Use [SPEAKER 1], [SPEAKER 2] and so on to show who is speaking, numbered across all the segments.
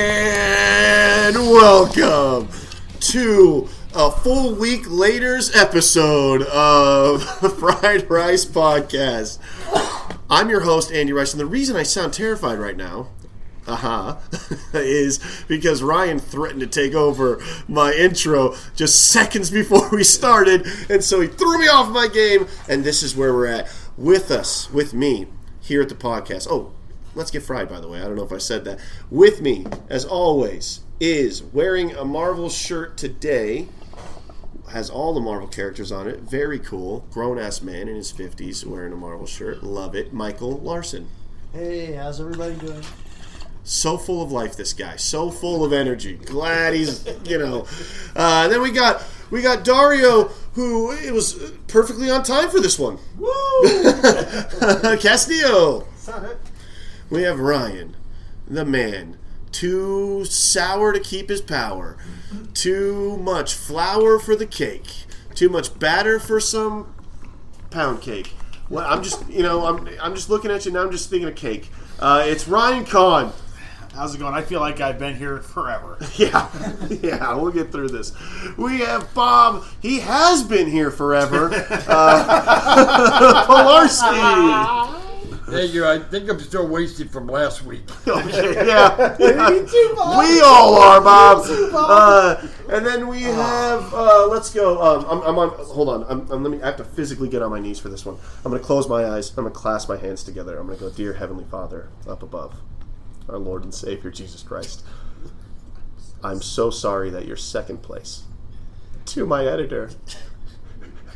[SPEAKER 1] And welcome to a full week later's episode of Fried Rice Podcast. I'm your host, Andy Rice, and the reason I sound terrified right now. Uh huh. is because Ryan threatened to take over my intro just seconds before we started, and so he threw me off my game, and this is where we're at. With us, with me, here at the podcast. Oh, let's get fried, by the way. I don't know if I said that. With me, as always, is wearing a Marvel shirt today. Has all the Marvel characters on it. Very cool. Grown ass man in his 50s wearing a Marvel shirt. Love it. Michael Larson.
[SPEAKER 2] Hey, how's everybody doing?
[SPEAKER 1] So full of life, this guy. So full of energy. Glad he's, you know. Uh, then we got we got Dario, who it was perfectly on time for this one.
[SPEAKER 2] Woo!
[SPEAKER 1] Castillo.
[SPEAKER 2] Sound it?
[SPEAKER 1] We have Ryan, the man, too sour to keep his power, too much flour for the cake, too much batter for some pound cake. Well, I'm just, you know, I'm, I'm just looking at you now. I'm just thinking of cake. Uh, it's Ryan Kahn.
[SPEAKER 3] How's it going? I feel like I've been here forever.
[SPEAKER 1] Yeah, yeah, we'll get through this. We have Bob. He has been here forever. Uh, Polarski.
[SPEAKER 4] Thank you. I think I'm still wasted from last week.
[SPEAKER 1] Okay, yeah.
[SPEAKER 2] too, Bob.
[SPEAKER 1] We all are, Bob.
[SPEAKER 2] too,
[SPEAKER 1] Uh, and then we have. Uh, let's go. Um, I'm, I'm on. Hold on. I'm, I'm. Let me. I have to physically get on my knees for this one. I'm going to close my eyes. I'm going to clasp my hands together. I'm going to go, dear Heavenly Father, up above, our Lord and Savior Jesus Christ. I'm so sorry that you're second place. To my editor,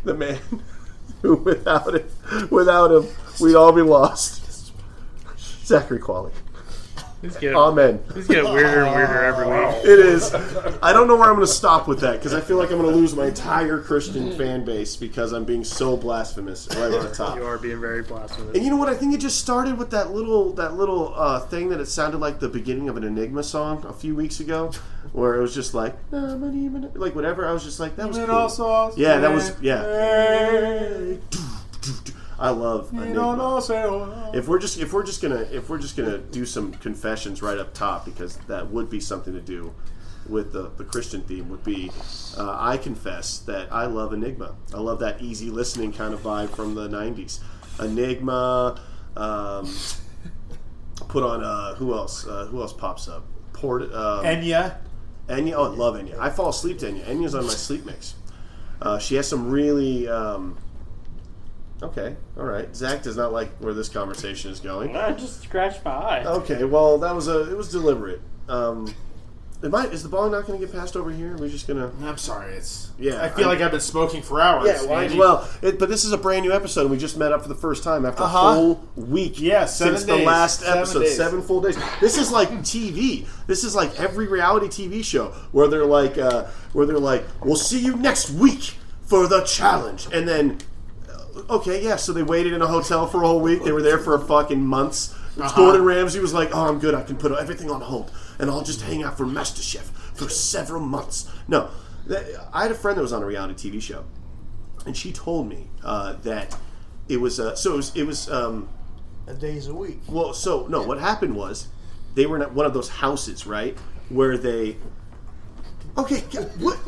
[SPEAKER 1] the man who, without it, without him, we'd all be lost. Zachary Qualley.
[SPEAKER 5] It's getting,
[SPEAKER 1] Amen.
[SPEAKER 5] it's getting weirder and weirder every week.
[SPEAKER 1] It is. I don't know where I'm going to stop with that because I feel like I'm going to lose my entire Christian fan base because I'm being so blasphemous right on the top.
[SPEAKER 5] You are being very blasphemous.
[SPEAKER 1] And you know what? I think it just started with that little that little uh, thing that it sounded like the beginning of an Enigma song a few weeks ago, where it was just like "Na, ma, ni, ma, na," like whatever. I was just like that was
[SPEAKER 3] And
[SPEAKER 1] cool.
[SPEAKER 3] also,
[SPEAKER 1] Yeah, that was- yeah.
[SPEAKER 3] Hey,
[SPEAKER 1] I love
[SPEAKER 3] you don't
[SPEAKER 1] Enigma.
[SPEAKER 3] know, say, well,
[SPEAKER 1] If we're just if we're just gonna if we're just gonna do some confessions right up top because that would be something to do with the, the Christian theme would be uh, I confess that I love Enigma. I love that easy listening kind of vibe from the '90s. Enigma. Um, put on uh, who else? Uh, who else pops up? Port. Um,
[SPEAKER 3] Enya.
[SPEAKER 1] Enya, oh, I love Enya. I fall asleep to Enya. Enya's on my sleep mix. Uh, she has some really. Um, okay, all right. Zach does not like where this conversation is going.
[SPEAKER 5] I just scratched my eye.
[SPEAKER 1] Okay, well, that was a. It was deliberate. Um, am I, is the ball not going to get passed over here? We're just going to.
[SPEAKER 3] I'm sorry, it's.
[SPEAKER 1] Yeah,
[SPEAKER 3] I feel
[SPEAKER 1] I-
[SPEAKER 3] like I've been smoking for hours.
[SPEAKER 1] Yeah, well,
[SPEAKER 3] Andy.
[SPEAKER 1] well, it, but this is a brand new episode. and We just met up for the first time after a
[SPEAKER 3] Uh-huh.
[SPEAKER 1] whole week.
[SPEAKER 3] Yeah, seven
[SPEAKER 1] since the
[SPEAKER 3] days.
[SPEAKER 1] last
[SPEAKER 3] Seven
[SPEAKER 1] episode,
[SPEAKER 3] days.
[SPEAKER 1] seven full days. This is like TV. This is like every reality TV show where they're like, uh, where they're like, "We'll see you next week for the challenge," and then, uh, okay, yeah. So they waited in a hotel for a whole week. They were there for a fucking months.
[SPEAKER 3] Uh-huh.
[SPEAKER 1] Gordon Ramsay was like, "Oh, I'm good. I can put everything on hold, and I'll just hang out for MasterChef for several months." No, that, I had a friend that was on a reality TV show and she told me uh, that it was uh, so it was, it was um,
[SPEAKER 2] A day's a week.
[SPEAKER 1] well so no what happened was they were in one of those houses right where they okay g- what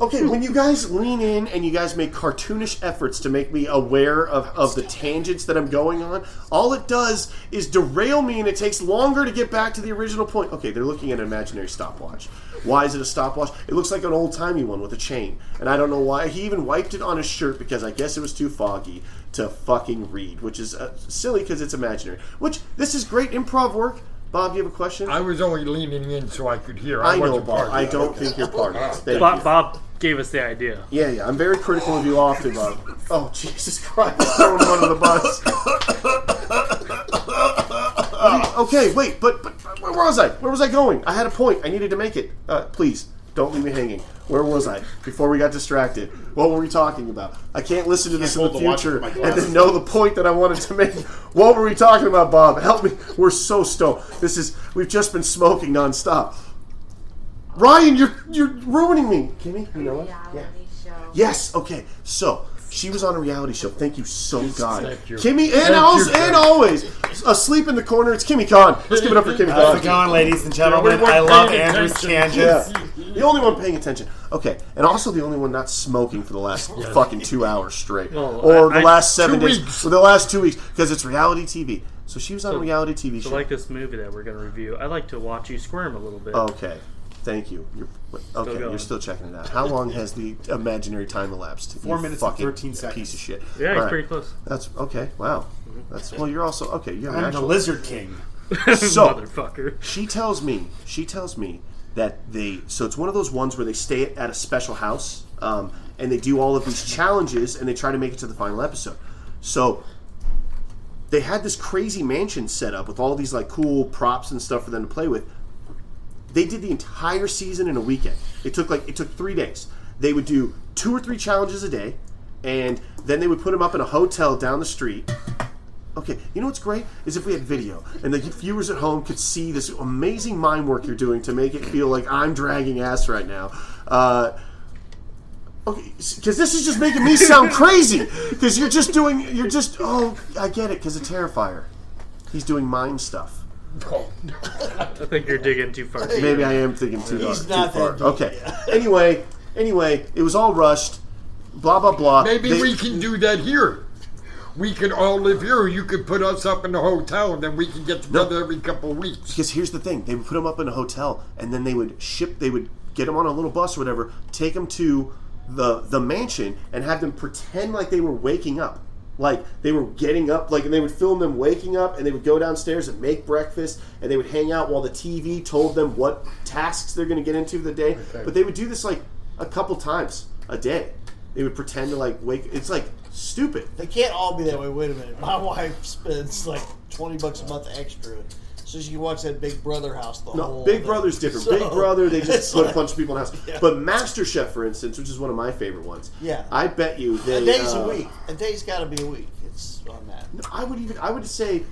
[SPEAKER 1] okay when you guys lean in and you guys make cartoonish efforts to make me aware of, of the tangents that i'm going on all it does is derail me and it takes longer to get back to the original point okay they're looking at an imaginary stopwatch why is it a stopwatch it looks like an old-timey one with a chain and i don't know why he even wiped it on his shirt because i guess it was too foggy to fucking read which is uh, silly because it's imaginary which this is great improv work bob you have a question
[SPEAKER 4] I was only leaning in so I could hear.
[SPEAKER 1] I know,
[SPEAKER 4] wasn't part
[SPEAKER 1] Bob.
[SPEAKER 4] of
[SPEAKER 1] I
[SPEAKER 4] it.
[SPEAKER 1] don't think you're part of this. Thank
[SPEAKER 5] Bob,
[SPEAKER 1] you.
[SPEAKER 5] Bob gave us the idea.
[SPEAKER 1] Yeah, yeah. I'm very critical of you often, Bob. Oh, Jesus Christ. Throwing him under the bus. okay, wait. But, but but where was I? Where was I going? I had a point. I needed to make it. Uh, please, don't leave me hanging. Where was I before we got distracted? What were we talking about? I can't listen to this in the
[SPEAKER 3] hold the watch
[SPEAKER 1] future
[SPEAKER 3] with
[SPEAKER 1] and
[SPEAKER 3] my
[SPEAKER 1] then
[SPEAKER 3] glasses.
[SPEAKER 1] know the point that I wanted to make. What were we talking about, Bob? Help me. We're so stoned. This is. We've just been smoking nonstop. Ryan, you're you're ruining me. Kimmy, you know what?
[SPEAKER 6] reality show.
[SPEAKER 1] Yes. Okay. So She was on a reality show. Thank you so God.
[SPEAKER 4] Thank you.
[SPEAKER 1] Kimmy, and,
[SPEAKER 4] Thank
[SPEAKER 1] always,
[SPEAKER 4] you,
[SPEAKER 1] and
[SPEAKER 4] sir.
[SPEAKER 1] always, asleep in the corner, it's Kimmy Khan. Let's give it up for Kimmy
[SPEAKER 6] How's it
[SPEAKER 1] Khan.
[SPEAKER 6] going, ladies and gentlemen?
[SPEAKER 4] We weren't
[SPEAKER 6] I love
[SPEAKER 4] paying
[SPEAKER 6] Andrew's
[SPEAKER 4] attention.
[SPEAKER 6] tangents.
[SPEAKER 1] The only one paying attention. Okay, and also the only one not smoking for the last fucking two hours straight,
[SPEAKER 5] Well,
[SPEAKER 1] or
[SPEAKER 5] I-
[SPEAKER 1] the
[SPEAKER 5] I-
[SPEAKER 1] last seven
[SPEAKER 4] two
[SPEAKER 1] days,
[SPEAKER 4] weeks.
[SPEAKER 1] or the last two weeks, because it's reality TV. So she was on a reality TV show.
[SPEAKER 5] So like this movie that we're going to review, I like to watch you squirm a little bit.
[SPEAKER 2] Oh,
[SPEAKER 1] Okay. Thank you. You're okay.
[SPEAKER 5] going.
[SPEAKER 1] You're still checking it out. How long has the imaginary time elapsed?
[SPEAKER 6] Four
[SPEAKER 1] You
[SPEAKER 6] minutes and
[SPEAKER 1] fucking
[SPEAKER 6] 13 seconds.
[SPEAKER 1] Piece of shit.
[SPEAKER 5] yeah,
[SPEAKER 1] All
[SPEAKER 5] he's
[SPEAKER 1] right.
[SPEAKER 5] pretty close.
[SPEAKER 1] That's okay. Wow. That's well. You're also okay. You have an
[SPEAKER 6] I'm the
[SPEAKER 1] actual-
[SPEAKER 6] Lizard King.
[SPEAKER 1] So-
[SPEAKER 5] Motherfucker.
[SPEAKER 1] She tells me. She tells me that they. So it's one of those ones where they stay at a special house, um, and they do all of these challenges, and they try to make it to the final episode. So they had this crazy mansion set up with all these like cool props and stuff for them to play with. They did the entire season in a weekend. It took like it took three days. They would do two or three challenges a day, and then they would put them up in a hotel down the street. Okay, you know what's great is if we had video and the viewers at home could see this amazing mind work you're doing to make it feel like I'm dragging ass right now. Uh, okay, because this is just making me sound crazy. Because you're just doing, you're just. Oh, I get it. Because of Terrifier, he's doing mime stuff.
[SPEAKER 4] Oh, no.
[SPEAKER 5] I think you're digging too far.
[SPEAKER 1] Maybe I am thinking too,
[SPEAKER 2] He's
[SPEAKER 1] far-
[SPEAKER 2] not
[SPEAKER 1] too far.
[SPEAKER 2] that deep,
[SPEAKER 1] Okay. Anyway, anyway, it was all rushed. Blah blah blah.
[SPEAKER 4] Maybe
[SPEAKER 1] They-
[SPEAKER 4] we can do that here. We can all live here. You could put us up in the hotel, and then we can get together every couple of weeks.
[SPEAKER 1] Because here's the thing: they would put them up in a hotel, and then they would ship. They would get them on a little bus or whatever, take them to the the mansion, and have them pretend like they were waking up, like they were getting up, like and they would film them waking up, and they would go downstairs and make breakfast, and they would hang out while the TV told them what tasks they're going to get into the day. But they would do this like a couple times a day. They would pretend to like wake. It's like stupid.
[SPEAKER 2] They can't all be that way. Wait a minute. My wife spends like twenty bucks a month extra, so she can watch that Big Brother house the
[SPEAKER 1] No,
[SPEAKER 2] whole.
[SPEAKER 1] Big
[SPEAKER 2] day.
[SPEAKER 1] Brother's different.
[SPEAKER 2] Oh, So,
[SPEAKER 1] Big Brother, they
[SPEAKER 2] it's
[SPEAKER 1] just put a
[SPEAKER 2] like-
[SPEAKER 1] bunch of people in the house.
[SPEAKER 2] Yeah.
[SPEAKER 1] But MasterChef, for instance, which is one of my favorite ones.
[SPEAKER 2] Yeah.
[SPEAKER 1] I bet you they.
[SPEAKER 2] A day's
[SPEAKER 1] uh,
[SPEAKER 2] a week. A day's got to be a week. It's on that.
[SPEAKER 1] I would even. I would say.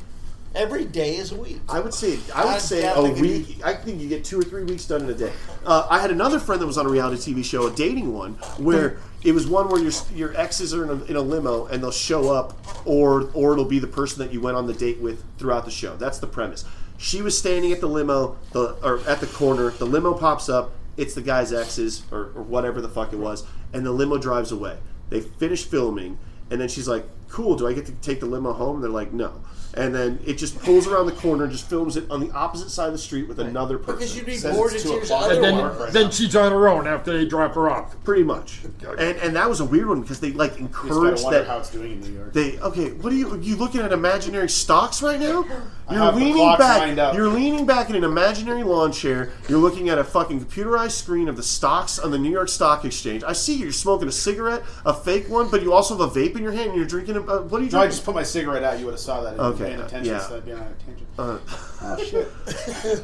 [SPEAKER 2] Every day is a week.
[SPEAKER 1] I would say. I would
[SPEAKER 2] I
[SPEAKER 1] say
[SPEAKER 2] doubt
[SPEAKER 1] a
[SPEAKER 2] they could do-
[SPEAKER 1] week. I think you get two or three weeks done in a day. Uh, I had another friend that was on a reality TV show, a dating one, where it was one where your your exes are in a, in a limo and they'll show up, or or it'll be the person that you went on the date with throughout the show. That's the premise. She was standing at the limo, the or at the corner. The limo pops up. It's the guy's exes or, or whatever the fuck it was, and the limo drives away. They finish filming, and then she's like, "Cool, do I get to take the limo home?" And they're like, "No." And then it just pulls around the corner and just films it on the opposite side of the street with another person.
[SPEAKER 2] Because you'd be
[SPEAKER 1] Says
[SPEAKER 2] bored
[SPEAKER 1] it's
[SPEAKER 2] to
[SPEAKER 1] two
[SPEAKER 2] tears
[SPEAKER 1] o'clock.
[SPEAKER 2] otherwise.
[SPEAKER 4] And then,
[SPEAKER 2] Otherwise,
[SPEAKER 3] right now.
[SPEAKER 4] then she's on her own after they drop her off.
[SPEAKER 1] Pretty much. And and that was a weird one because they like
[SPEAKER 3] You just gotta
[SPEAKER 1] encouraged
[SPEAKER 3] wonder how
[SPEAKER 1] that
[SPEAKER 3] it's doing in New York.
[SPEAKER 1] they okay, what are you are you looking at imaginary stocks right now? You're
[SPEAKER 3] have the
[SPEAKER 1] leaning
[SPEAKER 3] clocks lined
[SPEAKER 1] back.
[SPEAKER 3] up.
[SPEAKER 1] You're leaning back in an imaginary lawn chair. You're looking at a fucking computerized screen of the stocks on the New York Stock Exchange. I see you're smoking a cigarette, a fake one, but you also have a vape in your hand and you're drinking a uh, what are you
[SPEAKER 3] No, I
[SPEAKER 1] drinking?
[SPEAKER 3] just put my cigarette out. You would have saw that. I
[SPEAKER 1] Okay, uh,
[SPEAKER 3] okay. Paying attention,
[SPEAKER 1] yeah.
[SPEAKER 3] so I'd be on a tangent.
[SPEAKER 1] Uh,
[SPEAKER 3] oh shit!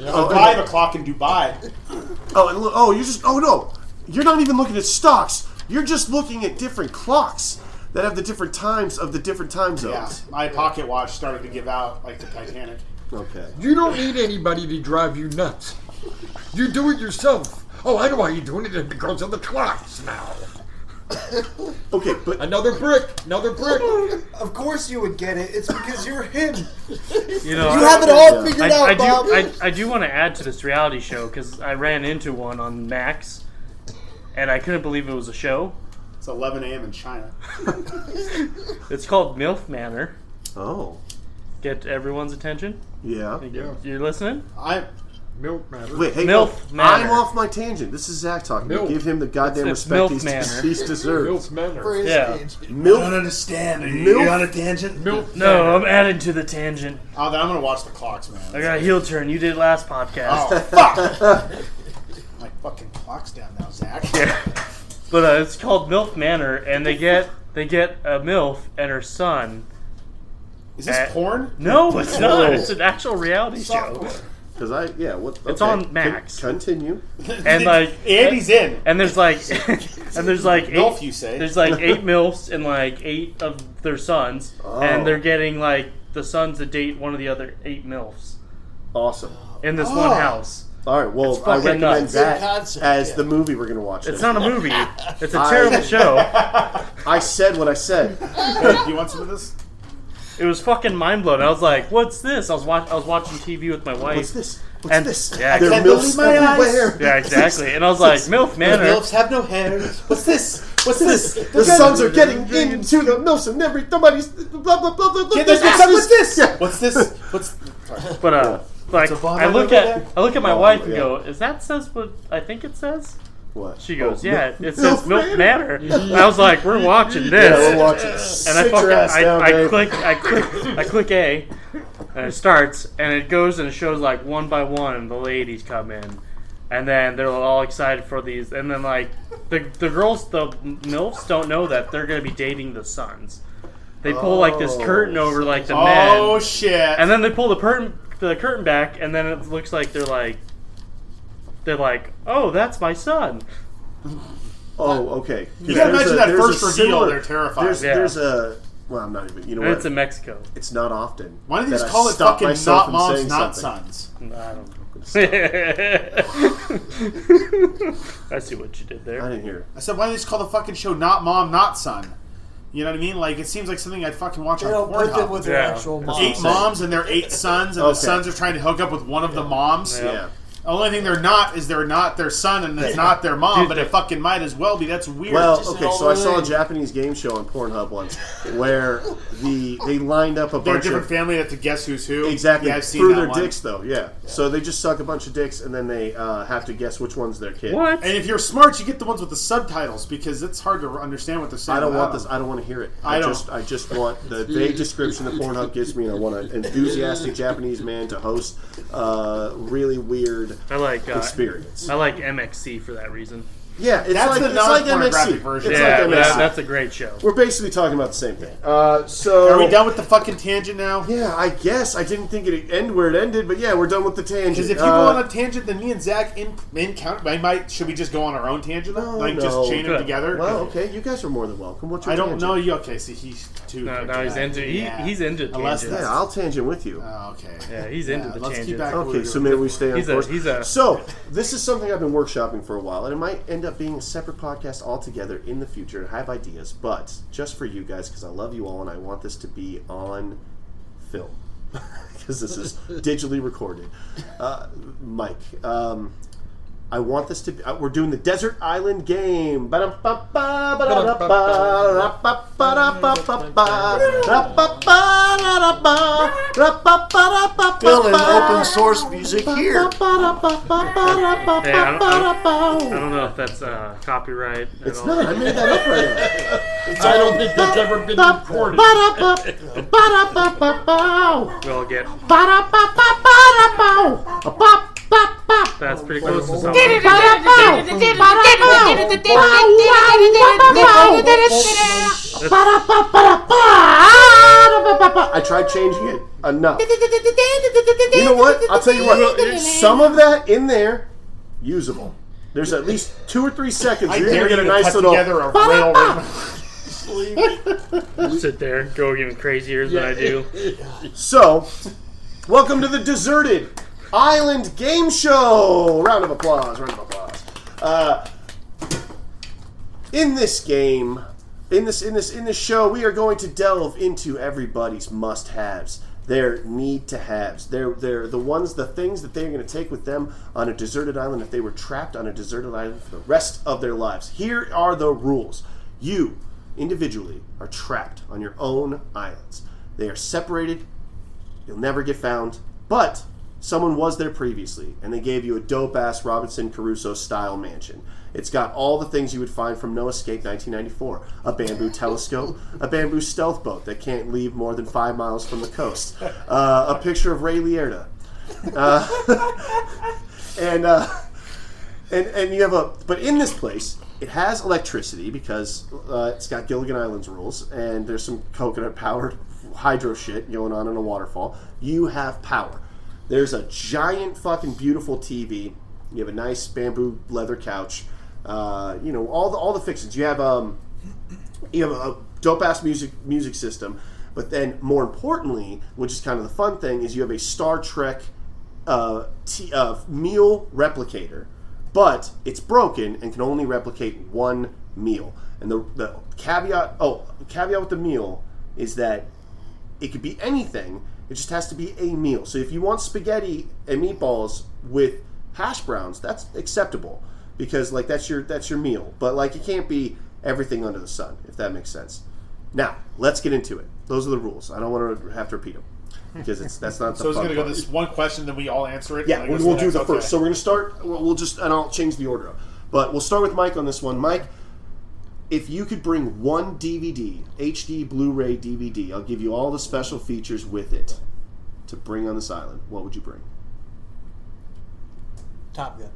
[SPEAKER 1] oh, and-
[SPEAKER 3] Five o'clock in Dubai.
[SPEAKER 1] Oh, and look, oh, you're just. Oh no, you're not even looking at stocks. You're just looking at different clocks that have the different times of the different time
[SPEAKER 3] Yeah,
[SPEAKER 1] zones.
[SPEAKER 3] my pocket watch started to give out like the Titanic.
[SPEAKER 1] Okay.
[SPEAKER 4] You don't need anybody to drive you nuts. You do it yourself. Oh, I know why you're doing it because of the clocks now.
[SPEAKER 1] Okay, but
[SPEAKER 4] Another brick, another brick.
[SPEAKER 6] Of course you would get it. It's because you're him.
[SPEAKER 5] You know,
[SPEAKER 2] you
[SPEAKER 5] I,
[SPEAKER 2] have it all
[SPEAKER 1] Yeah.
[SPEAKER 2] figured
[SPEAKER 5] I,
[SPEAKER 2] out,
[SPEAKER 5] I
[SPEAKER 2] Bob.
[SPEAKER 5] do. I, I do want to add to this reality show because I ran into one on Max, and I couldn't believe it was a show.
[SPEAKER 3] It's 11 a.m. in China.
[SPEAKER 5] It's called MILF Manor.
[SPEAKER 1] oh
[SPEAKER 5] Get everyone's attention.
[SPEAKER 1] yeah.
[SPEAKER 4] Yeah.
[SPEAKER 5] You're listening.
[SPEAKER 3] I
[SPEAKER 4] Milk matter.
[SPEAKER 1] Wait, hey,
[SPEAKER 5] Milf
[SPEAKER 1] no,
[SPEAKER 5] Manor.
[SPEAKER 1] I'm off my tangent. This is Zach talking.
[SPEAKER 4] Milf.
[SPEAKER 1] Give him the goddamn
[SPEAKER 5] It's- it's
[SPEAKER 1] respect
[SPEAKER 5] Milf
[SPEAKER 1] he's,
[SPEAKER 5] Manor.
[SPEAKER 1] he's deserved.
[SPEAKER 4] Milk matter.
[SPEAKER 2] Praise
[SPEAKER 5] Yeah.
[SPEAKER 2] God.
[SPEAKER 6] I don't
[SPEAKER 1] Milf.
[SPEAKER 6] understand. Are you,
[SPEAKER 1] Milf-
[SPEAKER 6] you on a tangent?
[SPEAKER 4] Milk
[SPEAKER 5] No, I'm adding to the tangent.
[SPEAKER 3] oh, then I'm gonna watch the clocks, man.
[SPEAKER 5] I got a heel turn. You did last podcast,
[SPEAKER 3] Oh fuck! my fucking clock's down now, Zach.
[SPEAKER 5] but uh, it's called MILF Manor, and they get they get a MILF and her son.
[SPEAKER 3] Is this
[SPEAKER 5] Eh.
[SPEAKER 3] porn?
[SPEAKER 5] No, it's not.
[SPEAKER 1] Oh.
[SPEAKER 5] It's an actual reality
[SPEAKER 3] Soft
[SPEAKER 5] show.
[SPEAKER 3] porn.
[SPEAKER 1] Because I yeah. What?
[SPEAKER 5] It's
[SPEAKER 1] okay.
[SPEAKER 5] on
[SPEAKER 1] Con-
[SPEAKER 5] Max.
[SPEAKER 1] continue.
[SPEAKER 5] And like,
[SPEAKER 3] Andy's in.
[SPEAKER 5] and there's like, and there's like
[SPEAKER 3] Golf,
[SPEAKER 5] eight,
[SPEAKER 3] you say?
[SPEAKER 5] there's like eight milfs and like eight of their sons,
[SPEAKER 1] Oh.
[SPEAKER 5] and they're getting like the sons to date one of the other eight milfs
[SPEAKER 1] Awesome.
[SPEAKER 5] in this
[SPEAKER 3] Oh.
[SPEAKER 5] one house.
[SPEAKER 1] All right. Well, I
[SPEAKER 5] fucking
[SPEAKER 1] recommend
[SPEAKER 5] nuts.
[SPEAKER 1] that
[SPEAKER 2] Good concept,
[SPEAKER 1] as
[SPEAKER 2] yeah.
[SPEAKER 1] the movie we're going to watch.
[SPEAKER 5] It's
[SPEAKER 1] then.
[SPEAKER 5] not a movie. It's a
[SPEAKER 1] I-
[SPEAKER 5] terrible show.
[SPEAKER 1] I said what I said.
[SPEAKER 3] Hey, do you want some of this?
[SPEAKER 5] It was fucking mind blown. I was like, "What's this?" I was watch- I was watching TV with my wife.
[SPEAKER 1] What's this? What's
[SPEAKER 5] And-
[SPEAKER 1] this?
[SPEAKER 5] yeah,
[SPEAKER 1] There are
[SPEAKER 5] exactly.
[SPEAKER 1] milfs everywhere.
[SPEAKER 5] Yeah, exactly. And I was like, "Milf Manor."
[SPEAKER 2] Milfs have no hair.
[SPEAKER 1] What's this? What's this? The sons are getting into the milfs and every somebody's blah blah blah blah. blah
[SPEAKER 3] Get this,
[SPEAKER 1] blah, blah,
[SPEAKER 3] what's this?
[SPEAKER 1] What's this? Yeah.
[SPEAKER 3] What's this? What's
[SPEAKER 5] But uh, like,
[SPEAKER 1] a bomb
[SPEAKER 5] I look
[SPEAKER 1] over
[SPEAKER 5] at
[SPEAKER 1] there?
[SPEAKER 5] I look at my
[SPEAKER 1] Oh,
[SPEAKER 5] wife and
[SPEAKER 1] yeah.
[SPEAKER 5] go, "Is that says what I think it says?"
[SPEAKER 1] What?
[SPEAKER 5] She goes,
[SPEAKER 1] Oh,
[SPEAKER 5] "Yeah,
[SPEAKER 1] Milf-
[SPEAKER 5] it says Milf
[SPEAKER 1] Milf
[SPEAKER 5] Manor." And I was like, "We're watching this."
[SPEAKER 1] Yeah, we're watching.
[SPEAKER 5] and I
[SPEAKER 1] Sit
[SPEAKER 5] fucking
[SPEAKER 1] your ass
[SPEAKER 5] I,
[SPEAKER 1] down,
[SPEAKER 5] I
[SPEAKER 1] babe.
[SPEAKER 5] click I click I click A, and it starts and it goes and it shows like one by one and the ladies come in, and then they're all excited for these and then like the the girls the milfs don't know that they're gonna be dating the sons. They pull like this curtain over like the men,
[SPEAKER 3] Oh shit!
[SPEAKER 5] and then they pull the curtain the curtain back and then it looks like they're like they're like oh that's my son.
[SPEAKER 1] Oh, okay. You
[SPEAKER 3] gotta imagine that first reveal, they're terrified.
[SPEAKER 1] There's,
[SPEAKER 5] Yeah.
[SPEAKER 1] there's a. Well, I'm not even. You know
[SPEAKER 5] And
[SPEAKER 1] what?
[SPEAKER 5] it's in Mexico.
[SPEAKER 1] it's not often.
[SPEAKER 3] Why do these
[SPEAKER 1] that I
[SPEAKER 3] call it
[SPEAKER 1] stop
[SPEAKER 3] fucking
[SPEAKER 1] myself
[SPEAKER 3] not
[SPEAKER 1] from
[SPEAKER 3] moms,
[SPEAKER 1] saying
[SPEAKER 3] not
[SPEAKER 1] something.
[SPEAKER 3] sons?
[SPEAKER 5] I don't. I see what you did
[SPEAKER 1] I
[SPEAKER 5] there.
[SPEAKER 1] didn't hear.
[SPEAKER 3] I said, why do they just call the fucking show not mom, not son? You know what I mean? Like it seems like something I'd fucking watch
[SPEAKER 2] They
[SPEAKER 3] on
[SPEAKER 2] don't put them
[SPEAKER 3] Pornhub.
[SPEAKER 2] with their
[SPEAKER 5] Yeah.
[SPEAKER 2] actual
[SPEAKER 1] That's
[SPEAKER 2] mom.
[SPEAKER 1] what I'm
[SPEAKER 3] eight
[SPEAKER 1] saying.
[SPEAKER 3] moms and their eight sons, and the
[SPEAKER 1] Okay.
[SPEAKER 3] sons are trying to hook up with one of the moms.
[SPEAKER 5] Yeah.
[SPEAKER 1] Yeah.
[SPEAKER 3] The only thing they're not is they're not their son and it's not their mom,
[SPEAKER 5] Dude,
[SPEAKER 3] but it fucking might as well be. That's weird.
[SPEAKER 1] Well,
[SPEAKER 2] an
[SPEAKER 1] okay.
[SPEAKER 2] old
[SPEAKER 1] So I saw a
[SPEAKER 2] lady.
[SPEAKER 1] Japanese game show on Pornhub once where the they lined up a
[SPEAKER 3] they're a
[SPEAKER 1] bunch
[SPEAKER 3] different
[SPEAKER 1] of
[SPEAKER 3] family. They have to guess who's who.
[SPEAKER 1] exactly
[SPEAKER 3] Yeah, I've seen
[SPEAKER 1] through
[SPEAKER 3] that
[SPEAKER 1] their
[SPEAKER 3] one.
[SPEAKER 1] dicks though. Yeah. So they just suck a bunch of dicks and then they uh, have to guess which one's their kid.
[SPEAKER 5] What?
[SPEAKER 3] And if you're smart, you get the ones with the subtitles because it's hard to understand what they're saying.
[SPEAKER 1] I don't want
[SPEAKER 3] without
[SPEAKER 1] this.
[SPEAKER 3] them.
[SPEAKER 1] I don't want to hear it.
[SPEAKER 3] I don't.
[SPEAKER 1] just. I just want the vague description that Pornhub gives me, and I want an enthusiastic Japanese man to host a really weird
[SPEAKER 5] I like uh,
[SPEAKER 1] experience.
[SPEAKER 5] I like MXC for that reason.
[SPEAKER 1] Yeah, it's
[SPEAKER 3] That's
[SPEAKER 1] like
[SPEAKER 3] the
[SPEAKER 1] it's like
[SPEAKER 3] non-pornographic
[SPEAKER 1] MXC.
[SPEAKER 3] version.
[SPEAKER 1] It's
[SPEAKER 5] yeah,
[SPEAKER 1] like
[SPEAKER 5] that-
[SPEAKER 1] MXC.
[SPEAKER 5] that's a great show.
[SPEAKER 1] We're basically talking about the same thing. Uh, so
[SPEAKER 3] Are we done with the fucking tangent now?
[SPEAKER 1] Yeah, I guess I didn't think it'd end where it ended, but yeah, we're done with the tangent.
[SPEAKER 3] Because if you
[SPEAKER 1] Uh,
[SPEAKER 3] go on a tangent, then me and Zach in, in count. I might should we just go on our own tangent?
[SPEAKER 1] No,
[SPEAKER 3] like
[SPEAKER 1] no.
[SPEAKER 3] just chain them
[SPEAKER 5] Good.
[SPEAKER 3] together.
[SPEAKER 1] well, okay, you guys are more than welcome. What's your
[SPEAKER 3] I don't
[SPEAKER 1] tangent?
[SPEAKER 3] know you. Okay, see, he's too.
[SPEAKER 5] No,
[SPEAKER 3] quick
[SPEAKER 5] no,
[SPEAKER 3] to
[SPEAKER 5] he's
[SPEAKER 3] that.
[SPEAKER 5] into he,
[SPEAKER 3] Yeah.
[SPEAKER 5] he's into
[SPEAKER 3] Unless
[SPEAKER 1] Yeah,
[SPEAKER 5] tangents.
[SPEAKER 3] that's-
[SPEAKER 1] I'll tangent with you.
[SPEAKER 3] Oh, okay.
[SPEAKER 5] Yeah, he's into the
[SPEAKER 3] let's keep
[SPEAKER 5] tangents.
[SPEAKER 3] back.
[SPEAKER 1] Okay,
[SPEAKER 3] Ooh.
[SPEAKER 1] so maybe we stay on
[SPEAKER 5] He's a-
[SPEAKER 1] course.
[SPEAKER 5] he's a-
[SPEAKER 1] so this is something I've been workshopping for a while, and it might end up being a separate podcast altogether in the future. I have ideas, but just for you guys, because I love you all, and I want this to be on film because this is digitally recorded. Uh, Mike, um, I want this to. Be, uh, we're doing the desert island game. Ba-dum-ba-ba, ba-da-da-ba, ra-ba-ba-da-ba-ba-ba, ra-ba-ba-da-da-ba, ra-ba-ba-da-ba-ba-ba.
[SPEAKER 2] Building open source music here.
[SPEAKER 5] Hey, I, don't, I, don't, I
[SPEAKER 1] It's
[SPEAKER 5] don't know if that's uh, copyright. at all.
[SPEAKER 1] not. I made that up right now.
[SPEAKER 4] I don't think that's ever been recorded.
[SPEAKER 5] We all get. That's pretty close to something.
[SPEAKER 1] I tried changing it enough. You know what? I'll tell you what. There's some of that in there usable. There's at least two or three seconds.
[SPEAKER 3] I
[SPEAKER 1] You're
[SPEAKER 3] dare
[SPEAKER 1] gonna
[SPEAKER 3] you
[SPEAKER 1] get
[SPEAKER 3] to
[SPEAKER 1] a nice
[SPEAKER 3] put
[SPEAKER 1] little.
[SPEAKER 3] together a railroad.
[SPEAKER 5] Sit there, go even crazier than I do.
[SPEAKER 1] So, welcome to the Deserted Island Game Show. Round of applause. Round of applause. Uh, in this game, in this in this in this show, we are going to delve into everybody's must-haves, their need to haves, their their the ones, the things that they're going to take with them on a deserted island if they were trapped on a deserted island for the rest of their lives. Here are the rules. You individually are trapped on your own islands. They are separated You'll never get found. But someone was there previously, and they gave you a dope ass Robinson Crusoe style mansion. It's got all the things you would find from No Escape 1994 a bamboo telescope, a bamboo stealth boat that can't leave more than five miles from the coast, uh, a picture of Ray Liotta. Uh, and. Uh, and and you have a but in this place it has electricity because uh, it's got Gilligan Islands rules and there's some coconut powered hydro shit going on in a waterfall. You have power. There's a giant fucking beautiful TV. You have a nice bamboo leather couch. Uh, you know all the all the fixings. You have um you have a dope ass music music system, but then more importantly, which is kind of the fun thing, is you have a Star Trek uh, t- uh, meal replicator, but it's broken and can only replicate one meal. And the, the caveat oh caveat with the meal is that it could be anything. It just has to be a meal. So if you want spaghetti and meatballs with hash browns, that's acceptable because like that's your that's your meal. But like it can't be everything under the sun if that makes sense. Now let's get into it. Those are the rules. I don't want to have to repeat them because it's that's not the
[SPEAKER 3] So it's
[SPEAKER 1] fun
[SPEAKER 3] gonna go
[SPEAKER 1] part.
[SPEAKER 3] this one question, then we all answer it.
[SPEAKER 1] Yeah,
[SPEAKER 3] and it
[SPEAKER 1] we'll,
[SPEAKER 3] goes
[SPEAKER 1] we'll
[SPEAKER 3] to
[SPEAKER 1] do the
[SPEAKER 3] next.
[SPEAKER 1] first. So
[SPEAKER 3] Okay.
[SPEAKER 1] we're going to start. We'll, we'll just, and I'll change the order up. But we'll start with Mike on this one. Mike, if you could bring one DVD, HD Blu ray DVD, I'll give you all the special features with it to bring on this island, what would you bring?
[SPEAKER 2] Top Gun.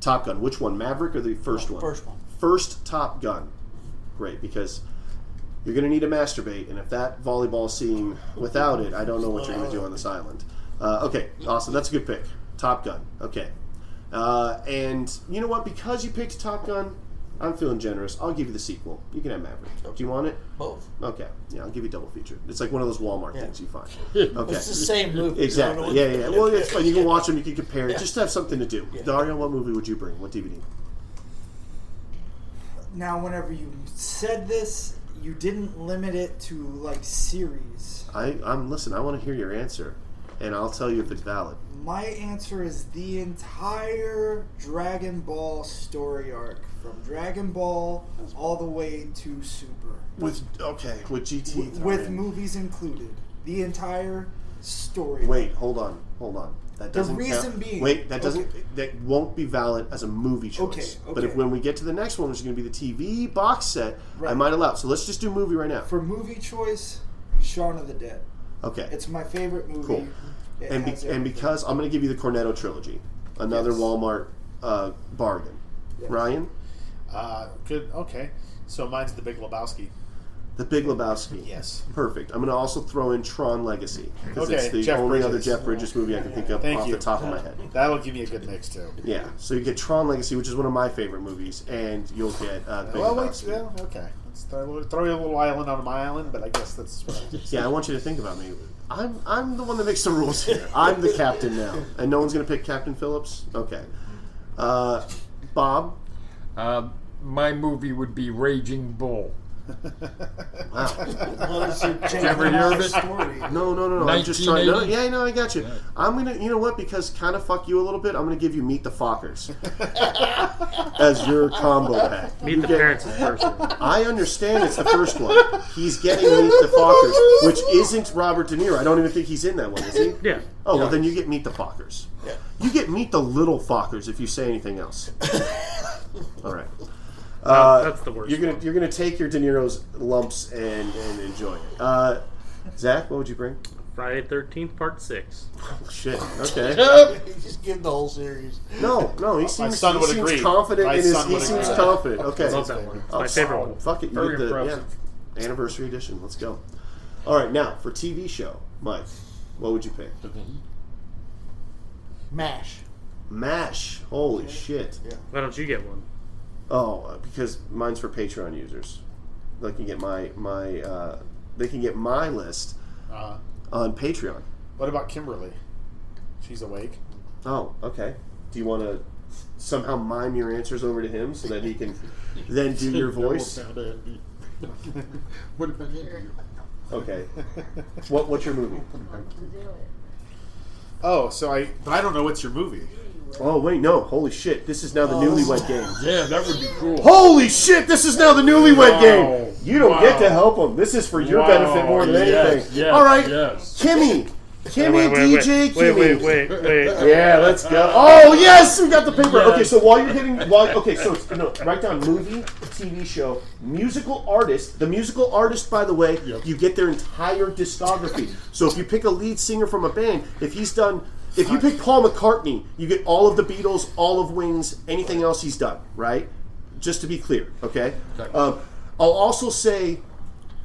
[SPEAKER 1] Top Gun. Which one? Maverick or the first one?
[SPEAKER 2] First one.
[SPEAKER 1] First Top Gun. Great, because you're going to need to masturbate, and if that volleyball scene without it, I don't know what you're going to do on this island. Uh, okay, awesome. That's a good pick. Top Gun. Okay. Uh, and you know what? Because you picked Top Gun, I'm feeling generous. I'll give you the sequel. You can have Maverick. Do you want it?
[SPEAKER 2] Both.
[SPEAKER 1] Okay. Yeah, I'll give you double feature. It's like one of those Walmart
[SPEAKER 2] Yeah.
[SPEAKER 1] things you find. Okay.
[SPEAKER 2] It's the same movie.
[SPEAKER 1] Exactly. Yeah, yeah, yeah. Well, it's fun. You can watch them. You can compare it.
[SPEAKER 2] Yeah.
[SPEAKER 1] Just to have something to do. Dario, what movie would you bring? What DVD?
[SPEAKER 6] Now, whenever you said this, you didn't limit it to like series.
[SPEAKER 1] I, I'm listen. I want to hear your answer, and I'll tell you if it's valid.
[SPEAKER 6] My answer is the entire Dragon Ball story arc from Dragon Ball all the way to Super,
[SPEAKER 1] With okay, with GT
[SPEAKER 6] with,
[SPEAKER 1] thrown
[SPEAKER 6] with
[SPEAKER 1] in.
[SPEAKER 6] movies included. The entire story.
[SPEAKER 1] Wait, hold on, hold on. That
[SPEAKER 6] The
[SPEAKER 1] doesn't
[SPEAKER 6] reason
[SPEAKER 1] count.
[SPEAKER 6] being-
[SPEAKER 1] Wait, that doesn't.
[SPEAKER 6] Okay.
[SPEAKER 1] That won't be valid as a movie choice.
[SPEAKER 6] Okay,
[SPEAKER 1] But if
[SPEAKER 6] okay.
[SPEAKER 1] when we get to the next one, which is going to be the TV box set, I
[SPEAKER 6] Right.
[SPEAKER 1] might allow. it. So let's just do movie right now.
[SPEAKER 6] For movie choice, Shaun of the Dead.
[SPEAKER 1] okay.
[SPEAKER 6] It's my favorite movie.
[SPEAKER 1] Cool.
[SPEAKER 6] It
[SPEAKER 1] and
[SPEAKER 6] has
[SPEAKER 1] be, and
[SPEAKER 6] everything.
[SPEAKER 1] because I'm going to give you the Cornetto trilogy, another
[SPEAKER 6] Yes.
[SPEAKER 1] Walmart uh, bargain.
[SPEAKER 6] Yes.
[SPEAKER 1] Ryan,
[SPEAKER 3] Uh, good. Okay. So mine's the Big Lebowski.
[SPEAKER 1] The Big Lebowski.
[SPEAKER 3] Yes.
[SPEAKER 1] Perfect. I'm going to also throw in Tron Legacy because it's
[SPEAKER 3] Okay,
[SPEAKER 1] the
[SPEAKER 3] Jeff
[SPEAKER 1] only other
[SPEAKER 3] Bridges.
[SPEAKER 1] Jeff Bridges movie I can think of
[SPEAKER 3] Thank
[SPEAKER 1] off
[SPEAKER 3] you.
[SPEAKER 1] the top of my head.
[SPEAKER 3] That'll give me a good mix too.
[SPEAKER 1] Yeah. So you get Tron Legacy, which is one of my favorite movies, and you'll get uh, Big
[SPEAKER 3] Well, wait.
[SPEAKER 1] Lebowski.
[SPEAKER 3] Well, okay. Let's throw, throw you a little island on my island, but I guess that's what I
[SPEAKER 1] Yeah, I want you to think about me. I'm I'm the one that makes the rules here. I'm the captain now, and no one's going to pick Captain Phillips. Okay. Uh, Bob.
[SPEAKER 4] Uh, my movie would be Raging Bull.
[SPEAKER 1] Wow.
[SPEAKER 6] Well, it's your
[SPEAKER 4] ever hear of it?
[SPEAKER 6] story.
[SPEAKER 1] No, no, no, no. I'm just trying. No,
[SPEAKER 4] 1980?
[SPEAKER 1] yeah, no, I got you. I'm gonna, you know what? Because kind of fuck you a little bit. I'm gonna give you Meet the Fockers as your combo pack.
[SPEAKER 5] Meet
[SPEAKER 1] You
[SPEAKER 5] the
[SPEAKER 1] get-
[SPEAKER 5] parents in person.
[SPEAKER 1] I understand it's the first one. He's getting Meet the Fockers, which isn't Robert De Niro. I don't even think he's in that one, is he?
[SPEAKER 5] Yeah.
[SPEAKER 1] Oh well,
[SPEAKER 4] Yeah.
[SPEAKER 1] then you get Meet the Fockers. You get Meet the Little Fockers if you say anything else. All right. Uh,
[SPEAKER 5] that's the worst
[SPEAKER 1] You're gonna you're gonna take your De Niro's lumps and, and enjoy it. Uh, Zach, what would you bring?
[SPEAKER 5] Friday Thirteenth Part Six.
[SPEAKER 3] Oh,
[SPEAKER 1] Shit. Okay.
[SPEAKER 2] Just give the whole series.
[SPEAKER 1] No, no, he seems,
[SPEAKER 3] son
[SPEAKER 1] he
[SPEAKER 3] would
[SPEAKER 1] seems
[SPEAKER 3] agree.
[SPEAKER 1] confident
[SPEAKER 3] My
[SPEAKER 1] in his.
[SPEAKER 3] son
[SPEAKER 1] He
[SPEAKER 3] would
[SPEAKER 1] seems
[SPEAKER 3] agree.
[SPEAKER 1] confident. Okay,
[SPEAKER 5] I love that one. It's
[SPEAKER 1] Oh,
[SPEAKER 5] my favorite
[SPEAKER 1] solid.
[SPEAKER 5] one.
[SPEAKER 1] Fuck it, you
[SPEAKER 4] Very
[SPEAKER 1] did the
[SPEAKER 4] impressive.
[SPEAKER 1] yeah, anniversary edition. Let's go. All right, now for TV show, Mike, what would you pick?
[SPEAKER 2] Mash.
[SPEAKER 1] Mash. Holy shit.
[SPEAKER 5] Why don't you get one?
[SPEAKER 1] Oh, uh, because mine's for Patreon users. They can get my my. Uh, they can get my list
[SPEAKER 3] Uh,
[SPEAKER 1] on Patreon.
[SPEAKER 3] what about Kimberly? She's awake.
[SPEAKER 1] Oh, okay. Do you want to somehow mime your answers over to him so that he can then do your voice?
[SPEAKER 4] What about you?
[SPEAKER 1] Okay. What what's your movie?
[SPEAKER 3] Oh, so I. But I don't know what's your movie.
[SPEAKER 1] Oh wait, no! Holy shit! This is now the newlywed game.
[SPEAKER 4] Yeah, that would be cool.
[SPEAKER 1] Holy shit! This is now the newlywed
[SPEAKER 3] Wow.
[SPEAKER 1] game. You don't get
[SPEAKER 3] Wow.
[SPEAKER 1] to help them. This is for your
[SPEAKER 3] Wow.
[SPEAKER 1] benefit more than
[SPEAKER 4] Oh, Yes,
[SPEAKER 1] anything.
[SPEAKER 4] yes,
[SPEAKER 1] All right,
[SPEAKER 4] yes.
[SPEAKER 1] Kimmy, Kimmy, DJ
[SPEAKER 5] wait, wait,
[SPEAKER 1] Kimmy.
[SPEAKER 5] wait, wait, wait, wait.
[SPEAKER 1] Yeah, let's go. Oh yes, we got the paper.
[SPEAKER 4] Yes.
[SPEAKER 1] Okay, so while you're hitting, while, okay, so it's- no, write down movie, TV show, musical artist. The musical artist, by the way, you get their entire discography. So if you pick a lead singer from a band, if he's done, if you pick Paul McCartney, you get all of the Beatles, all of Wings, anything else he's done. Right? Just to be clear, okay. Um, I'll also say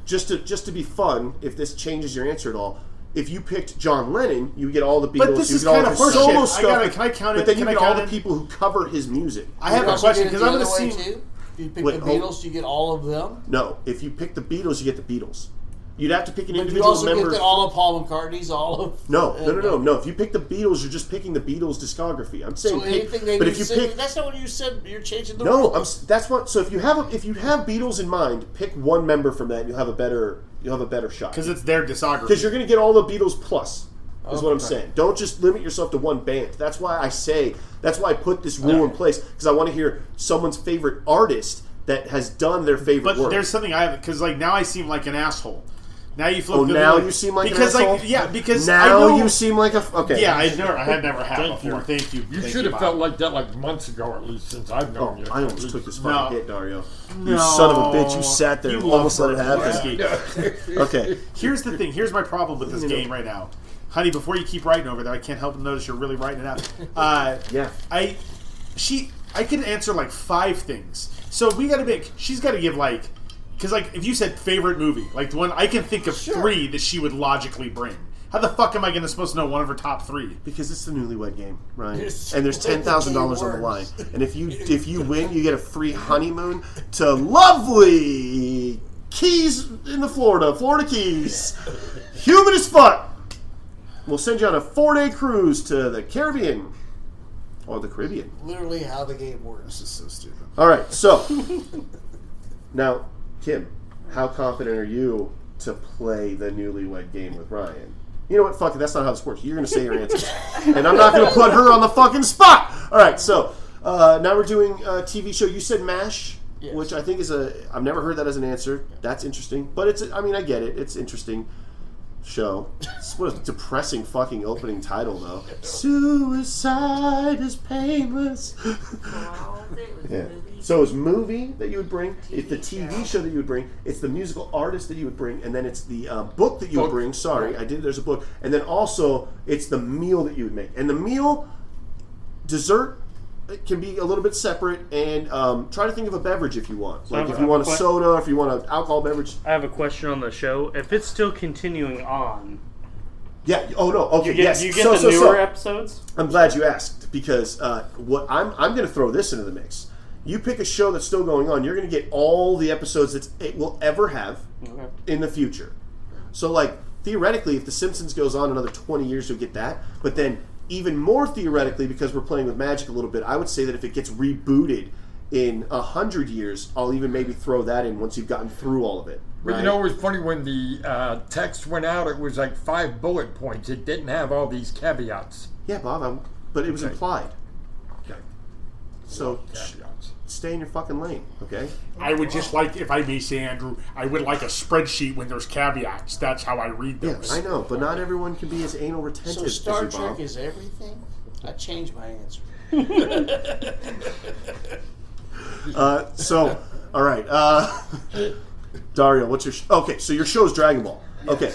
[SPEAKER 1] just to just to be fun, if this changes your answer at all, if you picked John Lennon, you get all the Beatles,
[SPEAKER 3] this
[SPEAKER 1] you
[SPEAKER 3] is
[SPEAKER 1] get all
[SPEAKER 3] kinda
[SPEAKER 1] the
[SPEAKER 3] first
[SPEAKER 1] solo
[SPEAKER 3] shit. I
[SPEAKER 1] stuff.
[SPEAKER 3] gotta- can I count
[SPEAKER 1] but
[SPEAKER 3] it?
[SPEAKER 1] then you
[SPEAKER 3] Can I
[SPEAKER 1] get all
[SPEAKER 3] count
[SPEAKER 1] the
[SPEAKER 3] it?
[SPEAKER 1] people who cover his music.
[SPEAKER 3] I have a question because I'm going to see.
[SPEAKER 2] If you pick
[SPEAKER 1] Wait, oh.
[SPEAKER 2] the
[SPEAKER 1] hold-
[SPEAKER 2] Beatles, you get all of them.
[SPEAKER 1] No, if you pick the Beatles, you get the Beatles. You'd have to pick an
[SPEAKER 2] Did you
[SPEAKER 1] individual
[SPEAKER 2] also
[SPEAKER 1] member.
[SPEAKER 2] get that all of Paul McCartney's, all of
[SPEAKER 1] no, no, no, no, no. If you pick the Beatles, you're just picking the Beatles discography. I'm saying,
[SPEAKER 2] So
[SPEAKER 1] pick-
[SPEAKER 2] anything they
[SPEAKER 1] but
[SPEAKER 2] do
[SPEAKER 1] if you
[SPEAKER 2] sing-
[SPEAKER 1] pick
[SPEAKER 2] that's not what you said. You're changing the
[SPEAKER 1] no,
[SPEAKER 2] world.
[SPEAKER 1] I'm, s- that's what. So if you have a, if you have Beatles in mind, pick one member from that. and You'll have a better you'll have a better shot
[SPEAKER 3] because it's their discography.
[SPEAKER 1] because you're going to get all the Beatles plus. Is what I'm saying. Don't just limit yourself to one band. That's why I say. That's why I put this rule in place because I want to hear someone's favorite artist that has done their favorite
[SPEAKER 3] But
[SPEAKER 1] work.
[SPEAKER 3] there's something I haven't because like now I seem like an asshole. Now you flip.
[SPEAKER 1] oh,
[SPEAKER 3] the
[SPEAKER 1] now
[SPEAKER 3] lid.
[SPEAKER 1] you seem like
[SPEAKER 3] because
[SPEAKER 1] an asshole?
[SPEAKER 3] like yeah because
[SPEAKER 1] now
[SPEAKER 3] I know,
[SPEAKER 1] you seem like a f- okay.
[SPEAKER 3] yeah I never I had never had
[SPEAKER 4] Thank
[SPEAKER 3] before.
[SPEAKER 4] you.
[SPEAKER 3] Thank you.
[SPEAKER 4] You
[SPEAKER 3] Thank
[SPEAKER 4] should have
[SPEAKER 3] Bob.
[SPEAKER 4] felt like that like months ago, at least since I've
[SPEAKER 1] Oh,
[SPEAKER 4] known you.
[SPEAKER 1] I almost took this
[SPEAKER 3] No.
[SPEAKER 1] fucking hit, Dario. You
[SPEAKER 3] No.
[SPEAKER 1] son of a bitch! You sat there
[SPEAKER 3] You
[SPEAKER 1] and almost let
[SPEAKER 3] love
[SPEAKER 1] it happen.
[SPEAKER 3] Whiskey.
[SPEAKER 1] Okay,
[SPEAKER 3] Here's the thing. Here's my problem with this game right now, honey. Before you keep writing over there, I can't help but notice you're really writing it out. Uh,
[SPEAKER 1] yeah.
[SPEAKER 3] I she I could answer like five things. So we got to make. She's got to give like because like if you said favorite movie, like the one I can think of three that she would logically bring. How the fuck am I going to supposed to know one of her top three?
[SPEAKER 1] Because it's the newlywed game, right?
[SPEAKER 2] It's-
[SPEAKER 1] and there's ten thousand dollars on the line.
[SPEAKER 2] Keywords.
[SPEAKER 1] And if you if you win, you get a free honeymoon to lovely Keys in the Florida, Florida Keys. Human as fuck. We'll send you on a four day cruise to the Caribbean or the Caribbean.
[SPEAKER 2] Literally, how the game works.
[SPEAKER 3] This is so stupid.
[SPEAKER 1] All right, so now Kim, how confident are you to play the newlywed game with Ryan? You know what? Fuck it. That's not how this works. You're going to say your answers, and I'm not going to put her on the fucking spot. All right, so uh, now we're doing a TV show. You said Mash,
[SPEAKER 2] Yes.
[SPEAKER 1] which I think is a I've never heard that as an answer. That's interesting, but it's I mean I get it. It's interesting show. It's what a depressing fucking opening title though. Suicide is painless. Yeah. So it's movie that you would bring, it's the TV show. that you would bring, it's the musical artist that you would bring, and then it's the uh, book that you would
[SPEAKER 4] Book.
[SPEAKER 1] bring. Sorry, I did. There's a book, and then also it's the meal that you would make, and the meal dessert it can be a little bit separate. And um, try to think of a beverage if you want, like if you want a
[SPEAKER 5] Uh, What?
[SPEAKER 1] soda, if you want an alcohol beverage.
[SPEAKER 5] I have a question on the show. If it's still continuing on,
[SPEAKER 1] Yeah. Oh no. Okay.
[SPEAKER 5] you get,
[SPEAKER 1] yes.
[SPEAKER 5] you get
[SPEAKER 1] so,
[SPEAKER 5] the
[SPEAKER 1] so,
[SPEAKER 5] newer
[SPEAKER 1] so.
[SPEAKER 5] episodes.
[SPEAKER 1] I'm glad you asked because uh, what I'm I'm going to throw this into the mix. You pick a show that's still going on, you're going to get all the episodes that it will ever have in the future. So, like theoretically, if The Simpsons goes on another 20 years, you'll get that. But then, even more theoretically, because we're playing with magic a little bit, I would say that if it gets rebooted in a hundred years, I'll even maybe throw that in once you've gotten through all of it.
[SPEAKER 4] But
[SPEAKER 1] right?
[SPEAKER 4] you know, it was funny when the uh, text went out. It was like five bullet points. It didn't have all these caveats.
[SPEAKER 1] yeah, Bob, I'm, but it was
[SPEAKER 4] Okay.
[SPEAKER 1] implied. So sh-
[SPEAKER 4] Caveats.
[SPEAKER 1] stay in your fucking lane, okay?
[SPEAKER 3] I would just like, if I may say, Andrew, I would like a spreadsheet when there's caveats. That's how I read
[SPEAKER 1] Yes,
[SPEAKER 3] those.
[SPEAKER 1] I know, but not everyone can be as anal retentive.
[SPEAKER 2] So
[SPEAKER 1] as
[SPEAKER 2] Star
[SPEAKER 1] you, Bob.
[SPEAKER 2] Trek is everything. I changed my answer.
[SPEAKER 1] Uh, so, all right, uh, Dario, what's your? Sh- okay, so your show is Dragon Ball. Okay,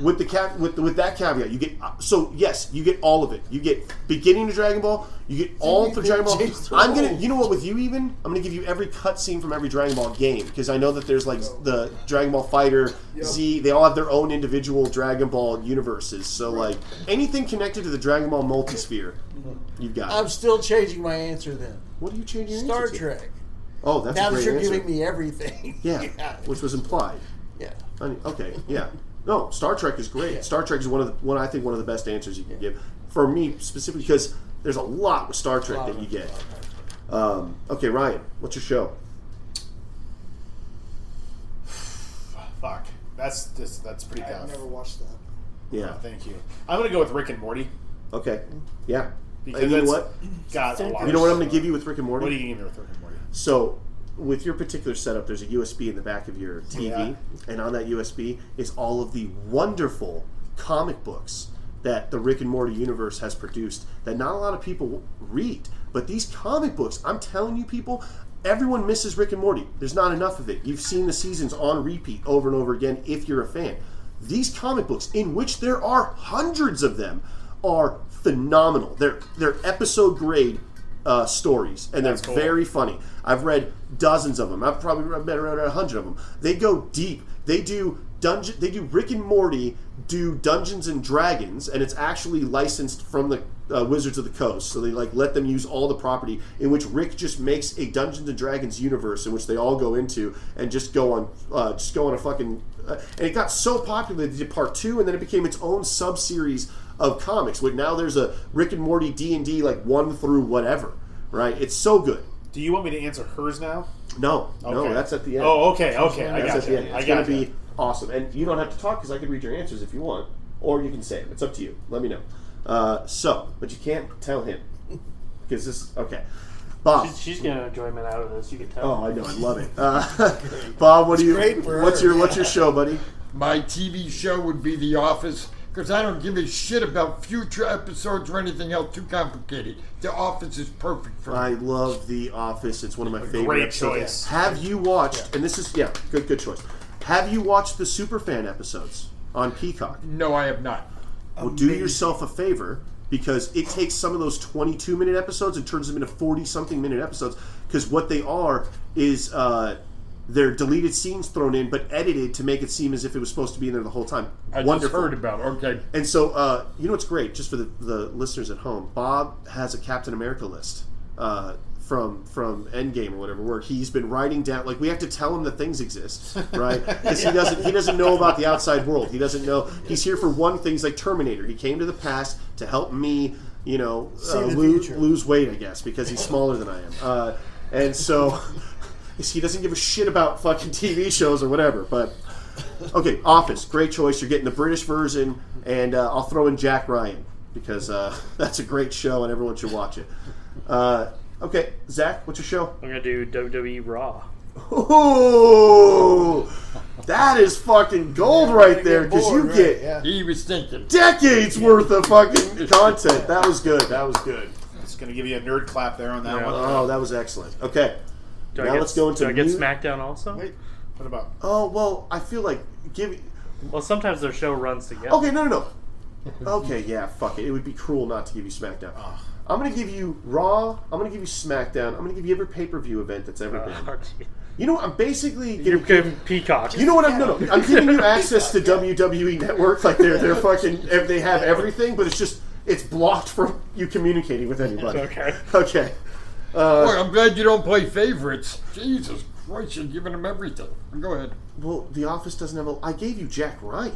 [SPEAKER 1] with the cap with with that caveat, you get uh, so yes, you get all of it. You get beginning to Dragon Ball. You get all through Dragon Ball.
[SPEAKER 2] James Earl.
[SPEAKER 1] I'm gonna, you know what? With you, even I'm gonna give you every cutscene from every Dragon Ball game because I know that there's like the Dragon Ball Fighter Z. They all have their own individual Dragon Ball universes. So like anything connected to the Dragon Ball multisphere, you've got.
[SPEAKER 2] I'm still changing my answer then.
[SPEAKER 1] What are you changing? your
[SPEAKER 2] Star
[SPEAKER 1] answer to?
[SPEAKER 2] Trek.
[SPEAKER 1] Oh, that's
[SPEAKER 2] Now
[SPEAKER 1] a
[SPEAKER 2] that
[SPEAKER 1] great
[SPEAKER 2] you're
[SPEAKER 1] answer.
[SPEAKER 2] giving me everything.
[SPEAKER 1] Yeah,
[SPEAKER 2] yeah.
[SPEAKER 1] which was implied.
[SPEAKER 2] yeah.
[SPEAKER 1] I mean, okay, yeah. No, Star Trek is great. Star Trek is one of the, one I think one of the best answers you can give for me specifically because there's a lot with Star Trek that you get. Um, okay, Ryan, what's your show?
[SPEAKER 3] Fuck. That's just, that's pretty
[SPEAKER 6] I've
[SPEAKER 3] tough.
[SPEAKER 6] never watched that.
[SPEAKER 1] Yeah.
[SPEAKER 3] Thank you. I'm going to go with Rick and Morty.
[SPEAKER 1] Okay. Yeah.
[SPEAKER 3] Because
[SPEAKER 1] And you know
[SPEAKER 3] that's-
[SPEAKER 1] what?
[SPEAKER 3] God, a lot
[SPEAKER 1] You know what I'm going to give you with Rick and Morty?
[SPEAKER 3] What are you giving me with Rick and Morty?
[SPEAKER 1] So, with your particular setup, there's a USB in the back of your TV, and on that USB is all of the wonderful comic books that the Rick and Morty universe has produced that not a lot of people read. But these comic books, I'm telling you, people, everyone misses Rick and Morty. There's not enough of it. You've seen the seasons on repeat over and over again if you're a fan. These comic books, in which there are hundreds of them, are phenomenal. They're, they're episode grade uh, stories, and they're
[SPEAKER 3] cool.
[SPEAKER 1] very very funny. I've read dozens of them. I've probably read read around a hundred of them. They go deep. They do dungeon. They do Rick and Morty do Dungeons and Dragons, and it's actually licensed from the uh, Wizards of the Coast. So they like let them use all the property in which Rick just makes a Dungeons and Dragons universe in which they all go into and just go on, uh, just go on a fucking. Uh, and it got so popular they did part two, and then it became its own sub series of comics. Like now there's a Rick and Morty D and D like one through whatever. Right? It's so good.
[SPEAKER 3] Do you want me to answer hers now?
[SPEAKER 1] No, no,
[SPEAKER 3] Okay.
[SPEAKER 1] that's at the end.
[SPEAKER 3] Oh, okay, okay. I
[SPEAKER 1] That's
[SPEAKER 3] got
[SPEAKER 1] at the end.
[SPEAKER 3] you.
[SPEAKER 1] It's
[SPEAKER 3] I
[SPEAKER 1] gonna
[SPEAKER 3] got
[SPEAKER 1] be
[SPEAKER 3] you.
[SPEAKER 1] awesome, and you don't have to talk because I can read your answers if you want, or you can say them. It's up to you. Let me know. Uh, so, but you can't tell him because this. Okay, Bob.
[SPEAKER 5] She's, she's getting enjoyment out of this. You can tell.
[SPEAKER 1] Oh, I know, I love it. Uh, Bob, what do you?
[SPEAKER 2] great for
[SPEAKER 1] what's
[SPEAKER 2] her.
[SPEAKER 1] your What's your show, buddy?
[SPEAKER 4] My TV show would be The Office because I don't give a shit about future episodes or anything else too complicated. The Office is perfect for
[SPEAKER 1] I
[SPEAKER 4] me.
[SPEAKER 1] love The Office. It's one of my favorite.
[SPEAKER 3] great
[SPEAKER 1] episodes.
[SPEAKER 3] choice.
[SPEAKER 1] Have you watched? And this is yeah, good good choice. Have you watched the Superfan episodes on Peacock?
[SPEAKER 4] No, I have not.
[SPEAKER 1] Well, do yourself a favor because it takes some of those 22 minute episodes and turns them into 40 something minute episodes. Because what they are is uh, they're deleted scenes thrown in but edited to make it seem as if it was supposed to be in there the whole time.
[SPEAKER 4] I
[SPEAKER 1] Wonderful.
[SPEAKER 4] just heard about. it. Okay,
[SPEAKER 1] And so, uh, you know what's great, just for the, the listeners at home, Bob has a Captain America list uh, from from Endgame or whatever, where he's been writing down. Like we have to tell him that things exist, right? Because he doesn't he doesn't know about the outside world. He doesn't know he's here for one thing. He's like Terminator. He came to the past to help me, you know, uh,
[SPEAKER 2] the
[SPEAKER 1] lose,
[SPEAKER 2] future.
[SPEAKER 1] lose weight, I guess, because he's smaller than I am. Uh, and so he doesn't give a shit about fucking TV shows or whatever. But okay, Office, great choice. You're getting the British version, and uh, I'll throw in Jack Ryan because uh, that's a great show and everyone should watch it. Uh, okay, Zach, what's your show?
[SPEAKER 5] I'm gonna do WWE Raw.
[SPEAKER 1] Ooh, that is fucking gold right there because you
[SPEAKER 2] Bored,
[SPEAKER 1] get
[SPEAKER 2] right, yeah.
[SPEAKER 4] he was thinking.
[SPEAKER 1] decades worth of fucking content. That was good. That was good.
[SPEAKER 3] It's going to give you a nerd clap there on that
[SPEAKER 5] Yeah.
[SPEAKER 3] one.
[SPEAKER 1] Oh, that was excellent. Okay.
[SPEAKER 5] Do
[SPEAKER 1] Now
[SPEAKER 5] I get,
[SPEAKER 1] let's go into
[SPEAKER 5] Do I get
[SPEAKER 1] new-
[SPEAKER 5] SmackDown also?
[SPEAKER 3] Wait, what about?
[SPEAKER 1] Oh well, I feel like give.
[SPEAKER 5] Well, sometimes their show runs together.
[SPEAKER 1] Okay, no, no, no. Okay, yeah, fuck it. It would be cruel not to give you SmackDown. I'm gonna give you Raw. I'm gonna give you SmackDown. I'm gonna give you every pay per view event that's ever been.
[SPEAKER 5] Uh,
[SPEAKER 1] You know, what? I'm basically
[SPEAKER 5] you're
[SPEAKER 1] giving.
[SPEAKER 5] giving Peacock.
[SPEAKER 1] You know what? I'm no, no. I'm giving you access to WWE Network. Like they're they're fucking. ev- They have everything, but it's just it's blocked from you communicating with anybody.
[SPEAKER 5] Okay.
[SPEAKER 1] Okay. Uh,
[SPEAKER 4] Boy, I'm glad you don't play favorites. Jesus Christ, you're giving him everything. Go ahead.
[SPEAKER 1] Well, The Office doesn't have. a... I gave you Jack Ryan,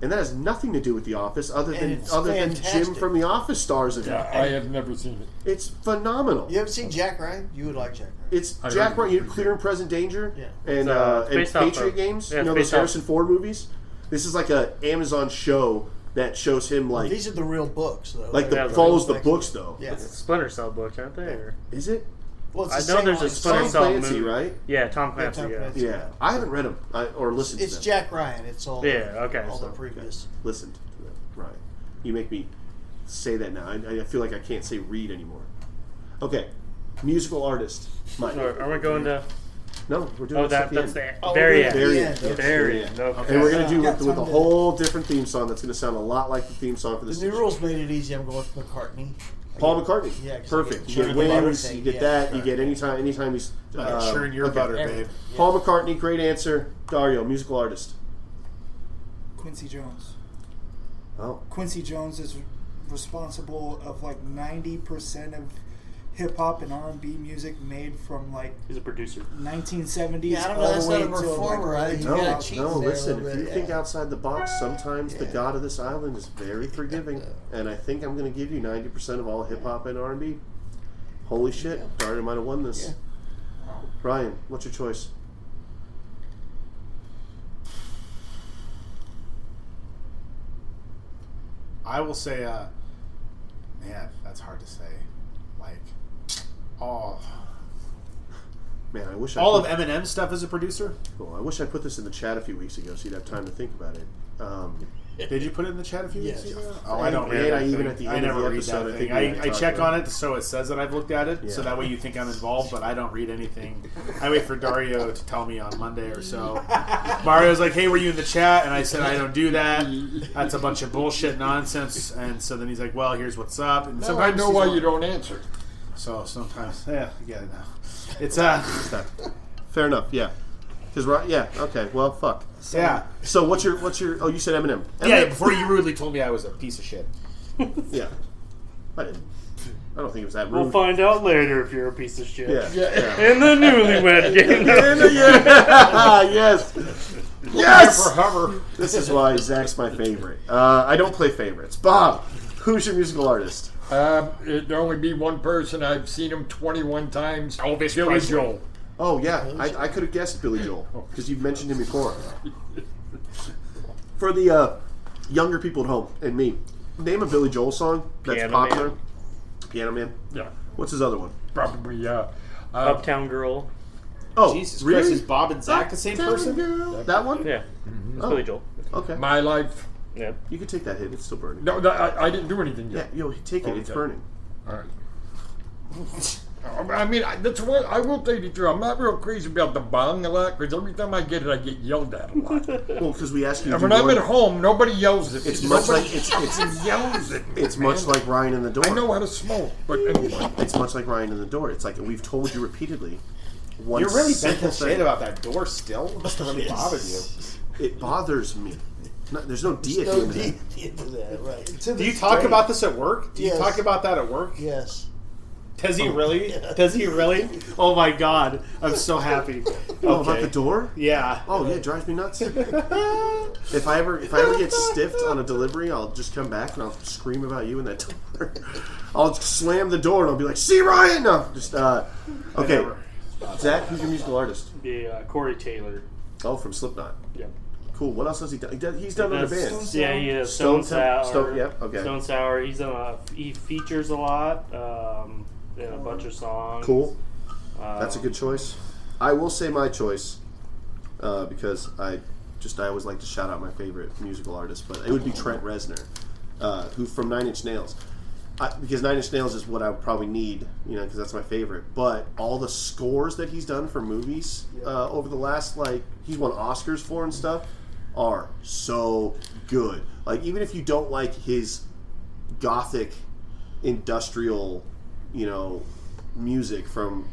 [SPEAKER 1] and that has nothing to do with The Office, other than
[SPEAKER 2] it's
[SPEAKER 1] other than Jim
[SPEAKER 2] fantastic.
[SPEAKER 1] from The Office stars in it.
[SPEAKER 4] I have never seen it.
[SPEAKER 1] It's phenomenal.
[SPEAKER 2] You ever seen Jack Ryan? You would like Jack Ryan.
[SPEAKER 1] It's
[SPEAKER 4] I
[SPEAKER 1] Jack
[SPEAKER 4] heard it
[SPEAKER 1] Ryan, you
[SPEAKER 4] was
[SPEAKER 1] know,
[SPEAKER 4] pretty
[SPEAKER 1] Clear and Present Danger,
[SPEAKER 2] Yeah.
[SPEAKER 1] and
[SPEAKER 5] It's, uh,
[SPEAKER 1] uh,
[SPEAKER 5] it's
[SPEAKER 1] and
[SPEAKER 5] based off
[SPEAKER 1] Patriot
[SPEAKER 5] of-
[SPEAKER 1] Games.
[SPEAKER 5] yeah,
[SPEAKER 1] you know
[SPEAKER 5] it's
[SPEAKER 1] those
[SPEAKER 5] based off-
[SPEAKER 1] Harrison Ford movies. This is like a Amazon show that shows him like
[SPEAKER 2] These are the real books, though.
[SPEAKER 1] like the
[SPEAKER 5] Yeah,
[SPEAKER 1] follows the
[SPEAKER 2] like-
[SPEAKER 1] books though.
[SPEAKER 2] yeah.
[SPEAKER 5] Splinter Cell books, aren't they? Or-
[SPEAKER 1] Is it?
[SPEAKER 2] Well, it's
[SPEAKER 5] I
[SPEAKER 2] the
[SPEAKER 5] know
[SPEAKER 2] same
[SPEAKER 5] there's a
[SPEAKER 2] artist.
[SPEAKER 5] Splinter
[SPEAKER 1] Tom
[SPEAKER 5] Cell
[SPEAKER 1] Clancy,
[SPEAKER 5] movie.
[SPEAKER 1] right?
[SPEAKER 5] Yeah, Tom Clancy.
[SPEAKER 2] Tom
[SPEAKER 5] yeah.
[SPEAKER 2] Clancy.
[SPEAKER 1] Yeah, I haven't read them I, or listened. to
[SPEAKER 2] It's
[SPEAKER 1] them.
[SPEAKER 2] Jack Ryan. It's all
[SPEAKER 5] Yeah, okay,
[SPEAKER 2] All
[SPEAKER 5] so-
[SPEAKER 2] the previous.
[SPEAKER 1] Listened to them. Right. You make me say that now. I, I feel like I can't say read anymore. Okay, musical artist. Mike.
[SPEAKER 5] Or are we going to?
[SPEAKER 1] No, we're doing
[SPEAKER 5] Oh,
[SPEAKER 1] this
[SPEAKER 5] that,
[SPEAKER 1] at the
[SPEAKER 5] that's
[SPEAKER 1] end.
[SPEAKER 5] the
[SPEAKER 2] Oh,
[SPEAKER 5] very
[SPEAKER 2] yeah.
[SPEAKER 5] end.
[SPEAKER 1] Very
[SPEAKER 2] Yeah,
[SPEAKER 1] end.
[SPEAKER 2] that's-
[SPEAKER 5] Very end. Okay.
[SPEAKER 1] And we're gonna do
[SPEAKER 2] Yeah,
[SPEAKER 1] with, with a
[SPEAKER 2] Tom did.
[SPEAKER 1] whole different theme song that's gonna sound a lot like the theme song for this.
[SPEAKER 2] The new
[SPEAKER 1] edition.
[SPEAKER 2] rules made it easy. I'm going with McCartney.
[SPEAKER 1] Paul McCartney.
[SPEAKER 2] Yeah, 'cause
[SPEAKER 1] perfect. You
[SPEAKER 2] you get
[SPEAKER 1] get
[SPEAKER 2] the butter
[SPEAKER 1] wins.
[SPEAKER 2] thing,
[SPEAKER 1] You get
[SPEAKER 2] yeah.
[SPEAKER 1] that. You get anytime. Anytime he's um,
[SPEAKER 3] Uh, churn your
[SPEAKER 1] okay.
[SPEAKER 3] butter,
[SPEAKER 2] Everything.
[SPEAKER 3] babe.
[SPEAKER 1] Paul McCartney, great answer. Dario, musical artist.
[SPEAKER 6] Quincy Jones.
[SPEAKER 1] Oh,
[SPEAKER 6] Quincy Jones is responsible of like 90% of hip hop and R&B music made from like
[SPEAKER 5] He's a producer.
[SPEAKER 6] 1970s
[SPEAKER 2] Yeah, I don't know,
[SPEAKER 6] all
[SPEAKER 2] that's
[SPEAKER 6] the
[SPEAKER 2] not
[SPEAKER 6] way
[SPEAKER 2] a
[SPEAKER 6] until
[SPEAKER 2] reformer, I
[SPEAKER 6] like
[SPEAKER 2] think
[SPEAKER 1] no,
[SPEAKER 2] You gotta
[SPEAKER 6] early 2000s.
[SPEAKER 2] cheat
[SPEAKER 1] no.
[SPEAKER 2] there a
[SPEAKER 1] Listen,
[SPEAKER 2] little
[SPEAKER 1] if you
[SPEAKER 2] bit,
[SPEAKER 1] think
[SPEAKER 2] yeah.
[SPEAKER 1] outside the box, sometimes the
[SPEAKER 2] Yeah.
[SPEAKER 1] god of this island is very forgiving, and I think I'm gonna give you 90 percent of all hip hop and R&B. Holy shit, Dario might have won this.
[SPEAKER 2] Yeah.
[SPEAKER 1] Ryan, what's your choice?
[SPEAKER 3] I will say, uh, man, that's hard to say. Like, all
[SPEAKER 1] Man, I wish I
[SPEAKER 3] all of
[SPEAKER 1] could-
[SPEAKER 3] Eminem stuff as a producer.
[SPEAKER 1] Cool. I wish I put this in the chat a few weeks ago so you'd have time to think about it. Um,
[SPEAKER 3] Did you put it in the chat a few
[SPEAKER 2] Yes.
[SPEAKER 3] weeks ago? Oh, I don't
[SPEAKER 1] And
[SPEAKER 3] read that
[SPEAKER 1] I even
[SPEAKER 3] thing.
[SPEAKER 1] at the
[SPEAKER 3] I
[SPEAKER 1] end of
[SPEAKER 3] never
[SPEAKER 1] the
[SPEAKER 3] read
[SPEAKER 1] episode, I
[SPEAKER 3] that
[SPEAKER 1] think
[SPEAKER 3] thing.
[SPEAKER 1] we already
[SPEAKER 3] I, I
[SPEAKER 1] talked
[SPEAKER 3] check
[SPEAKER 1] about
[SPEAKER 3] on it so it says that I've looked at it, so
[SPEAKER 1] Yeah.
[SPEAKER 3] that way you think I'm involved, but I don't read anything. I wait for Dario to tell me on Monday or so. Mario's like, "Hey, were you in the chat?" And I said, "I don't do that. That's a bunch of bullshit nonsense." And so then he's like, "Well, here's what's up." And
[SPEAKER 4] Now I
[SPEAKER 3] sometimes
[SPEAKER 4] know
[SPEAKER 3] he's
[SPEAKER 4] why
[SPEAKER 3] wrong.
[SPEAKER 4] you don't answer.
[SPEAKER 3] So sometimes, yeah, yeah, no. It's uh,
[SPEAKER 1] Fair enough. Yeah.
[SPEAKER 3] Because right, yeah, okay. Well, fuck.
[SPEAKER 7] yeah.
[SPEAKER 3] So what's your what's your? Oh, you said Eminem. Eminem.
[SPEAKER 1] Yeah, before you rudely told me I was a piece of shit.
[SPEAKER 3] Yeah. I, didn't- I don't think it was that rude.
[SPEAKER 5] We'll find out later if you're a piece of shit.
[SPEAKER 3] yeah. yeah.
[SPEAKER 5] In the newlywed game.
[SPEAKER 3] And, uh, yeah. yes. Yes.
[SPEAKER 7] Hover.
[SPEAKER 3] This is why Zach's my favorite. Uh, I don't play favorites. Bob, who's your musical artist?
[SPEAKER 4] Um, it'd only be one person. I've seen him 21 times.
[SPEAKER 1] Elvis
[SPEAKER 4] Billy
[SPEAKER 1] Presley.
[SPEAKER 4] Joel.
[SPEAKER 3] Oh yeah, I, I could have guessed Billy Joel
[SPEAKER 4] Oh.
[SPEAKER 3] because you've mentioned him before. For the uh, younger people at home and me, name a Billy Joel song that's
[SPEAKER 5] Piano Man.
[SPEAKER 3] popular. Piano Man.
[SPEAKER 4] Yeah,
[SPEAKER 3] What's his other one?
[SPEAKER 4] probably. Uh, uh,
[SPEAKER 5] Uptown Girl.
[SPEAKER 3] Oh,
[SPEAKER 1] Jesus
[SPEAKER 3] really?
[SPEAKER 1] Christ, is Bob and Zach the same person?
[SPEAKER 3] Girl. That one?
[SPEAKER 5] Yeah. That's
[SPEAKER 3] Oh.
[SPEAKER 5] Billy Joel.
[SPEAKER 3] Okay.
[SPEAKER 4] my life.
[SPEAKER 5] Yeah.
[SPEAKER 3] You can take that hit. It's still burning.
[SPEAKER 4] No, no, I, I didn't do anything
[SPEAKER 3] Yeah,
[SPEAKER 4] yet.
[SPEAKER 3] yo, take
[SPEAKER 1] Oh,
[SPEAKER 3] it. It's
[SPEAKER 4] Okay.
[SPEAKER 3] burning.
[SPEAKER 4] All right. I mean, I- that's what I will tell you true. I'm not real crazy about the bong a lot because every time I get it, I get yelled at a lot.
[SPEAKER 3] Well, because we asked you.
[SPEAKER 4] And
[SPEAKER 3] to
[SPEAKER 4] when
[SPEAKER 3] do
[SPEAKER 4] I'm
[SPEAKER 3] one-
[SPEAKER 4] at home, nobody yells at me.
[SPEAKER 3] It's much
[SPEAKER 4] Nobody
[SPEAKER 3] like it's it's
[SPEAKER 4] yells at me.
[SPEAKER 3] it's much like Ryan in the door.
[SPEAKER 4] I know how to smoke, but anyway.
[SPEAKER 3] It's much like Ryan in the door. It's like we've told you repeatedly. One
[SPEAKER 1] You're really bent
[SPEAKER 3] simple
[SPEAKER 1] the shit
[SPEAKER 3] thing.
[SPEAKER 1] about that door still. It must have really bothered you.
[SPEAKER 3] It bothers me. No, there's no D at the
[SPEAKER 2] No
[SPEAKER 3] end of that.
[SPEAKER 2] need into that, right? To
[SPEAKER 1] Do
[SPEAKER 2] this
[SPEAKER 1] you talk
[SPEAKER 2] day.
[SPEAKER 1] about this at work? Do you
[SPEAKER 2] Yes.
[SPEAKER 1] talk about that at work?
[SPEAKER 2] Yes.
[SPEAKER 1] Does
[SPEAKER 3] Oh,
[SPEAKER 1] he really? Does he really? Oh my god, I'm so happy.
[SPEAKER 3] Oh, about the
[SPEAKER 1] Okay.
[SPEAKER 3] door?
[SPEAKER 1] Yeah.
[SPEAKER 3] Oh yeah, it drives me nuts. if I ever if I ever get stiffed on a delivery, I'll just come back and I'll scream about you in that door. I'll slam the door and I'll be like, "See Ryan!" No, just uh, okay. Zach, who's your musical artist?
[SPEAKER 5] The uh, Corey Taylor.
[SPEAKER 3] Oh, from Slipknot.
[SPEAKER 5] Yeah.
[SPEAKER 3] Cool. What else has he done? He did- He's done other
[SPEAKER 5] That's-
[SPEAKER 3] bands.
[SPEAKER 5] Yeah, he is.
[SPEAKER 3] Stone
[SPEAKER 5] Stone,
[SPEAKER 3] Temp-
[SPEAKER 5] Sour.
[SPEAKER 3] Stone- yeah, okay.
[SPEAKER 5] Stone Sour. He's on a, he features a lot um, in a bunch of songs.
[SPEAKER 3] Cool.
[SPEAKER 5] Um,
[SPEAKER 3] That's a good choice. I will say my choice uh, because I just I always like to shout out my favorite musical artist, but it would be Trent Reznor, uh, who from Nine Inch Nails. I, because Nine Inch Nails is what I would probably need, you know, because that's my favorite. But all the scores that he's done for movies uh, over the last like he's won Oscars for and stuff are so good. Like even if you don't like his gothic industrial, you know, music from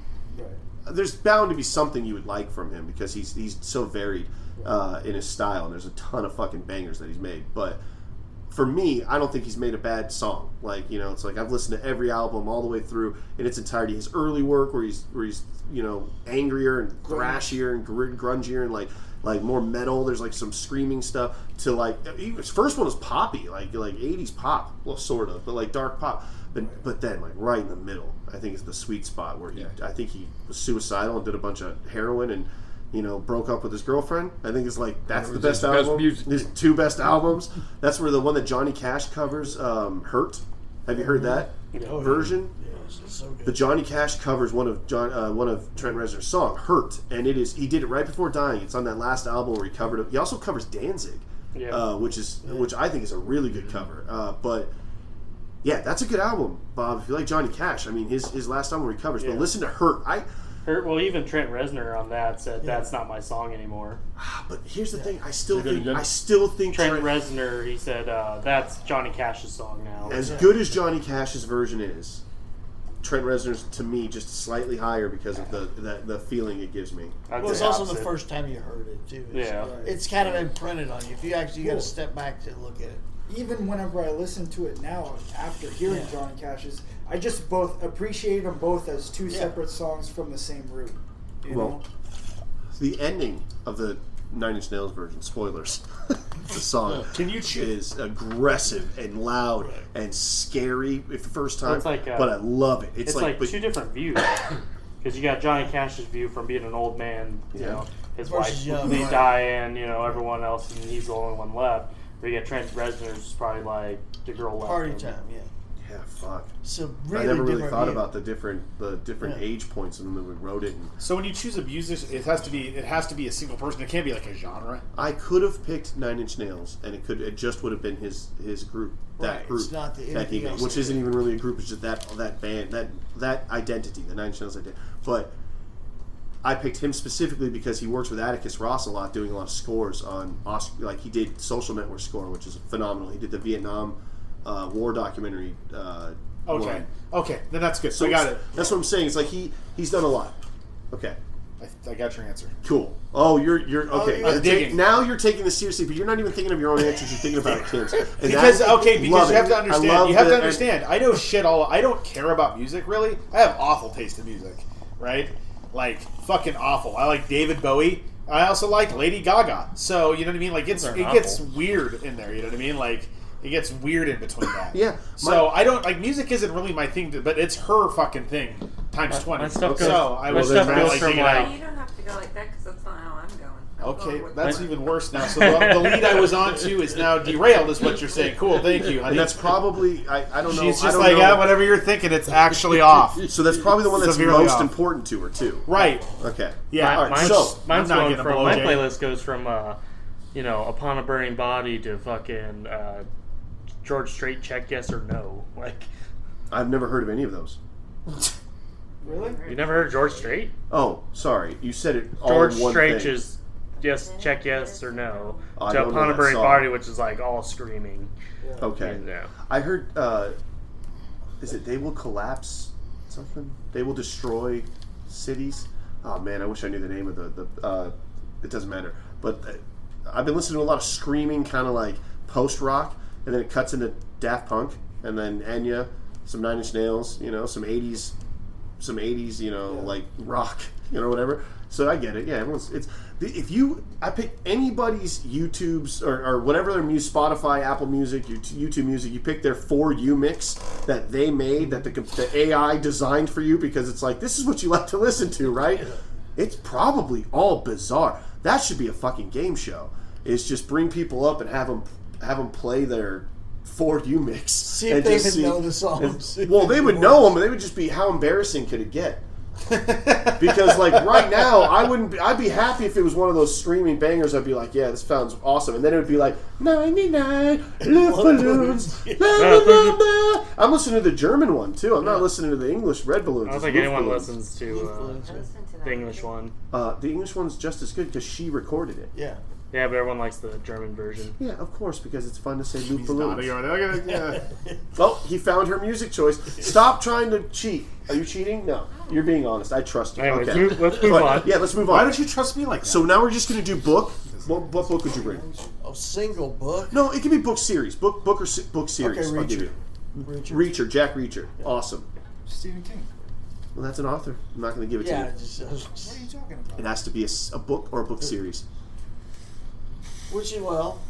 [SPEAKER 3] there's bound to be something you would like from him because he's he's so varied uh, in his style, and there's a ton of fucking bangers that he's made. But for me, I don't think he's made a bad song. Like you know, it's like I've listened to every album all the way through in its entirety. His early work, where he's where he's you know angrier and thrashier and gr- grungier and like like more metal. There's like some screaming stuff to like even- his first one was poppy, like like 80s pop, well sort of, but like dark pop. But but then like right in the middle, I think is the sweet spot where he I think he was suicidal and did a bunch of heroin and. You know, broke up with his girlfriend. I think it's like that's the
[SPEAKER 4] was
[SPEAKER 3] best
[SPEAKER 4] his best
[SPEAKER 3] album.
[SPEAKER 4] music.
[SPEAKER 3] His two best albums. That's where the one that Johnny Cash covers, um, "Hurt." Have you heard that version?
[SPEAKER 2] Yes, it's so
[SPEAKER 3] The
[SPEAKER 2] good.
[SPEAKER 3] Johnny Cash covers one of John, uh, one of Trent Reznor's song, "Hurt," and it is he did it right before dying. It's on that last album where he covered it. He also covers Danzig,
[SPEAKER 5] Yeah.
[SPEAKER 3] uh, which is which I think is a really good cover. Uh, but yeah, that's a good album, Bob. If you like Johnny Cash, I mean his his last album where he covers. But
[SPEAKER 5] Yeah.
[SPEAKER 3] listen to "Hurt." I
[SPEAKER 5] Her- well, even Trent Reznor on that said that's not my song anymore.
[SPEAKER 3] but here's the thing. I still
[SPEAKER 4] good
[SPEAKER 3] think
[SPEAKER 4] again.
[SPEAKER 3] I still think
[SPEAKER 5] Trent Reznor, he said uh, that's Johnny Cash's song now.
[SPEAKER 3] as good as Johnny Cash's version is, Trent Reznor's to me just slightly higher because of the the, the feeling it gives me.
[SPEAKER 5] I'd
[SPEAKER 2] Well, it's
[SPEAKER 5] say
[SPEAKER 2] also the
[SPEAKER 5] opposite.
[SPEAKER 2] first time you heard it too. It's,
[SPEAKER 5] Yeah.
[SPEAKER 2] It's kind of imprinted on you. If you actually got
[SPEAKER 6] Cool.
[SPEAKER 2] to step back to look at it.
[SPEAKER 6] Even whenever I listen to it now, after hearing
[SPEAKER 2] Yeah.
[SPEAKER 6] Johnny Cash's, I just both appreciate them both as two
[SPEAKER 2] Yeah.
[SPEAKER 6] separate songs from the same root. You
[SPEAKER 3] Well,
[SPEAKER 6] know?
[SPEAKER 3] The ending of the Nine Inch Nails version, spoilers, the song
[SPEAKER 1] Can you choose?
[SPEAKER 3] is aggressive and loud and scary if the first time,
[SPEAKER 5] It's like, uh,
[SPEAKER 3] but I love it. It's,
[SPEAKER 5] It's,
[SPEAKER 3] like,
[SPEAKER 5] like,
[SPEAKER 3] but-
[SPEAKER 5] two different views. Because you got Johnny Cash's view from being an old man, you
[SPEAKER 3] Yeah.
[SPEAKER 5] know, his
[SPEAKER 2] Versus
[SPEAKER 5] wife,
[SPEAKER 2] young,
[SPEAKER 5] they
[SPEAKER 2] right.
[SPEAKER 5] die, and you know everyone else, and he's the only one left. But you got Trent Reznor's probably like the girl left.
[SPEAKER 2] Party
[SPEAKER 5] him.
[SPEAKER 2] time, yeah.
[SPEAKER 3] yeah, fuck.
[SPEAKER 2] So really
[SPEAKER 3] I never really
[SPEAKER 2] different
[SPEAKER 3] thought
[SPEAKER 2] view.
[SPEAKER 3] about the different the different
[SPEAKER 2] Yeah.
[SPEAKER 3] age points in the movie. Wrote it. And
[SPEAKER 1] So when you choose a music, it has to be it has to be a single person. It can't be like a genre.
[SPEAKER 3] I could have picked Nine Inch Nails, and it could it just would have been his his group that
[SPEAKER 2] Right,
[SPEAKER 3] group
[SPEAKER 2] it's not the-
[SPEAKER 3] that he
[SPEAKER 2] anything
[SPEAKER 3] made,
[SPEAKER 2] else
[SPEAKER 3] which
[SPEAKER 2] he
[SPEAKER 3] isn't even really a group. It's just that that band that that identity, the Nine Inch Nails identity. But I picked him specifically because he works with Atticus Ross a lot, doing a lot of scores on Oscar. Like he did Social Network score, which is phenomenal. He did the Vietnam uh, War documentary. Uh,
[SPEAKER 1] Okay,
[SPEAKER 3] one.
[SPEAKER 1] okay, then that's good. So
[SPEAKER 3] so
[SPEAKER 1] I got it.
[SPEAKER 3] it's- That's what I'm saying. It's like he he's done a lot. Okay,
[SPEAKER 1] I
[SPEAKER 3] I, I got your answer.
[SPEAKER 1] Cool. Oh, you're you're okay.
[SPEAKER 2] you're
[SPEAKER 1] Uh,
[SPEAKER 3] digging.
[SPEAKER 1] take- now you're taking this seriously, but you're not even thinking of your own answers. You're thinking about kids. And
[SPEAKER 3] Because
[SPEAKER 1] that-
[SPEAKER 3] okay, because
[SPEAKER 1] love
[SPEAKER 3] you have
[SPEAKER 1] it.
[SPEAKER 3] to
[SPEAKER 1] I love
[SPEAKER 3] understand. You have to
[SPEAKER 1] that-
[SPEAKER 3] understand. I know shit all. I don't care about music really. I have awful taste in music, right? Like fucking awful. I like David Bowie. I also like Lady Gaga. So you know what I mean? Like it's it
[SPEAKER 5] aren't
[SPEAKER 3] gets
[SPEAKER 5] awful.
[SPEAKER 3] weird in there. You know what I mean? Like it gets weird in between that.
[SPEAKER 1] Yeah,
[SPEAKER 3] So I don't like music. Isn't really my thing, to, but it's her fucking thing times twenty.
[SPEAKER 5] my stuff
[SPEAKER 3] so
[SPEAKER 5] goes- my
[SPEAKER 3] I was
[SPEAKER 5] stuff
[SPEAKER 3] trying to
[SPEAKER 5] goes
[SPEAKER 3] like
[SPEAKER 5] from,
[SPEAKER 3] dig it
[SPEAKER 5] like,
[SPEAKER 3] out.
[SPEAKER 5] Yeah.
[SPEAKER 8] You don't have to go like that because that's not how I'm going. I'm
[SPEAKER 3] Okay,
[SPEAKER 8] going with
[SPEAKER 3] that's
[SPEAKER 8] that.
[SPEAKER 3] even worse now. So the, the lead I was on to is now derailed, is what you're saying. Cool, thank you, honey.
[SPEAKER 1] And that's probably I, I don't know.
[SPEAKER 3] She's
[SPEAKER 1] I
[SPEAKER 3] just
[SPEAKER 1] don't
[SPEAKER 3] like,
[SPEAKER 1] know.
[SPEAKER 9] "Ah,
[SPEAKER 3] yeah, whatever you're thinking, it's actually off.
[SPEAKER 1] So that's probably the one that's
[SPEAKER 3] Severely
[SPEAKER 1] most
[SPEAKER 3] off.
[SPEAKER 1] important to her too.
[SPEAKER 3] Right.
[SPEAKER 1] Okay.
[SPEAKER 3] Yeah.
[SPEAKER 5] My-
[SPEAKER 3] All right.
[SPEAKER 5] mine's,
[SPEAKER 3] So
[SPEAKER 5] mine's
[SPEAKER 3] I'm not
[SPEAKER 5] going
[SPEAKER 3] getting a
[SPEAKER 5] from my
[SPEAKER 3] blowjob.
[SPEAKER 5] playlist goes from uh, you know, upon a burning body to fucking uh, George Strait check yes or no. Like
[SPEAKER 1] I've never heard of any of those.
[SPEAKER 6] Really?
[SPEAKER 5] you never heard of George Strait?
[SPEAKER 1] Oh, sorry. You said it all
[SPEAKER 5] George
[SPEAKER 1] in one
[SPEAKER 5] Strait
[SPEAKER 1] thing.
[SPEAKER 5] is yes check yes or no
[SPEAKER 1] I
[SPEAKER 5] to
[SPEAKER 1] don't know
[SPEAKER 5] upon a
[SPEAKER 1] that
[SPEAKER 5] burning
[SPEAKER 1] song.
[SPEAKER 5] body, which is like all screaming.
[SPEAKER 1] okay.
[SPEAKER 5] Yeah.
[SPEAKER 1] I heard. Uh, is it they will collapse something? They will destroy cities. Oh man, I wish I knew the name of the. the uh, it doesn't matter. But uh, I've been listening to a lot of screaming, kind of like post rock, and then it cuts into Daft Punk, and then Enya, some Nine Inch Nails, you know, some '80s, some '80s, you know, like rock, you know, whatever. So I get it. Yeah, everyone's it's if you I pick anybody's YouTube's or, or whatever their music, Spotify, Apple Music, YouTube YouTube Music, you pick their for you mix that they made that the, com- the AI designed for you because it's like this is what you like to listen to, right? It's probably all bizarre. That should be a fucking game show. Is just bring people up and have them have them play their for you mix.
[SPEAKER 2] See if
[SPEAKER 1] and
[SPEAKER 2] they
[SPEAKER 1] just
[SPEAKER 2] would
[SPEAKER 1] see-
[SPEAKER 2] know the songs.
[SPEAKER 1] well, they would know them, and they would just be, how embarrassing could it get? because like right now, I wouldn't. Be, I'd be happy if it was one of those streaming bangers. I'd be like, yeah, this sounds awesome. And then it would be like ninety nine love balloons. la, la, la, la." I'm listening to the German one too. I'm not listening to the English red balloons.
[SPEAKER 5] I
[SPEAKER 1] It's
[SPEAKER 5] don't think
[SPEAKER 1] Luft
[SPEAKER 5] anyone
[SPEAKER 1] balloons.
[SPEAKER 5] listens to uh,
[SPEAKER 8] I listened to that.
[SPEAKER 5] the English one.
[SPEAKER 1] Uh, the English one's just as good because she recorded it.
[SPEAKER 2] Yeah.
[SPEAKER 5] Yeah, but everyone likes the German version.
[SPEAKER 1] Yeah, of course, because it's fun to say loop
[SPEAKER 3] He's not
[SPEAKER 1] balloons.
[SPEAKER 3] here. They're gonna- yeah.
[SPEAKER 1] Well, he found her music choice. Stop trying to cheat. Are you cheating? No, you're being honest. I trust you.
[SPEAKER 5] Anyways,
[SPEAKER 1] okay.
[SPEAKER 5] move- let's move
[SPEAKER 1] But,
[SPEAKER 5] on.
[SPEAKER 1] yeah, let's move on.
[SPEAKER 3] Why don't you trust me like that?
[SPEAKER 1] So now we're just going to do book. What, what book would you bring?
[SPEAKER 2] A single book.
[SPEAKER 1] No, it can be book series. Book book or se- book series.
[SPEAKER 2] Okay,
[SPEAKER 1] I'll give
[SPEAKER 2] Reacher.
[SPEAKER 1] you.
[SPEAKER 2] Richard.
[SPEAKER 1] Reacher, Jack Reacher. Awesome.
[SPEAKER 6] Stephen King.
[SPEAKER 1] Well, that's an author. I'm not going to give it
[SPEAKER 2] Yeah.
[SPEAKER 1] to
[SPEAKER 2] Just,
[SPEAKER 6] What
[SPEAKER 2] just,
[SPEAKER 6] are you talking
[SPEAKER 1] you. It
[SPEAKER 6] about?
[SPEAKER 1] has to be a, s- a book or a book series.
[SPEAKER 2] which is well,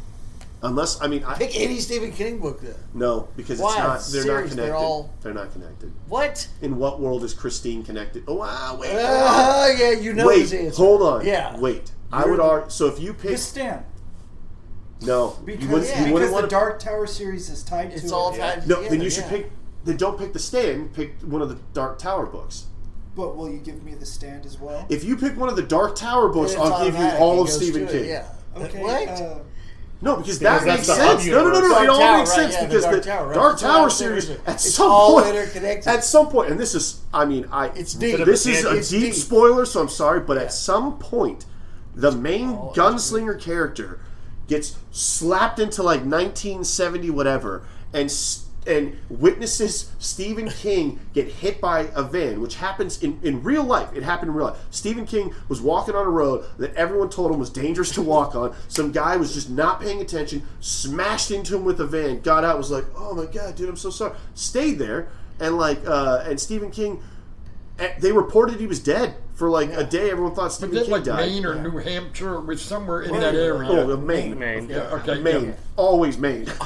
[SPEAKER 1] Unless I mean, I
[SPEAKER 2] pick any Stephen King book then.
[SPEAKER 1] no, because
[SPEAKER 2] Why?
[SPEAKER 1] it's not. They're not
[SPEAKER 2] Series,
[SPEAKER 1] connected.
[SPEAKER 2] they're all-
[SPEAKER 1] They're not connected.
[SPEAKER 2] What?
[SPEAKER 1] In what world is Christine connected? Oh wow, wait. hold on.
[SPEAKER 2] Ah, yeah, you know his
[SPEAKER 1] Wait,
[SPEAKER 2] answer.
[SPEAKER 1] hold on.
[SPEAKER 2] Yeah.
[SPEAKER 1] Wait. I would argue. So if you pick
[SPEAKER 6] It's Stan.
[SPEAKER 1] no, you wouldn't, you
[SPEAKER 6] Because, because
[SPEAKER 1] wouldn't
[SPEAKER 6] the
[SPEAKER 1] want to.
[SPEAKER 6] Dark Tower series is tied to
[SPEAKER 2] It's
[SPEAKER 6] it.
[SPEAKER 2] all tied.
[SPEAKER 1] No, then
[SPEAKER 2] together,
[SPEAKER 1] you should
[SPEAKER 2] yeah.
[SPEAKER 1] pick. Then don't pick the stand. Pick one of the Dark Tower books.
[SPEAKER 6] But will you give me the stand as well?
[SPEAKER 1] If you pick one of the Dark Tower books,
[SPEAKER 2] It's
[SPEAKER 1] I'll give you
[SPEAKER 2] automatic,
[SPEAKER 1] all
[SPEAKER 2] it
[SPEAKER 1] of
[SPEAKER 2] goes
[SPEAKER 1] Stephen
[SPEAKER 2] to it,
[SPEAKER 1] King.
[SPEAKER 2] Yeah.
[SPEAKER 6] okay.
[SPEAKER 2] What?
[SPEAKER 6] uh,
[SPEAKER 1] No, because that
[SPEAKER 5] that's
[SPEAKER 1] makes
[SPEAKER 5] the
[SPEAKER 1] sense. No, no, no, no.
[SPEAKER 2] Dark
[SPEAKER 1] It all
[SPEAKER 2] Tower,
[SPEAKER 1] makes
[SPEAKER 2] right,
[SPEAKER 1] sense
[SPEAKER 2] yeah, the
[SPEAKER 1] because
[SPEAKER 2] Dark
[SPEAKER 1] the
[SPEAKER 2] Tower, right.
[SPEAKER 1] Dark
[SPEAKER 2] That's what
[SPEAKER 1] Tower
[SPEAKER 2] I'm
[SPEAKER 1] series
[SPEAKER 2] saying.
[SPEAKER 1] at
[SPEAKER 2] It's
[SPEAKER 1] some
[SPEAKER 2] all
[SPEAKER 1] point,
[SPEAKER 2] interconnected.
[SPEAKER 1] at some point, and this is, I mean, I
[SPEAKER 2] It's deep.
[SPEAKER 1] This is a
[SPEAKER 2] It's
[SPEAKER 1] deep,
[SPEAKER 2] deep.
[SPEAKER 1] spoiler, so I'm sorry, but at some point, the main gunslinger character gets slapped into like 1970 whatever, and s- and witnesses Stephen King get hit by a van, which happens in, in real life. It happened in real life. Stephen King was walking on a road that everyone told him was dangerous to walk on. Some guy was just not paying attention, smashed into him with a van, got out, was like, "Oh my god, dude, I'm so sorry." Stayed there, and like, uh, and Stephen King eh, they reported he was dead for like a day. Everyone thought
[SPEAKER 4] Was
[SPEAKER 1] Stephen
[SPEAKER 4] it
[SPEAKER 1] King
[SPEAKER 4] like
[SPEAKER 1] died.
[SPEAKER 4] Maine or New Hampshire? It was somewhere in
[SPEAKER 2] Where?
[SPEAKER 4] that area.
[SPEAKER 1] Oh, uh, Maine.
[SPEAKER 5] Maine.
[SPEAKER 4] Yeah, okay.
[SPEAKER 1] Maine.
[SPEAKER 4] yeah.
[SPEAKER 1] Always Maine.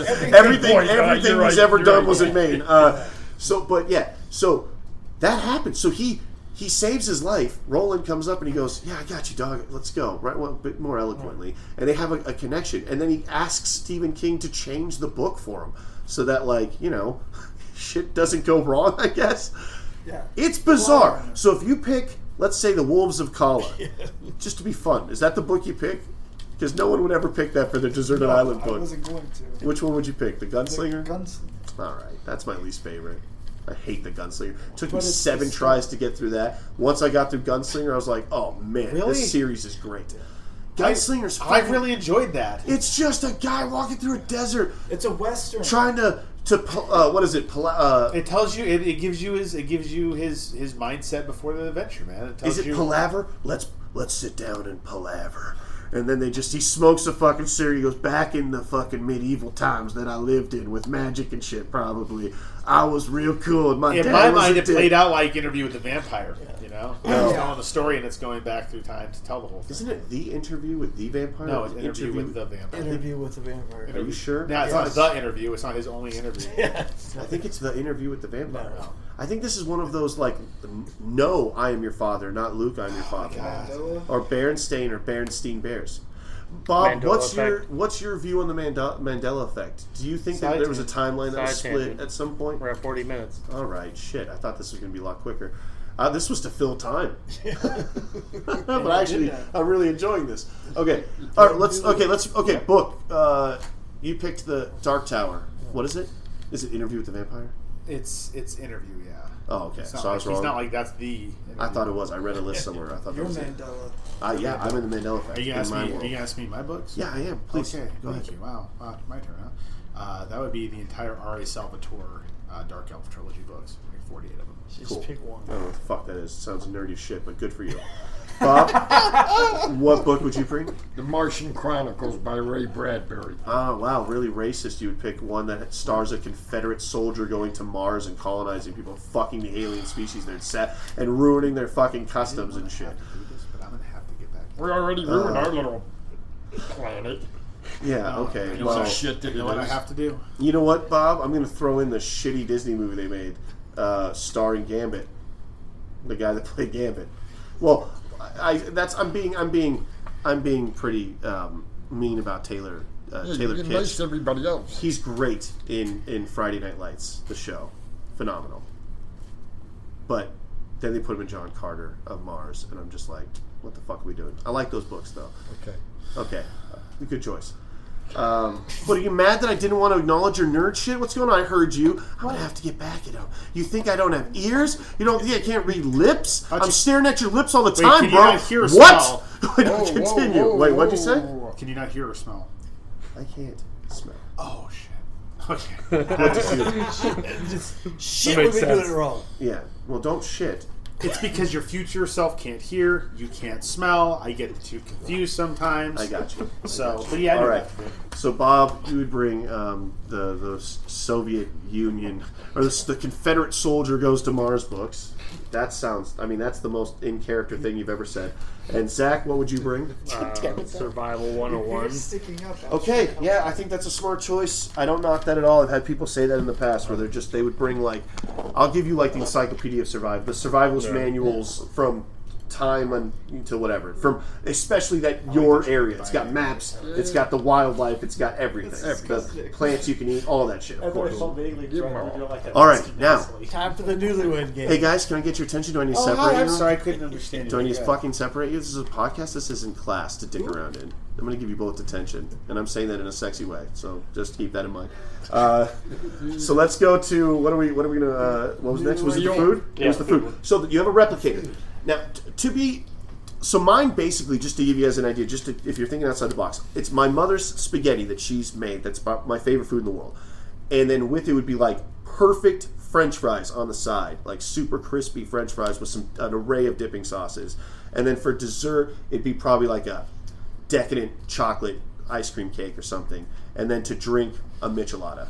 [SPEAKER 1] everything
[SPEAKER 4] point, uh,
[SPEAKER 1] everything
[SPEAKER 4] you're
[SPEAKER 1] was
[SPEAKER 4] right,
[SPEAKER 1] ever
[SPEAKER 4] you're
[SPEAKER 1] done
[SPEAKER 4] right.
[SPEAKER 1] was in Maine. Uh, so, but yeah, so that happened. So he he saves his life. Roland comes up and he goes, "Yeah, I got you, dog. Let's go." Right, well, a bit more eloquently, and they have a, a connection. And then he asks Stephen King to change the book for him so that, like, you know, shit doesn't go wrong. I guess.
[SPEAKER 6] yeah.
[SPEAKER 1] It's bizarre. So if you pick, let's say, the Wolves of Kala, just to be fun, is that the book you pick? Because no one would ever pick that for their Deserted Island
[SPEAKER 6] I
[SPEAKER 1] book.
[SPEAKER 6] wasn't going to.
[SPEAKER 1] Which one would you pick? The Gunslinger.
[SPEAKER 6] Guns.
[SPEAKER 1] All right, that's my least favorite. I hate the Gunslinger. Took me
[SPEAKER 6] But it's
[SPEAKER 1] seven
[SPEAKER 6] just-
[SPEAKER 1] tries to get through that. Once I got through Gunslinger, I was like, oh man,
[SPEAKER 3] Really?
[SPEAKER 1] this series is great. Gunslinger's
[SPEAKER 3] I
[SPEAKER 1] fucking-
[SPEAKER 3] really enjoyed that.
[SPEAKER 1] It's just a guy walking through a desert
[SPEAKER 6] It's a western.
[SPEAKER 1] trying to to Pal- uh, what is it? Pal- uh,
[SPEAKER 9] It tells you. It, it gives you his. It gives you his his mindset before the adventure, man. It tells
[SPEAKER 1] is it
[SPEAKER 9] you.
[SPEAKER 1] palaver? Let's let's sit down and palaver. And then they just he smokes a fucking cigarette. He goes back in the fucking medieval times that I lived in with magic and shit. Probably I was real cool. And my
[SPEAKER 9] in
[SPEAKER 1] dad
[SPEAKER 9] my
[SPEAKER 1] was Oh.
[SPEAKER 9] mind,
[SPEAKER 1] a
[SPEAKER 9] it
[SPEAKER 1] dick.
[SPEAKER 9] played out like Interview with the Vampire. You know, it's telling the story and it's going back through time to tell the whole thing.
[SPEAKER 1] Isn't it the interview with the vampire?
[SPEAKER 9] No, it's
[SPEAKER 1] The
[SPEAKER 9] Interview, with the Vampire.
[SPEAKER 2] Interview with the vampire.
[SPEAKER 1] Are you sure?
[SPEAKER 9] No, it's
[SPEAKER 1] Yeah.
[SPEAKER 9] not the interview. It's not his only interview.
[SPEAKER 1] I think it's the interview with the vampire.
[SPEAKER 2] No.
[SPEAKER 1] I think this is one of those like, n- no, I am your father, not Luke, I'm your father,
[SPEAKER 6] Mandela?
[SPEAKER 1] or Berenstain or Berenstein Bears. Bob,
[SPEAKER 5] Mandela
[SPEAKER 1] what's your
[SPEAKER 5] effect.
[SPEAKER 1] what's your view on the Manda- Mandela effect? Do you think that
[SPEAKER 9] Side
[SPEAKER 1] there was a timeline that was
[SPEAKER 5] Side
[SPEAKER 1] split
[SPEAKER 5] tangent.
[SPEAKER 1] at some point?
[SPEAKER 5] We're at 40 minutes.
[SPEAKER 1] All right, shit. I thought this was going to be a lot quicker. Uh, this was to fill time, but actually, I'm really enjoying this. Okay, all right. Let's okay. Let's okay. Book. Uh, you picked the Dark Tower. What is it? Is it Interview with the Vampire?
[SPEAKER 9] It's it's interview. Yeah.
[SPEAKER 1] Oh, okay.
[SPEAKER 9] It's
[SPEAKER 1] So
[SPEAKER 9] not
[SPEAKER 1] I
[SPEAKER 9] like,
[SPEAKER 1] was
[SPEAKER 9] He's
[SPEAKER 1] wrong.
[SPEAKER 9] not like that's the.
[SPEAKER 1] I thought it was. I read a list somewhere. I thought that
[SPEAKER 6] You're
[SPEAKER 1] was it.
[SPEAKER 6] Mandela.
[SPEAKER 1] Uh, yeah, I'm in the Mandela effect.
[SPEAKER 9] Are you
[SPEAKER 1] in
[SPEAKER 9] gonna ask me?
[SPEAKER 1] my
[SPEAKER 9] Are you
[SPEAKER 1] world.
[SPEAKER 9] gonna ask me my books?
[SPEAKER 1] Yeah, I am. Please
[SPEAKER 9] Okay,
[SPEAKER 1] go
[SPEAKER 9] thank
[SPEAKER 1] ahead.
[SPEAKER 9] you. Wow, wow, my turn, huh? Uh, that would be the entire R.A. Salvatore uh, Dark Elf trilogy books, like 48 of them.
[SPEAKER 2] Just
[SPEAKER 1] Cool.
[SPEAKER 2] pick one.
[SPEAKER 1] I don't know what the fuck that is. Sounds nerdy as shit, but good for you. Bob, what book would you bring?
[SPEAKER 4] The Martian Chronicles by Ray Bradbury.
[SPEAKER 1] Oh, wow, really racist. You would pick one that stars a Confederate soldier going to Mars and colonizing people, fucking the alien species they're set, and ruining their fucking customs and shit.
[SPEAKER 9] I do this, but I'm gonna have to get back.
[SPEAKER 4] We already ruined our little planet.
[SPEAKER 1] Yeah, okay.
[SPEAKER 4] Well,
[SPEAKER 1] Well,
[SPEAKER 4] shit that
[SPEAKER 9] You know what I have to do?
[SPEAKER 1] you know what, Bob? I'm going to throw in the shitty Disney movie they made uh, starring Gambit, the guy that played Gambit. Well, I, I that's I'm being I'm being I'm being pretty um, mean about Taylor uh,
[SPEAKER 4] Yeah,
[SPEAKER 1] Taylor
[SPEAKER 4] you can
[SPEAKER 1] Kitsch.
[SPEAKER 4] lace everybody else.
[SPEAKER 1] He's great in in Friday Night Lights, the show, phenomenal. But then they put him in John Carter of Mars, and I'm just like, what the fuck are we doing? I like those books though.
[SPEAKER 4] Okay.
[SPEAKER 1] Okay, Uh, good choice. Um, what are you mad that I didn't want to acknowledge your nerd shit? What's going on? I heard you. I'm gonna have to get back at him. You think I don't have ears? You don't think I can't read lips? I'm
[SPEAKER 9] you-
[SPEAKER 1] staring at your lips all the
[SPEAKER 9] Wait,
[SPEAKER 1] time,
[SPEAKER 9] can you
[SPEAKER 1] bro.
[SPEAKER 9] not hear or
[SPEAKER 1] what?
[SPEAKER 9] smell?
[SPEAKER 1] Wait, continue. Wait, what'd you say?
[SPEAKER 9] Can you not hear or smell?
[SPEAKER 1] I can't smell.
[SPEAKER 9] Oh shit. Okay.
[SPEAKER 2] Shit,
[SPEAKER 5] That
[SPEAKER 2] we've
[SPEAKER 5] makes
[SPEAKER 2] been doing
[SPEAKER 5] sense.
[SPEAKER 2] it wrong.
[SPEAKER 1] Yeah. Well, don't shit.
[SPEAKER 9] it's because your future self can't hear, you can't smell. I get the two confused sometimes.
[SPEAKER 1] I got you. I
[SPEAKER 9] So,
[SPEAKER 1] got you.
[SPEAKER 9] but yeah, I
[SPEAKER 1] all
[SPEAKER 9] know
[SPEAKER 1] right.
[SPEAKER 9] that.
[SPEAKER 1] So Bob, you would bring um, the the Soviet Union or the, the Confederate soldier goes to Mars books. That sounds. I mean, that's the most in character thing you've ever said. And Zach, what would you bring?
[SPEAKER 5] Uh, survival
[SPEAKER 6] You're
[SPEAKER 5] 101.
[SPEAKER 6] sticking up. Al.
[SPEAKER 1] Okay, yeah, I think that's a smart choice. I don't knock that at all. I've had people say that in the past where they're just they would bring like, I'll give you like the Encyclopedia of Survival, the survivalist manuals from time un- to whatever from especially that your area. It's got maps. It's got the wildlife. It's got everything. The plants you can eat. All that shit. Of course. All right, now.
[SPEAKER 2] Time for the newlywed game.
[SPEAKER 1] Hey guys, can I get your attention? Do I need to
[SPEAKER 9] Oh,
[SPEAKER 1] separate
[SPEAKER 9] hi, I'm
[SPEAKER 1] you?
[SPEAKER 9] sorry, I couldn't understand
[SPEAKER 1] Do I
[SPEAKER 9] you.
[SPEAKER 1] need to fucking separate you? This is a podcast. This isn't class to dick around in. I'm going to give you both detention, and I'm saying that in a sexy way. So just keep that in mind. Uh, so let's go to what are we? What are we going to? Uh, what was next? Was it the food? it was the food. So that you have a replicator. Now t- to be. So mine basically, just to give you guys an idea, just to, if you're thinking outside the box, it's my mother's spaghetti that she's made. That's about my favorite food in the world, and then with it would be like perfect French fries on the side, like super crispy French fries with some an array of dipping sauces, and then for dessert it'd be probably like a decadent chocolate ice cream cake or something, and then to drink a michelada.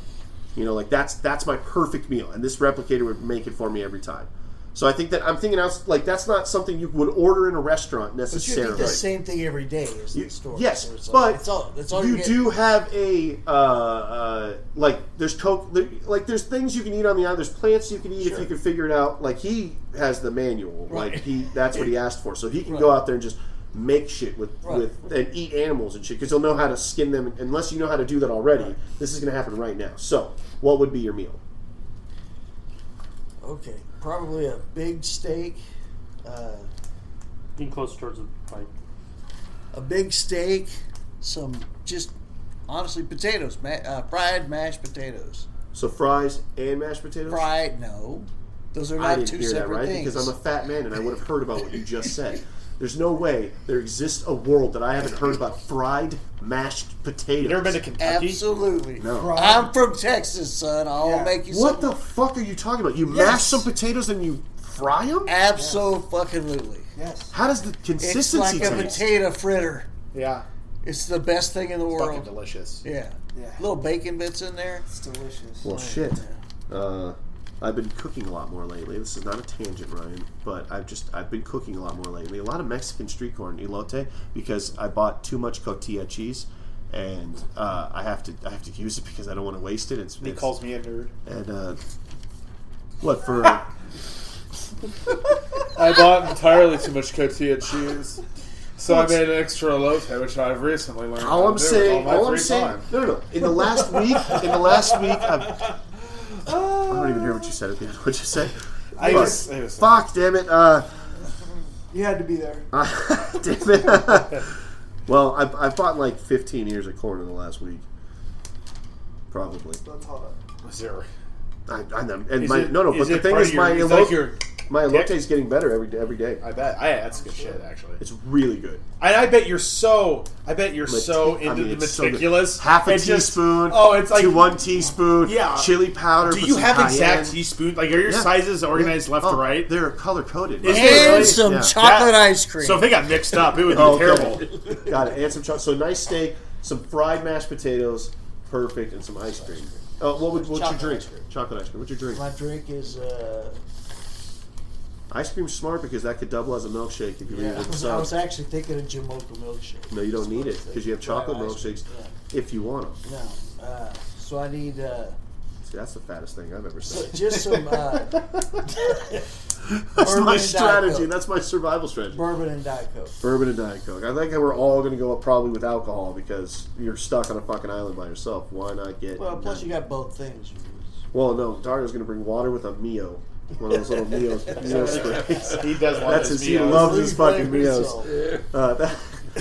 [SPEAKER 1] You know, like that's that's my perfect meal, and this replicator would make it for me every time. So I think that I'm thinking out like that's not something you would order in a restaurant
[SPEAKER 2] But you eat
[SPEAKER 1] necessarily.
[SPEAKER 2] the same thing every day as the store.
[SPEAKER 1] Yes,
[SPEAKER 2] so it's
[SPEAKER 1] but
[SPEAKER 2] like, it's all, it's all
[SPEAKER 1] you
[SPEAKER 2] you're getting.
[SPEAKER 1] do have a uh, uh, like. There's coke. There, like there's things you can eat on the island. There's plants you can eat if
[SPEAKER 2] Sure.
[SPEAKER 1] you can figure it out. Like he has the manual. Like
[SPEAKER 2] Right.
[SPEAKER 1] he that's what he asked for. So he can go
[SPEAKER 2] Right.
[SPEAKER 1] out there and just make shit with
[SPEAKER 2] Right.
[SPEAKER 1] with and eat animals and shit because he'll know how to skin them. Unless you know how to do that already, this is going to happen right now. So what would be your meal?
[SPEAKER 2] Okay, probably a big steak. Uh,
[SPEAKER 5] Getting closer towards the like.
[SPEAKER 2] a big steak, some just honestly potatoes, ma- uh, fried mashed potatoes.
[SPEAKER 1] So fries and mashed potatoes.
[SPEAKER 2] Fried, no, those are
[SPEAKER 1] I
[SPEAKER 2] not
[SPEAKER 1] didn't
[SPEAKER 2] two
[SPEAKER 1] hear that
[SPEAKER 2] separate
[SPEAKER 1] right
[SPEAKER 2] things.
[SPEAKER 1] because I'm a fat man and I would have heard about what you just said. There's no way there exists a world that I haven't heard about fried mashed potatoes.
[SPEAKER 3] Never been to Kentucky.
[SPEAKER 2] Absolutely.
[SPEAKER 1] no.
[SPEAKER 6] Fried-
[SPEAKER 2] I'm from Texas, son. I'll
[SPEAKER 6] Yeah.
[SPEAKER 2] make you
[SPEAKER 1] What
[SPEAKER 2] something.
[SPEAKER 1] the fuck are you talking about? You mash
[SPEAKER 2] Yes.
[SPEAKER 1] some potatoes and you fry them?
[SPEAKER 2] Absolutely.
[SPEAKER 6] Yes.
[SPEAKER 1] How does the
[SPEAKER 2] It's
[SPEAKER 1] consistency
[SPEAKER 2] like a
[SPEAKER 1] taste?
[SPEAKER 2] potato fritter.
[SPEAKER 3] Yeah,
[SPEAKER 2] It's the best thing in the
[SPEAKER 3] fucking
[SPEAKER 2] world.
[SPEAKER 3] delicious.
[SPEAKER 2] Yeah.
[SPEAKER 6] Yeah.
[SPEAKER 2] Little bacon bits in there.
[SPEAKER 6] It's delicious.
[SPEAKER 1] Well, shit. Uh, I've been cooking a lot more lately. This is not a tangent, Ryan, but I've just I've been cooking a lot more lately. A lot of Mexican street corn elote because I bought too much cotija cheese, and uh, I have to I have to use it because I don't want to waste it. It's,
[SPEAKER 3] He
[SPEAKER 1] it's-
[SPEAKER 3] calls me a nerd.
[SPEAKER 1] and uh, what for? uh,
[SPEAKER 10] I bought entirely too much cotija cheese. So I made an extra elote, which I've recently learned. how
[SPEAKER 1] all
[SPEAKER 10] to
[SPEAKER 1] I'm
[SPEAKER 10] do with
[SPEAKER 1] saying,
[SPEAKER 10] my
[SPEAKER 1] all I'm
[SPEAKER 10] free
[SPEAKER 1] saying,
[SPEAKER 10] time.
[SPEAKER 1] no, no, no. In the last week, in the last week, I've, I don't even hear what you said at the end. What you say?
[SPEAKER 10] Ah. I
[SPEAKER 1] Fuck.
[SPEAKER 10] was- I was-
[SPEAKER 1] Fuck, damn it. Uh,
[SPEAKER 6] You had to be there.
[SPEAKER 1] Damn it. well, I've, I've bought like 15 ears of corn in the last week. Probably.
[SPEAKER 6] That's hot.
[SPEAKER 3] Is there?
[SPEAKER 1] I, I know. And
[SPEAKER 3] Is
[SPEAKER 1] my,
[SPEAKER 3] it-
[SPEAKER 1] no, no, but
[SPEAKER 3] is
[SPEAKER 1] the
[SPEAKER 3] it
[SPEAKER 1] thing
[SPEAKER 3] part
[SPEAKER 1] is,
[SPEAKER 3] of your-
[SPEAKER 1] my,
[SPEAKER 3] it's
[SPEAKER 1] elote,
[SPEAKER 3] like your-
[SPEAKER 1] my elote is getting better every day. Every day.
[SPEAKER 3] I bet. I, that's good shit, actually.
[SPEAKER 1] It's really good.
[SPEAKER 3] And I bet you're so. I bet you're
[SPEAKER 1] Meti-
[SPEAKER 3] so
[SPEAKER 1] I
[SPEAKER 3] into
[SPEAKER 1] mean,
[SPEAKER 3] the
[SPEAKER 1] it's so good.
[SPEAKER 3] meticulous.
[SPEAKER 1] Half a
[SPEAKER 3] It just-
[SPEAKER 1] teaspoon.
[SPEAKER 3] oh, it's like
[SPEAKER 1] to one teaspoon.
[SPEAKER 3] Yeah.
[SPEAKER 1] Chili powder.
[SPEAKER 3] Do
[SPEAKER 1] put
[SPEAKER 3] you
[SPEAKER 1] some
[SPEAKER 3] have exact
[SPEAKER 1] cayenne.
[SPEAKER 3] teaspoon? Like, are your
[SPEAKER 1] Yeah.
[SPEAKER 3] sizes organized
[SPEAKER 1] Yeah.
[SPEAKER 3] left to
[SPEAKER 1] Oh,
[SPEAKER 3] right?
[SPEAKER 1] They're color coded.
[SPEAKER 3] Is
[SPEAKER 2] And
[SPEAKER 3] it really?
[SPEAKER 2] some
[SPEAKER 1] Yeah.
[SPEAKER 2] chocolate
[SPEAKER 3] That-
[SPEAKER 2] ice cream.
[SPEAKER 3] So if they got mixed up, it would be
[SPEAKER 1] Oh,
[SPEAKER 3] terrible.
[SPEAKER 1] terrible. Got it. And some chocolate. So nice steak, some fried mashed potatoes, perfect, and some ice cream. Uh, what would, what's
[SPEAKER 2] Chocolate
[SPEAKER 1] your drink?
[SPEAKER 2] ice cream.
[SPEAKER 1] Chocolate ice cream. What's your drink?
[SPEAKER 2] My drink is uh,
[SPEAKER 1] Ice cream's smart because that could double as a milkshake if you
[SPEAKER 2] yeah.
[SPEAKER 1] leave it
[SPEAKER 2] I
[SPEAKER 1] so.
[SPEAKER 2] was actually thinking of Jamocha milkshake.
[SPEAKER 1] No, you don't need it because you have chocolate
[SPEAKER 2] Right, ice cream,
[SPEAKER 1] milkshakes if you want them.
[SPEAKER 2] Yeah. No. Uh, so I need uh,
[SPEAKER 1] See, that's the fattest thing I've ever
[SPEAKER 2] so
[SPEAKER 1] seen.
[SPEAKER 2] just some uh,
[SPEAKER 1] That's
[SPEAKER 2] Bourbon
[SPEAKER 1] my
[SPEAKER 2] and Diet
[SPEAKER 1] strategy.
[SPEAKER 2] Coke.
[SPEAKER 1] That's my survival strategy.
[SPEAKER 2] bourbon and Diet Coke.
[SPEAKER 1] Bourbon and Diet Coke. I think that we're all going to go up probably with alcohol because you're stuck on a fucking island by yourself. Why not get?
[SPEAKER 2] Well, plus you got both things. you lose.
[SPEAKER 1] Well, no, Dario's going to bring water with a mio, one of those little mios. mio sprays.
[SPEAKER 3] he does love
[SPEAKER 1] That's
[SPEAKER 3] his
[SPEAKER 1] his. He
[SPEAKER 3] meals.
[SPEAKER 1] loves his
[SPEAKER 2] Three
[SPEAKER 1] fucking
[SPEAKER 2] flavors
[SPEAKER 1] mios.
[SPEAKER 2] of-
[SPEAKER 1] Uh, that-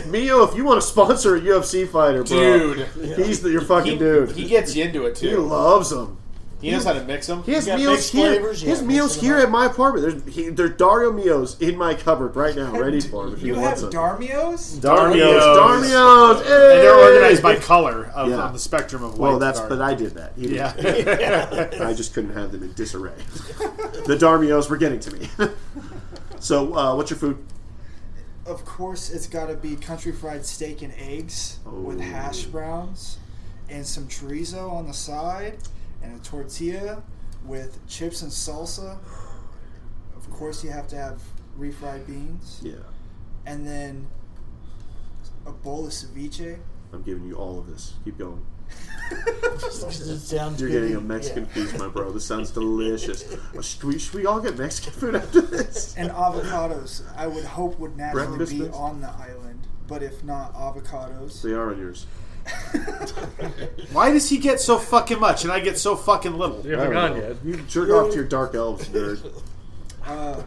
[SPEAKER 1] Mio, if you want to sponsor a UFC fighter, bro,
[SPEAKER 10] Dude.
[SPEAKER 1] he's the, your fucking
[SPEAKER 10] He,
[SPEAKER 1] dude.
[SPEAKER 10] he gets you into it
[SPEAKER 1] He
[SPEAKER 10] too.
[SPEAKER 1] loves them.
[SPEAKER 10] He knows how to mix them.
[SPEAKER 1] He has
[SPEAKER 2] got
[SPEAKER 1] meals
[SPEAKER 2] mixed
[SPEAKER 1] here.
[SPEAKER 2] flavors?
[SPEAKER 1] his
[SPEAKER 2] Yeah,
[SPEAKER 1] meals
[SPEAKER 2] mixing
[SPEAKER 1] here
[SPEAKER 2] them
[SPEAKER 1] at my apartment. There's he, there are Dario Mios in my cupboard right now, ready for him. If he
[SPEAKER 6] You have
[SPEAKER 1] wants them.
[SPEAKER 6] Darmios?
[SPEAKER 1] Darmios,
[SPEAKER 3] Darmios.
[SPEAKER 1] Darmios, hey!
[SPEAKER 3] And they're organized by color of,
[SPEAKER 1] Yeah.
[SPEAKER 3] on the spectrum of white.
[SPEAKER 1] Well, that's
[SPEAKER 3] to
[SPEAKER 1] but
[SPEAKER 3] dark.
[SPEAKER 1] I did that. He didn't.
[SPEAKER 3] yeah.
[SPEAKER 1] I just couldn't have them in disarray. the Darmios were getting to me. so, uh, what's your food?
[SPEAKER 6] Of course, it's got to be country fried steak and eggs with
[SPEAKER 1] Oh.
[SPEAKER 6] hash browns and some chorizo on the side and a tortilla with chips and salsa. Of course, you have to have refried beans
[SPEAKER 1] Yeah,
[SPEAKER 6] and then a bowl of ceviche.
[SPEAKER 1] I'm giving you all of this. Keep going.
[SPEAKER 2] It sounds
[SPEAKER 1] You're
[SPEAKER 2] good.
[SPEAKER 1] getting a Mexican feast, my bro. This sounds delicious. should, we, should we all get Mexican food after this?
[SPEAKER 6] and avocados I would hope would naturally
[SPEAKER 1] Breakfast
[SPEAKER 6] be
[SPEAKER 1] is-
[SPEAKER 6] on the island. But if not, avocados.
[SPEAKER 1] They are on yours.
[SPEAKER 3] Why does he get so fucking much and I get so fucking little?
[SPEAKER 5] You haven't gone yet.
[SPEAKER 1] You can jerk off to your dark elves, nerd.
[SPEAKER 6] Uh,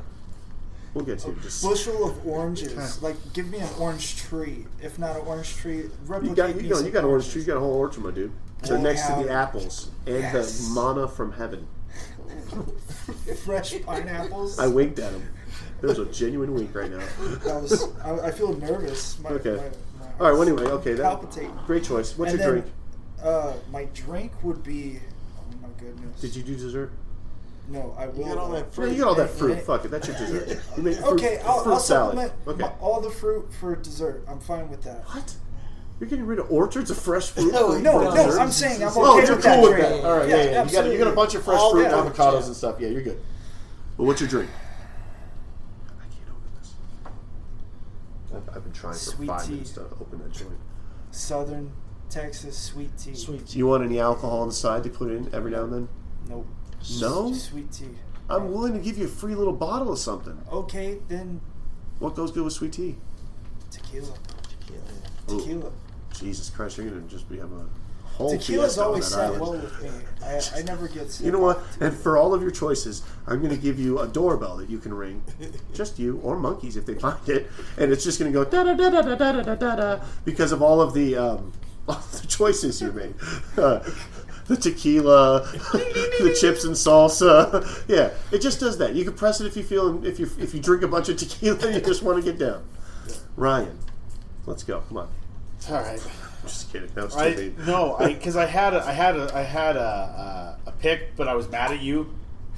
[SPEAKER 1] We'll get to you. Just
[SPEAKER 6] bushel of oranges. Like, give me an orange tree. If not an orange tree, replicate
[SPEAKER 1] you got you
[SPEAKER 6] me
[SPEAKER 1] know
[SPEAKER 6] some
[SPEAKER 1] you got an orange
[SPEAKER 6] oranges.
[SPEAKER 1] tree. You got a whole orchard, my dude. They're
[SPEAKER 6] Oh,
[SPEAKER 1] next to the
[SPEAKER 6] yeah.
[SPEAKER 1] apples and
[SPEAKER 6] Yes.
[SPEAKER 1] the manna from heaven.
[SPEAKER 6] Fresh pineapples.
[SPEAKER 1] I winked at him. There's a genuine wink right now.
[SPEAKER 6] That was, I, I feel nervous. My,
[SPEAKER 1] Okay.
[SPEAKER 6] my- my
[SPEAKER 1] All right. Well,
[SPEAKER 6] heart's
[SPEAKER 1] anyway, okay. That,
[SPEAKER 6] palpitating.
[SPEAKER 1] great choice. What's
[SPEAKER 6] and
[SPEAKER 1] your
[SPEAKER 6] then,
[SPEAKER 1] drink?
[SPEAKER 6] Uh, my drink would be. Oh my goodness.
[SPEAKER 1] Did you do dessert?
[SPEAKER 6] No, I will.
[SPEAKER 2] got all
[SPEAKER 6] though.
[SPEAKER 2] that
[SPEAKER 1] No,
[SPEAKER 2] fruit.
[SPEAKER 1] you got all that
[SPEAKER 6] and-
[SPEAKER 1] fruit.
[SPEAKER 6] and-
[SPEAKER 1] Fuck it. That's your dessert. You made fruit,
[SPEAKER 6] Okay, I'll,
[SPEAKER 1] fruit
[SPEAKER 6] I'll
[SPEAKER 1] salad.
[SPEAKER 6] supplement
[SPEAKER 1] Okay.
[SPEAKER 6] my- all the fruit for dessert. I'm fine with that.
[SPEAKER 1] What? You're getting rid of orchards of fresh fruit?
[SPEAKER 2] No,
[SPEAKER 1] for-
[SPEAKER 6] No,
[SPEAKER 1] for
[SPEAKER 6] no,
[SPEAKER 1] dessert?
[SPEAKER 6] I'm saying I'm okay
[SPEAKER 1] Oh, you're
[SPEAKER 6] with
[SPEAKER 1] cool
[SPEAKER 6] that.
[SPEAKER 1] with
[SPEAKER 6] drink.
[SPEAKER 1] that. All right, yeah, yeah. You, got, you got a bunch of fresh
[SPEAKER 2] All
[SPEAKER 1] fruit,
[SPEAKER 2] that.
[SPEAKER 1] and avocados, and stuff. Yeah, you're good. Well, what's your drink? I can't open this. I've, I've been trying for
[SPEAKER 6] Sweet
[SPEAKER 1] five
[SPEAKER 6] tea.
[SPEAKER 1] minutes to open that joint.
[SPEAKER 6] Southern Texas sweet tea.
[SPEAKER 2] Sweet
[SPEAKER 1] Do you want any alcohol on the side to put in every now and then?
[SPEAKER 6] Nope.
[SPEAKER 1] No?
[SPEAKER 6] Sweet tea.
[SPEAKER 1] I'm willing to give you a free little bottle of something.
[SPEAKER 6] Okay, then
[SPEAKER 1] What goes good with sweet tea?
[SPEAKER 6] tequila.
[SPEAKER 2] tequila.
[SPEAKER 1] Ooh,
[SPEAKER 6] Tequila.
[SPEAKER 1] Jesus Christ, you're going to just be having a whole
[SPEAKER 6] Tequila's
[SPEAKER 1] fiesta on
[SPEAKER 6] always
[SPEAKER 1] that
[SPEAKER 6] sat
[SPEAKER 1] island.
[SPEAKER 6] low with me. I, I never get sick.
[SPEAKER 1] You know what? And for all of your choices, I'm going to give you a doorbell that you can ring, just you or monkeys if they find it, and it's just going to go da da da da da da da da da because of all of the um, all the choices you made. Uh, the tequila, the chips and salsa. Yeah, it just does that. You can press it if you feel if you if you drink a bunch of tequila, you just want to get down. Ryan, let's go. Come on.
[SPEAKER 3] All right.
[SPEAKER 1] Just kidding. That was too
[SPEAKER 3] I,
[SPEAKER 1] mean.
[SPEAKER 3] no, because I, had a, I had a, I had a, a, a pick, but I was mad at you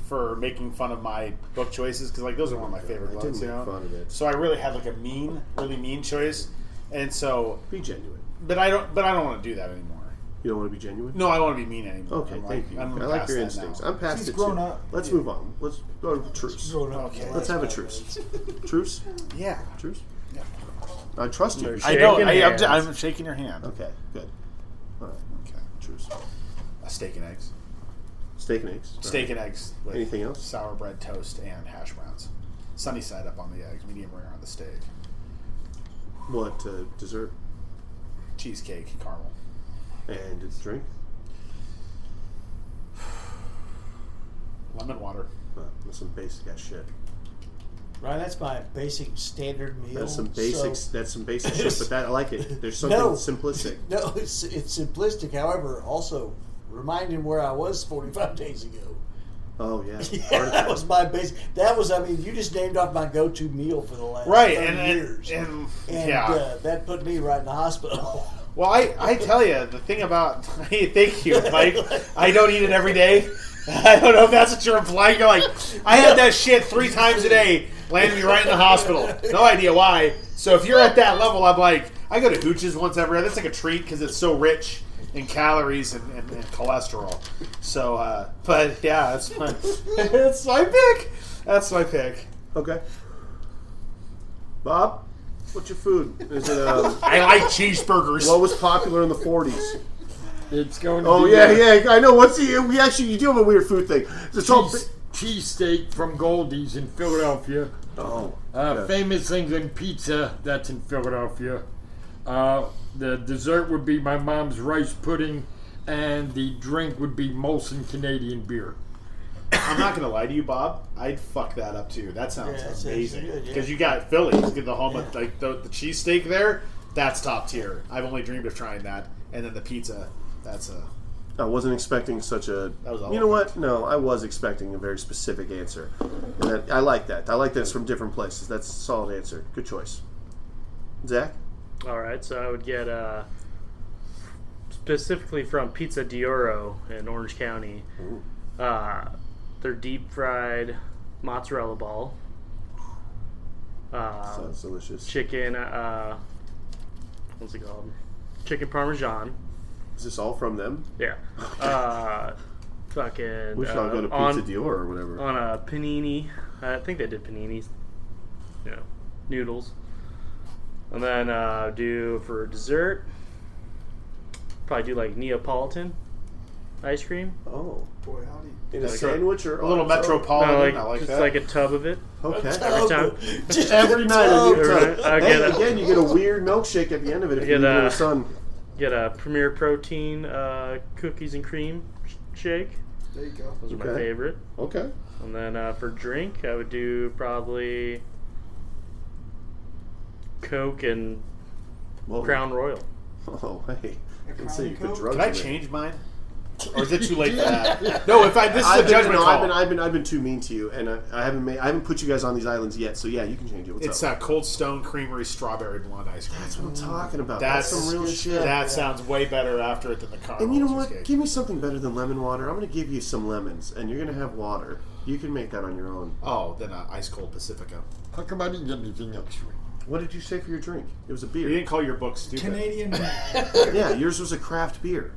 [SPEAKER 3] for making fun of my book choices because like those are one of my favorite
[SPEAKER 1] I
[SPEAKER 3] books,
[SPEAKER 1] didn't
[SPEAKER 3] you
[SPEAKER 1] make
[SPEAKER 3] know.
[SPEAKER 1] fun of it.
[SPEAKER 3] So I really had like a mean, really mean choice, and so,
[SPEAKER 1] Be genuine.
[SPEAKER 3] but I don't, but I don't want to do that anymore.
[SPEAKER 1] You don't want to be genuine?
[SPEAKER 3] No, I don't want to be mean anymore.
[SPEAKER 1] Okay,
[SPEAKER 3] I'm like-
[SPEAKER 1] thank you. i
[SPEAKER 3] I'm
[SPEAKER 1] like
[SPEAKER 3] past
[SPEAKER 1] your
[SPEAKER 3] that
[SPEAKER 1] instincts.
[SPEAKER 3] now.
[SPEAKER 1] I'm past
[SPEAKER 6] He's
[SPEAKER 1] it.
[SPEAKER 6] grown
[SPEAKER 1] too.
[SPEAKER 6] up.
[SPEAKER 1] Let's move on. Let's go to truce.
[SPEAKER 2] Grown up.
[SPEAKER 3] Okay.
[SPEAKER 1] Let's have a truce. truce?
[SPEAKER 3] Yeah,
[SPEAKER 1] Truce? I trust you.
[SPEAKER 3] I don't.
[SPEAKER 5] Shaking
[SPEAKER 3] I, I'm,
[SPEAKER 5] hands.
[SPEAKER 3] I'm shaking your hand.
[SPEAKER 1] Okay, good. All right.
[SPEAKER 3] Okay.
[SPEAKER 1] Truce.
[SPEAKER 3] A steak and eggs.
[SPEAKER 1] Steak and eggs. All
[SPEAKER 3] Steak
[SPEAKER 1] right.
[SPEAKER 3] and eggs. With
[SPEAKER 1] Anything else?
[SPEAKER 3] Sour bread toast and hash browns. Sunny side up on the eggs, medium rare on the steak.
[SPEAKER 1] What uh, dessert
[SPEAKER 3] Cheesecake, caramel.
[SPEAKER 1] and a drink?
[SPEAKER 3] Lemon water.
[SPEAKER 1] Uh, that's some basic ass shit.
[SPEAKER 2] Ryan, that's my basic standard meal.
[SPEAKER 1] That's some
[SPEAKER 2] so-
[SPEAKER 1] basic. that's some basic shit. But that I like it. There's something
[SPEAKER 2] No.
[SPEAKER 1] simplistic.
[SPEAKER 2] No, it's it's simplistic. However, also remind him where I was 45 days ago.
[SPEAKER 1] Oh yeah.
[SPEAKER 2] Yeah, that was my base. That was, I mean, you just named off my go-to meal for the last
[SPEAKER 3] Right,
[SPEAKER 2] 30
[SPEAKER 3] and, and,
[SPEAKER 2] years,
[SPEAKER 3] and,
[SPEAKER 2] And,
[SPEAKER 3] yeah.
[SPEAKER 2] uh, that put me right in the hospital.
[SPEAKER 3] well, I, I tell you, the thing about hey, thank you, Mike. I don't eat it every day. I don't know if that's what you're implying. You're like, I had that shit three times a day, landed me right in the hospital. No idea why. So if you're at that level, I'm like, I go to Hooch's once every. That's like a treat because it's so rich in calories and, and, and cholesterol. So, uh, but yeah, that's my that's my pick. That's my pick.
[SPEAKER 1] Okay. Bob, what's your food? Is it um,
[SPEAKER 3] I like cheeseburgers.
[SPEAKER 1] what was popular in the '40s?
[SPEAKER 4] It's going to
[SPEAKER 1] Oh
[SPEAKER 4] be
[SPEAKER 1] yeah,
[SPEAKER 4] a
[SPEAKER 1] yeah. I know. What's the? We actually, you do have a weird food thing. It's all.
[SPEAKER 4] cheese, cheesesteak from Goldie's in Philadelphia.
[SPEAKER 1] Oh,
[SPEAKER 4] Uh,
[SPEAKER 1] Yeah.
[SPEAKER 4] Famous England pizza, that's in Philadelphia. Uh, the dessert would be my mom's rice pudding, and the drink would be Molson Canadian beer.
[SPEAKER 3] I'm not gonna lie to you, Bob. I'd fuck that up too. That sounds
[SPEAKER 2] Yeah, that sounds
[SPEAKER 3] amazing
[SPEAKER 2] good, yeah.
[SPEAKER 3] because you got Philly's, get the home of like the, the cheesesteak there. That's top tier. I've only dreamed of trying that, and then the pizza. That's a
[SPEAKER 1] I wasn't expecting such a.
[SPEAKER 3] That was all
[SPEAKER 1] you know what? No, I was expecting a very specific answer, and that, I like that. I like that it's from different places. That's a solid answer. Good choice, Zach.
[SPEAKER 5] All right, so I would get uh, specifically from Pizza Dioro in Orange County. Uh, their deep fried mozzarella ball, uh,
[SPEAKER 1] Sounds delicious.
[SPEAKER 5] chicken. Uh, what's it called? Chicken parmesan.
[SPEAKER 1] Is this all from them?
[SPEAKER 5] Yeah. Uh, fucking.
[SPEAKER 1] We should all
[SPEAKER 5] uh,
[SPEAKER 1] go to
[SPEAKER 5] on- uh,
[SPEAKER 1] Pizza Dior or whatever.
[SPEAKER 5] on a panini. I think they did paninis. You know, noodles. And then uh, do for dessert, probably do like Neapolitan ice cream.
[SPEAKER 1] oh,
[SPEAKER 6] Boy, howdy.
[SPEAKER 1] in a
[SPEAKER 5] Like a-
[SPEAKER 1] sandwich or
[SPEAKER 3] a little
[SPEAKER 1] on its own?
[SPEAKER 3] metropolitan.
[SPEAKER 5] No, like,
[SPEAKER 3] Oh, I like
[SPEAKER 5] just
[SPEAKER 3] that. Oh.
[SPEAKER 5] like a tub of it.
[SPEAKER 1] Okay.
[SPEAKER 5] Every time.
[SPEAKER 2] Just
[SPEAKER 1] Every night a new
[SPEAKER 5] Every
[SPEAKER 1] tub.
[SPEAKER 5] night. I
[SPEAKER 1] Hey,
[SPEAKER 5] get it.
[SPEAKER 1] again, you get a weird milkshake at the end of it if
[SPEAKER 5] I
[SPEAKER 1] you
[SPEAKER 5] get
[SPEAKER 1] leave it in
[SPEAKER 5] a-
[SPEAKER 1] the sun.
[SPEAKER 5] Get a Premier Protein uh, cookies and cream sh- shake.
[SPEAKER 6] There you go.
[SPEAKER 5] Those are my
[SPEAKER 1] Okay.
[SPEAKER 5] favorite.
[SPEAKER 1] Okay.
[SPEAKER 5] And then uh, for drink, I would do probably Coke and
[SPEAKER 1] Well,
[SPEAKER 5] Crown Royal.
[SPEAKER 1] Oh hey,
[SPEAKER 6] A
[SPEAKER 1] I say you
[SPEAKER 6] Crown
[SPEAKER 1] put
[SPEAKER 6] Coke?
[SPEAKER 1] drugs.
[SPEAKER 3] Can I
[SPEAKER 1] in it.
[SPEAKER 3] change mine, or is it too late for that? No, if I this is
[SPEAKER 1] I've
[SPEAKER 3] a
[SPEAKER 1] been,
[SPEAKER 3] judgment
[SPEAKER 1] no,
[SPEAKER 3] call.
[SPEAKER 1] I've been, I've been, I've been too mean to you, and I, I haven't made, I haven't put you guys on these islands yet. So yeah, you can change it. What's
[SPEAKER 3] it's
[SPEAKER 1] up?
[SPEAKER 3] a Cold Stone Creamery strawberry blonde ice cream.
[SPEAKER 1] That's what I'm talking about.
[SPEAKER 3] That's,
[SPEAKER 1] That's, some real shit.
[SPEAKER 3] That sounds way better after it than the caramel.
[SPEAKER 1] and you know what?
[SPEAKER 3] cheesecake.
[SPEAKER 1] Give me something better than lemon water. I'm going to give you some lemons, and you're going to have water. You can make that on your own.
[SPEAKER 3] Oh, then an ice cold Pacifico.
[SPEAKER 4] How come I didn't get anything next week?
[SPEAKER 1] What did you say for your drink? It was a
[SPEAKER 3] You
[SPEAKER 1] beer.
[SPEAKER 3] didn't call your book stupid.
[SPEAKER 6] Canadian. That's
[SPEAKER 1] yeah, yours was a craft beer.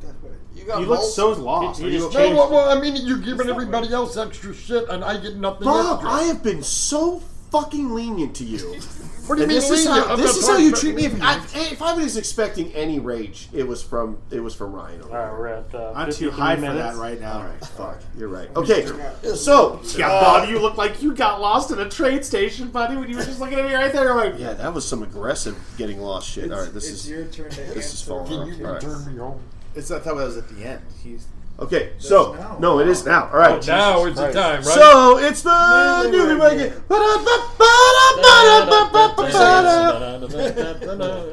[SPEAKER 6] what it-
[SPEAKER 2] you got
[SPEAKER 3] You look
[SPEAKER 2] moles.
[SPEAKER 3] so lost.
[SPEAKER 5] He-
[SPEAKER 3] Are
[SPEAKER 5] he
[SPEAKER 3] you
[SPEAKER 5] just
[SPEAKER 4] No,
[SPEAKER 3] okay?
[SPEAKER 5] changed-
[SPEAKER 4] well, well, I mean, you're giving everybody else extra shit, and I get nothing
[SPEAKER 1] Bob,
[SPEAKER 4] extra.
[SPEAKER 1] I have been so fucking lenient to you.
[SPEAKER 4] what do you
[SPEAKER 1] And
[SPEAKER 4] mean?
[SPEAKER 1] this is
[SPEAKER 4] lenient?
[SPEAKER 1] how,
[SPEAKER 4] I'm
[SPEAKER 1] this
[SPEAKER 4] not
[SPEAKER 1] is how
[SPEAKER 4] talking
[SPEAKER 1] you
[SPEAKER 4] about-
[SPEAKER 1] treat me. If I, if I was expecting any rage, it was from it was from Ryan.
[SPEAKER 5] All right, we're at uh,
[SPEAKER 3] I'm
[SPEAKER 5] 53
[SPEAKER 3] too high for
[SPEAKER 5] minutes.
[SPEAKER 3] that right now.
[SPEAKER 1] All right, fuck. You're right. Okay, so
[SPEAKER 3] Yeah, Bob, you look like you got lost in a train station, buddy. When you were just looking at me right there, I'm like,
[SPEAKER 1] Yeah, that was some aggressive getting lost shit. All right, this
[SPEAKER 6] it's
[SPEAKER 1] is
[SPEAKER 6] your turn to answer.
[SPEAKER 1] this is falling.
[SPEAKER 4] Can you
[SPEAKER 1] off. All right.
[SPEAKER 4] turn me home?
[SPEAKER 3] it's, I thought that was at the end. He's
[SPEAKER 1] Okay, so
[SPEAKER 6] now.
[SPEAKER 1] no, it is now. All right,
[SPEAKER 4] Now is the time, right?
[SPEAKER 1] so it's the newlywed game. Oh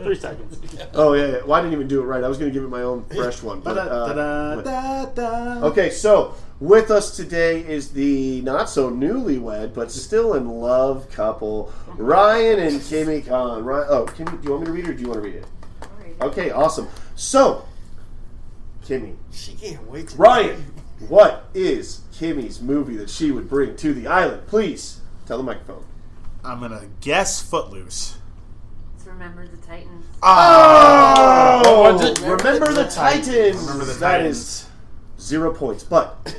[SPEAKER 5] Three seconds.
[SPEAKER 1] yeah, yeah. Well, I didn't even do it right. I was gonna give it my own fresh one, but. uh, but-
[SPEAKER 3] da, da, da.
[SPEAKER 1] Okay, so With us today is the not so newlywed, but still in love couple, Ryan and Kimmy Khan. Ryan, oh, Kimmy, do you want me to read it or do you want to read it? Okay, awesome. So, Kimmy,
[SPEAKER 2] She can't wait to
[SPEAKER 1] Ryan, what is Kimmy's movie that she would bring to the island? Please tell the microphone.
[SPEAKER 3] I'm gonna guess Footloose.
[SPEAKER 8] It's Remember the Titans.
[SPEAKER 3] Ah,
[SPEAKER 1] Oh,
[SPEAKER 4] was it?
[SPEAKER 1] remember the Titans.
[SPEAKER 3] Remember the
[SPEAKER 1] That
[SPEAKER 3] Titans.
[SPEAKER 1] is zero points, but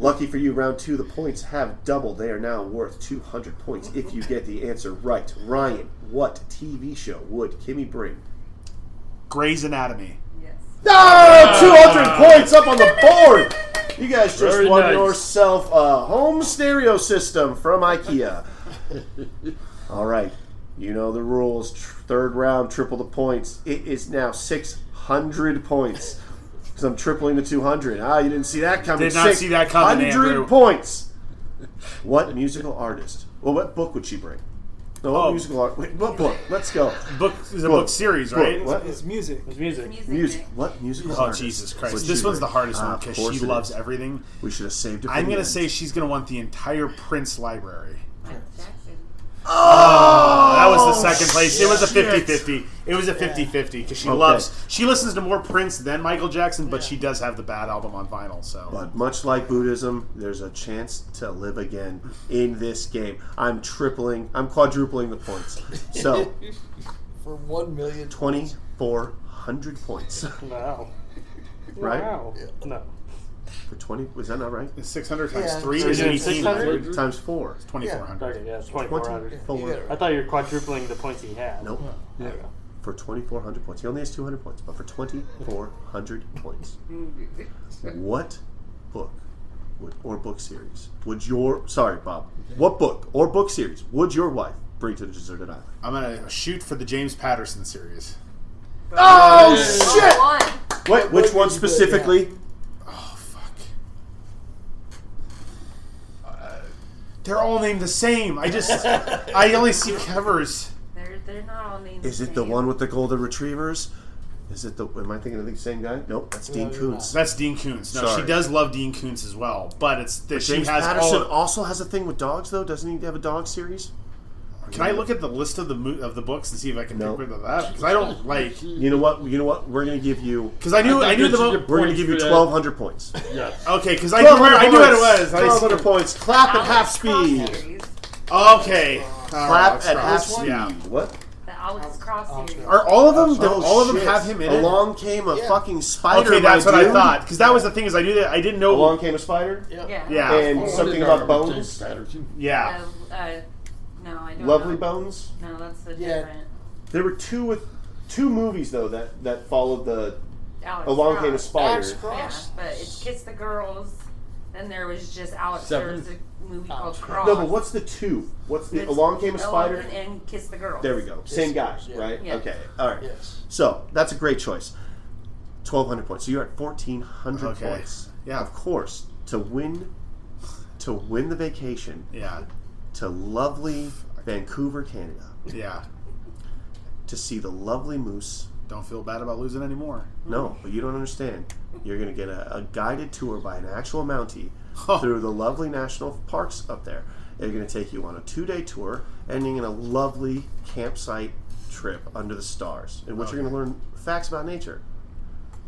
[SPEAKER 1] lucky for you, round two, the points have doubled. They are now worth 200 points if you get the answer right. Ryan, what TV show would Kimmy bring?
[SPEAKER 3] Grey's Anatomy.
[SPEAKER 8] Yes.
[SPEAKER 1] No,
[SPEAKER 3] Ah.
[SPEAKER 1] 200 Ah, points up on the board. You guys just
[SPEAKER 4] Very
[SPEAKER 1] won
[SPEAKER 4] nice.
[SPEAKER 1] yourself a home stereo system from IKEA. All right, you know the rules. Tr- Third round, triple the points. It is now 600 points because I'm tripling the 200. Ah, you didn't see that coming.
[SPEAKER 3] Did not see that coming,
[SPEAKER 1] 600
[SPEAKER 3] Andrew.
[SPEAKER 1] points. What musical artist? Well, what book would she bring? No, what
[SPEAKER 3] Oh.
[SPEAKER 1] musical art? Wait, what book? Let's go.
[SPEAKER 3] Book is a
[SPEAKER 1] Book.
[SPEAKER 3] book series,
[SPEAKER 1] Book,
[SPEAKER 3] right?
[SPEAKER 1] what?
[SPEAKER 6] It's music.
[SPEAKER 5] It's music.
[SPEAKER 8] Music.
[SPEAKER 1] Music.
[SPEAKER 8] Nick.
[SPEAKER 1] What musical
[SPEAKER 3] Oh
[SPEAKER 1] artist?
[SPEAKER 3] Jesus
[SPEAKER 1] would
[SPEAKER 3] Christ!
[SPEAKER 1] she
[SPEAKER 3] This one's the
[SPEAKER 1] bring?
[SPEAKER 3] hardest
[SPEAKER 1] Ah,
[SPEAKER 3] one
[SPEAKER 1] of
[SPEAKER 3] because
[SPEAKER 1] course
[SPEAKER 3] she
[SPEAKER 1] it
[SPEAKER 3] loves
[SPEAKER 1] is.
[SPEAKER 3] everything.
[SPEAKER 1] We should have saved it. for
[SPEAKER 3] I'm
[SPEAKER 1] the
[SPEAKER 3] gonna
[SPEAKER 1] end.
[SPEAKER 3] say she's gonna want the entire Prince library.
[SPEAKER 8] Michael Jackson.
[SPEAKER 1] Oh,
[SPEAKER 3] that was the second place. It was a 50-50. It was a 50-50 because she
[SPEAKER 1] Okay.
[SPEAKER 3] loves. She listens to more Prince than Michael Jackson, but she does have the Bad album on vinyl. So
[SPEAKER 1] But much like Buddhism, there's a chance to live again in this game. I'm tripling, I'm quadrupling the points. So,
[SPEAKER 2] for one million.
[SPEAKER 1] 2,400 points.
[SPEAKER 5] Wow.
[SPEAKER 1] Right?
[SPEAKER 5] Wow. No.
[SPEAKER 1] For 20, was that not right?
[SPEAKER 3] six hundred times
[SPEAKER 2] Yeah.
[SPEAKER 3] three
[SPEAKER 2] So
[SPEAKER 3] is
[SPEAKER 5] you're doing
[SPEAKER 3] eighteen
[SPEAKER 5] 600?
[SPEAKER 3] hundred.
[SPEAKER 1] Three times four.
[SPEAKER 3] Twenty four hundred.
[SPEAKER 5] Okay, yeah, it's 2,400.
[SPEAKER 1] 2,400.
[SPEAKER 5] I thought you were quadrupling the points he had.
[SPEAKER 1] Nope. For 2,400 points. He only has 200 points, but for 2,400 points. What book would, or book series would your, sorry, Bob, what book or book series would your wife bring to the deserted island?
[SPEAKER 3] I'm gonna shoot for the James Patterson series.
[SPEAKER 1] Oh,
[SPEAKER 8] Number One.
[SPEAKER 1] Wait, which
[SPEAKER 2] would
[SPEAKER 1] one
[SPEAKER 2] you put?
[SPEAKER 1] specifically?
[SPEAKER 3] Oh fuck. Uh, They're all named the same. I just, I only see covers.
[SPEAKER 8] They're, they're not all named.
[SPEAKER 1] Is it the one with the golden retrievers? Is it the? Am I thinking of the same guy? Nope, that's Dean Koontz.
[SPEAKER 3] That's Dean Koontz. No,
[SPEAKER 1] Sorry.
[SPEAKER 3] she does love Dean Koontz as well, but it's that she
[SPEAKER 1] James
[SPEAKER 3] has all.
[SPEAKER 1] Patterson
[SPEAKER 3] Of,
[SPEAKER 1] also has a thing with dogs, though. Doesn't he have a dog series?
[SPEAKER 3] can I look at the list of the mo- of the books and see if I can
[SPEAKER 1] No.
[SPEAKER 3] pick one of that? Because I don't like.
[SPEAKER 1] You know what? You know what? We're gonna give you.
[SPEAKER 3] Because I knew I,
[SPEAKER 4] think
[SPEAKER 3] knew
[SPEAKER 4] this
[SPEAKER 3] the
[SPEAKER 4] is your-
[SPEAKER 3] book.
[SPEAKER 1] We're gonna give you
[SPEAKER 4] Points for that.
[SPEAKER 1] twelve hundred points.
[SPEAKER 4] Yes.
[SPEAKER 3] Okay, because I knew where, I knew what it was. I
[SPEAKER 1] Twelve
[SPEAKER 3] s-
[SPEAKER 1] hundred points. Clap at half speed.
[SPEAKER 3] Okay, Oh,
[SPEAKER 1] Clap at half
[SPEAKER 6] Which one?
[SPEAKER 1] speed. What?
[SPEAKER 8] The Alex Cross series.
[SPEAKER 3] are all of them? do
[SPEAKER 1] Oh,
[SPEAKER 3] all of them
[SPEAKER 1] shit.
[SPEAKER 3] have him in it?
[SPEAKER 1] Along came a fucking spider.
[SPEAKER 3] okay, that's
[SPEAKER 1] my
[SPEAKER 3] what I
[SPEAKER 1] dude.
[SPEAKER 3] thought. Because that was the thing is I knew that I didn't know.
[SPEAKER 1] Along came a spider.
[SPEAKER 8] Yeah.
[SPEAKER 3] yeah,
[SPEAKER 1] And something about bones.
[SPEAKER 3] yeah.
[SPEAKER 8] Uh, uh, no, I don't
[SPEAKER 1] Lovely
[SPEAKER 8] know.
[SPEAKER 1] bones.
[SPEAKER 8] No, that's the
[SPEAKER 2] Yeah.
[SPEAKER 8] different.
[SPEAKER 1] There were two with two movies though that that followed the
[SPEAKER 8] Alex
[SPEAKER 1] Along
[SPEAKER 8] Cross.
[SPEAKER 1] Came a Spider.
[SPEAKER 2] Alex
[SPEAKER 8] Yeah,
[SPEAKER 2] Cross.
[SPEAKER 8] but it's Kiss the Girls. Then there was just Alex. There was
[SPEAKER 4] Seven.
[SPEAKER 8] a movie called Cross.
[SPEAKER 1] No, but what's the two? What's the
[SPEAKER 8] It's
[SPEAKER 1] Along Came a
[SPEAKER 8] Elephant
[SPEAKER 1] Spider?
[SPEAKER 8] And Kiss the Girls.
[SPEAKER 1] There we go. Same guy,
[SPEAKER 2] Yeah.
[SPEAKER 1] right?
[SPEAKER 8] Yeah.
[SPEAKER 1] Okay. All right.
[SPEAKER 2] Yes.
[SPEAKER 1] So that's a great choice. Twelve hundred points. So you're at fourteen hundred
[SPEAKER 3] Okay.
[SPEAKER 1] points.
[SPEAKER 3] Yeah.
[SPEAKER 1] Of course, to win, to win the vacation
[SPEAKER 3] Yeah,
[SPEAKER 1] to lovely Vancouver, Canada,
[SPEAKER 3] yeah.
[SPEAKER 1] to see the lovely moose.
[SPEAKER 3] Don't feel bad about losing anymore.
[SPEAKER 1] No, but you don't understand. You're going to get a, a guided tour by an actual Mountie
[SPEAKER 3] Oh.
[SPEAKER 1] through the lovely national parks up there. They're going to take you on a two day tour, ending in a lovely campsite trip under the stars, in which you're going to learn facts about nature.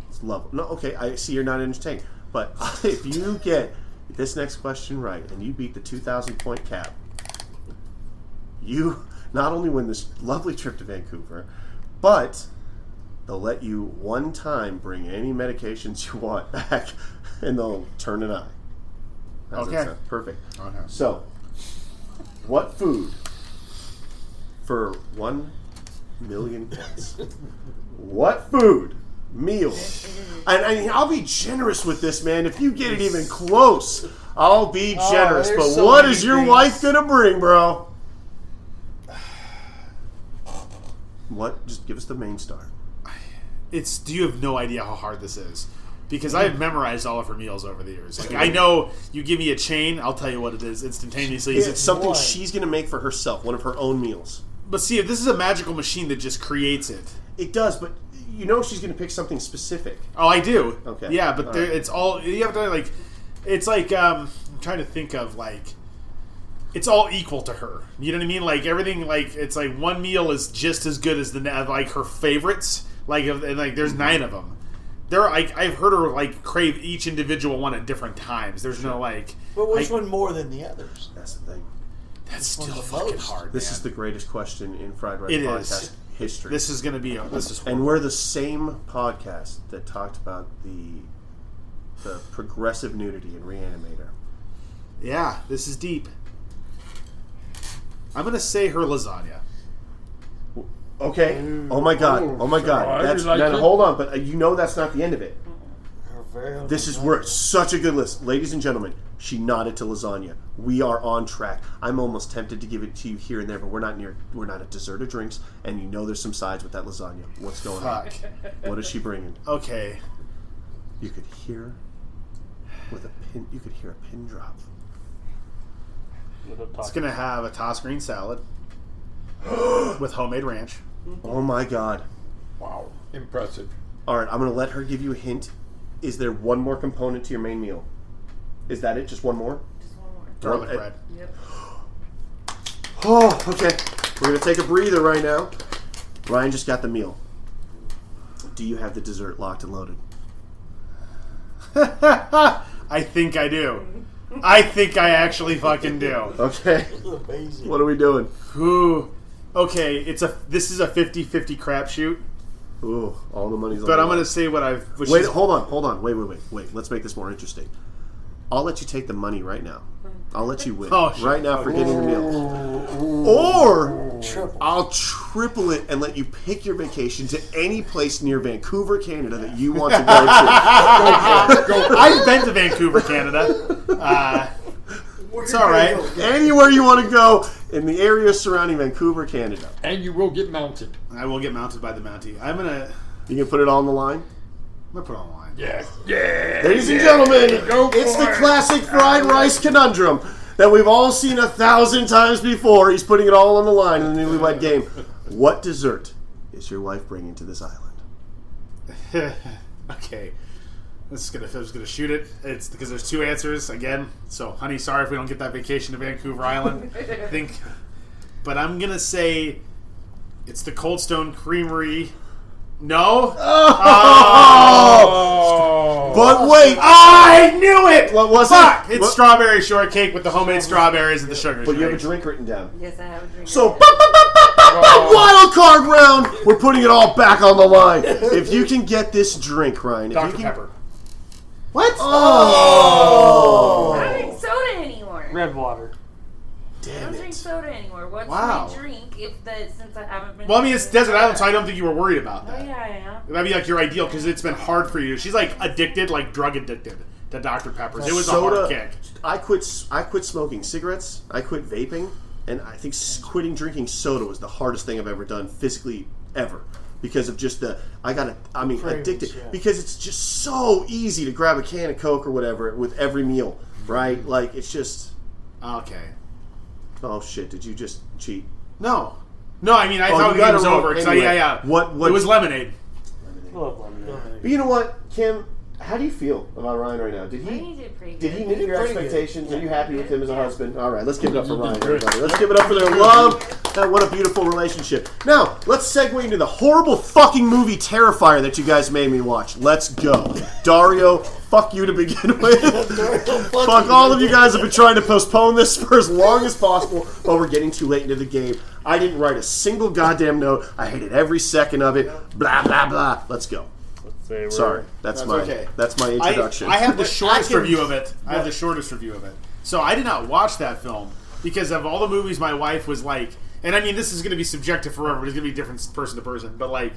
[SPEAKER 1] It's lovely. No, okay, I see you're not entertained. But if you get this next question right and you beat the 2,000 point cap, you not only win this lovely trip to Vancouver, but they'll let you one time bring any medications you want back and they'll turn an eye. How's that
[SPEAKER 3] Okay.
[SPEAKER 1] sound? Perfect.
[SPEAKER 3] Okay.
[SPEAKER 1] So, what food for one million points? what food? Meal. And I mean, I'll be generous with this, man. If you get it even close, I'll be generous.
[SPEAKER 2] Oh, there's
[SPEAKER 1] but
[SPEAKER 2] so
[SPEAKER 1] what
[SPEAKER 2] many
[SPEAKER 1] is your
[SPEAKER 2] things.
[SPEAKER 1] wife gonna bring, bro? What? Just give us the main star.
[SPEAKER 3] It's. Do you have no idea how hard this is? Because I have memorized all of her meals over the years. Like, I know you give me a chain, I'll tell you what it is instantaneously.
[SPEAKER 1] Is it something
[SPEAKER 2] one.
[SPEAKER 1] she's gonna make for herself? One of her own meals.
[SPEAKER 3] But see, if this is a magical machine that just creates it.
[SPEAKER 1] It does, but you know she's gonna pick something specific.
[SPEAKER 3] Oh, I do.
[SPEAKER 1] Okay.
[SPEAKER 3] Yeah, but
[SPEAKER 1] All
[SPEAKER 3] there,
[SPEAKER 1] right.
[SPEAKER 3] it's all you have to like. it's like um, I'm trying to think of like it's all equal to her. You know what I mean? Like everything, like it's like one meal is just as good as the of, like her favorites. Like of- and like there's
[SPEAKER 1] Mm-hmm.
[SPEAKER 3] nine of them. There, are, like I've heard her like crave each individual one at different times. There's no like
[SPEAKER 2] But which
[SPEAKER 3] I-
[SPEAKER 2] one more than the others?
[SPEAKER 3] that's the thing. That's still
[SPEAKER 2] the
[SPEAKER 3] fucking
[SPEAKER 2] most.
[SPEAKER 3] hard.
[SPEAKER 1] This
[SPEAKER 3] man.
[SPEAKER 1] is the greatest question in Fried Rice
[SPEAKER 3] It
[SPEAKER 1] podcast
[SPEAKER 3] is.
[SPEAKER 1] history.
[SPEAKER 3] This is gonna be a, this is
[SPEAKER 1] and we're the same podcast that talked about the the progressive nudity in Reanimator.
[SPEAKER 3] yeah. This is deep. I'm gonna say her lasagna.
[SPEAKER 1] Okay. Oh my god. Oh my
[SPEAKER 4] Oh, I
[SPEAKER 1] god. That's
[SPEAKER 4] like
[SPEAKER 1] now, now,
[SPEAKER 4] it.
[SPEAKER 1] hold on, but uh, you know that's not the end of it.
[SPEAKER 2] Very
[SPEAKER 1] This is where it's such a good list, ladies and gentlemen. She nodded to lasagna. We are on track. I'm almost tempted to give it to you here and there, but we're not near. We're not at dessert or drinks, and you know there's some sides with that lasagna. What's going
[SPEAKER 3] Fuck.
[SPEAKER 1] on? What is she bringing?
[SPEAKER 3] Okay.
[SPEAKER 1] You could hear with a pin. You could hear a pin drop.
[SPEAKER 3] It's gonna have a tossed green salad with homemade ranch.
[SPEAKER 1] Oh my god!
[SPEAKER 4] Wow. Impressive.
[SPEAKER 1] All right, I'm gonna let her give you a hint. Is there one more component to your main meal? Is that it? Just one more?
[SPEAKER 8] Just one more.
[SPEAKER 3] Garlic
[SPEAKER 1] Well,
[SPEAKER 3] bread.
[SPEAKER 8] Yep.
[SPEAKER 1] Oh, okay. We're gonna take a breather right now. Ryan just got the meal. Do you have the dessert locked and loaded?
[SPEAKER 3] I think I do. I think I actually fucking do.
[SPEAKER 1] Okay.
[SPEAKER 2] amazing.
[SPEAKER 1] What are we doing?
[SPEAKER 3] Ooh. Okay, it's a this is a 50-50 crapshoot,
[SPEAKER 1] Ooh, all the money's. on
[SPEAKER 3] but
[SPEAKER 1] the
[SPEAKER 3] I'm
[SPEAKER 1] line.
[SPEAKER 3] gonna say what I've. Which
[SPEAKER 1] wait.
[SPEAKER 3] is-
[SPEAKER 1] Hold on. Hold on. Wait. Wait. Wait. Wait. Let's make this more interesting. I'll let you take the money right now. I'll let you win
[SPEAKER 3] Oh, shit.
[SPEAKER 1] right now for getting the meal. Or I'll triple it and let you pick your vacation to any place near Vancouver, Canada that you want to go to.
[SPEAKER 3] I've been to Vancouver, Canada. Uh, it's all right.
[SPEAKER 1] Anywhere you want to go in the area surrounding Vancouver, Canada.
[SPEAKER 4] And you will get mounted.
[SPEAKER 3] I will get mounted by the Mountie. I'm gonna.
[SPEAKER 1] You can put it on the line.
[SPEAKER 3] I'm gonna put it online.
[SPEAKER 4] Yeah. Yeah.
[SPEAKER 1] Ladies and gentlemen,
[SPEAKER 4] Go for
[SPEAKER 1] it's the
[SPEAKER 4] it.
[SPEAKER 1] classic fried rice conundrum that we've all seen a thousand times before. He's putting it all on the line in the newlywed game. What dessert is your wife bringing to this island?
[SPEAKER 3] okay. This is gonna. I'm just gonna shoot it. It's because there's two answers again. So, honey, sorry if we don't get that vacation to Vancouver Island. I think, but I'm gonna say it's the Cold Stone Creamery. No,
[SPEAKER 4] Oh.
[SPEAKER 1] But wait,
[SPEAKER 3] I knew it.
[SPEAKER 1] what was
[SPEAKER 3] Fuck!
[SPEAKER 1] it?
[SPEAKER 3] It's
[SPEAKER 1] What-
[SPEAKER 3] strawberry shortcake with the homemade strawberries and the sugar.
[SPEAKER 1] But you have a
[SPEAKER 3] shakes.
[SPEAKER 1] drink written down.
[SPEAKER 8] Yes, I have a drink.
[SPEAKER 1] So,
[SPEAKER 8] of
[SPEAKER 1] ba-
[SPEAKER 8] that.
[SPEAKER 1] ba- ba- ba- ba- ba- wild card round. We're putting it all back on the line. If you can get this drink, Ryan. If
[SPEAKER 3] Dr
[SPEAKER 1] you can,
[SPEAKER 3] Pepper.
[SPEAKER 1] What? Oh.
[SPEAKER 8] I don't drink soda anymore.
[SPEAKER 5] Red water.
[SPEAKER 8] I don't drink soda anymore. What's
[SPEAKER 3] Wow.
[SPEAKER 8] my drink if the since I haven't been?
[SPEAKER 3] Well, I mean, it's
[SPEAKER 8] drinking
[SPEAKER 3] desert island, so I
[SPEAKER 8] soda?
[SPEAKER 3] don't think you were worried about
[SPEAKER 8] Oh
[SPEAKER 3] that.
[SPEAKER 8] yeah, I am.
[SPEAKER 3] That'd be like your ideal because it's been hard for you. She's like addicted, like drug addicted to Dr Peppers. It was a
[SPEAKER 1] soda.
[SPEAKER 3] hard kick.
[SPEAKER 1] I quit. I quit smoking cigarettes. I quit vaping, and I think s- quitting drinking soda was the hardest thing I've ever done physically ever because of just the. I got. A, I mean, addicted
[SPEAKER 2] yeah.
[SPEAKER 1] because it's just so easy to grab a can of Coke or whatever with every meal, right? Like it's just.
[SPEAKER 3] Okay.
[SPEAKER 1] Oh shit! Did you just cheat?
[SPEAKER 3] No. No, I mean, I
[SPEAKER 1] Oh,
[SPEAKER 3] thought
[SPEAKER 1] you
[SPEAKER 3] the
[SPEAKER 1] got
[SPEAKER 3] game
[SPEAKER 1] it
[SPEAKER 3] was
[SPEAKER 1] wrong.
[SPEAKER 3] over. 'cause I-
[SPEAKER 1] Anyway,
[SPEAKER 3] yeah, yeah.
[SPEAKER 1] what- what-
[SPEAKER 3] It was lemonade.
[SPEAKER 5] Love lemonade.
[SPEAKER 1] But you know what, Kim? How do you feel about Ryan right now? Did
[SPEAKER 8] I
[SPEAKER 1] he?
[SPEAKER 8] think you did pretty
[SPEAKER 1] Did he
[SPEAKER 8] good.
[SPEAKER 1] meet your
[SPEAKER 2] pretty good.
[SPEAKER 1] expectations? Are you happy with him as a husband? All right, let's give it up for
[SPEAKER 4] You
[SPEAKER 1] Ryan,
[SPEAKER 4] did good.
[SPEAKER 1] everybody. Let's give it up for their love. That what a beautiful relationship. Now let's segue into the horrible fucking movie Terrifier that you guys made me watch. Let's go, Dario. Fuck you to begin with. Fuck all of you guys have been trying to postpone this for as long as possible, but we're getting too late into the game. I didn't write a single goddamn note. I hated every second of it. Blah blah blah. Let's go.
[SPEAKER 5] Say we're-
[SPEAKER 1] Sorry, that's, my
[SPEAKER 3] okay.
[SPEAKER 1] that's my
[SPEAKER 3] I,
[SPEAKER 1] introduction.
[SPEAKER 3] I have the shortest
[SPEAKER 1] can-
[SPEAKER 3] review of it. I have the shortest review of it. So I did not watch that film because of all the movies my wife was like, and I mean this is going to be subjective forever. It's going to be different person to person, but like,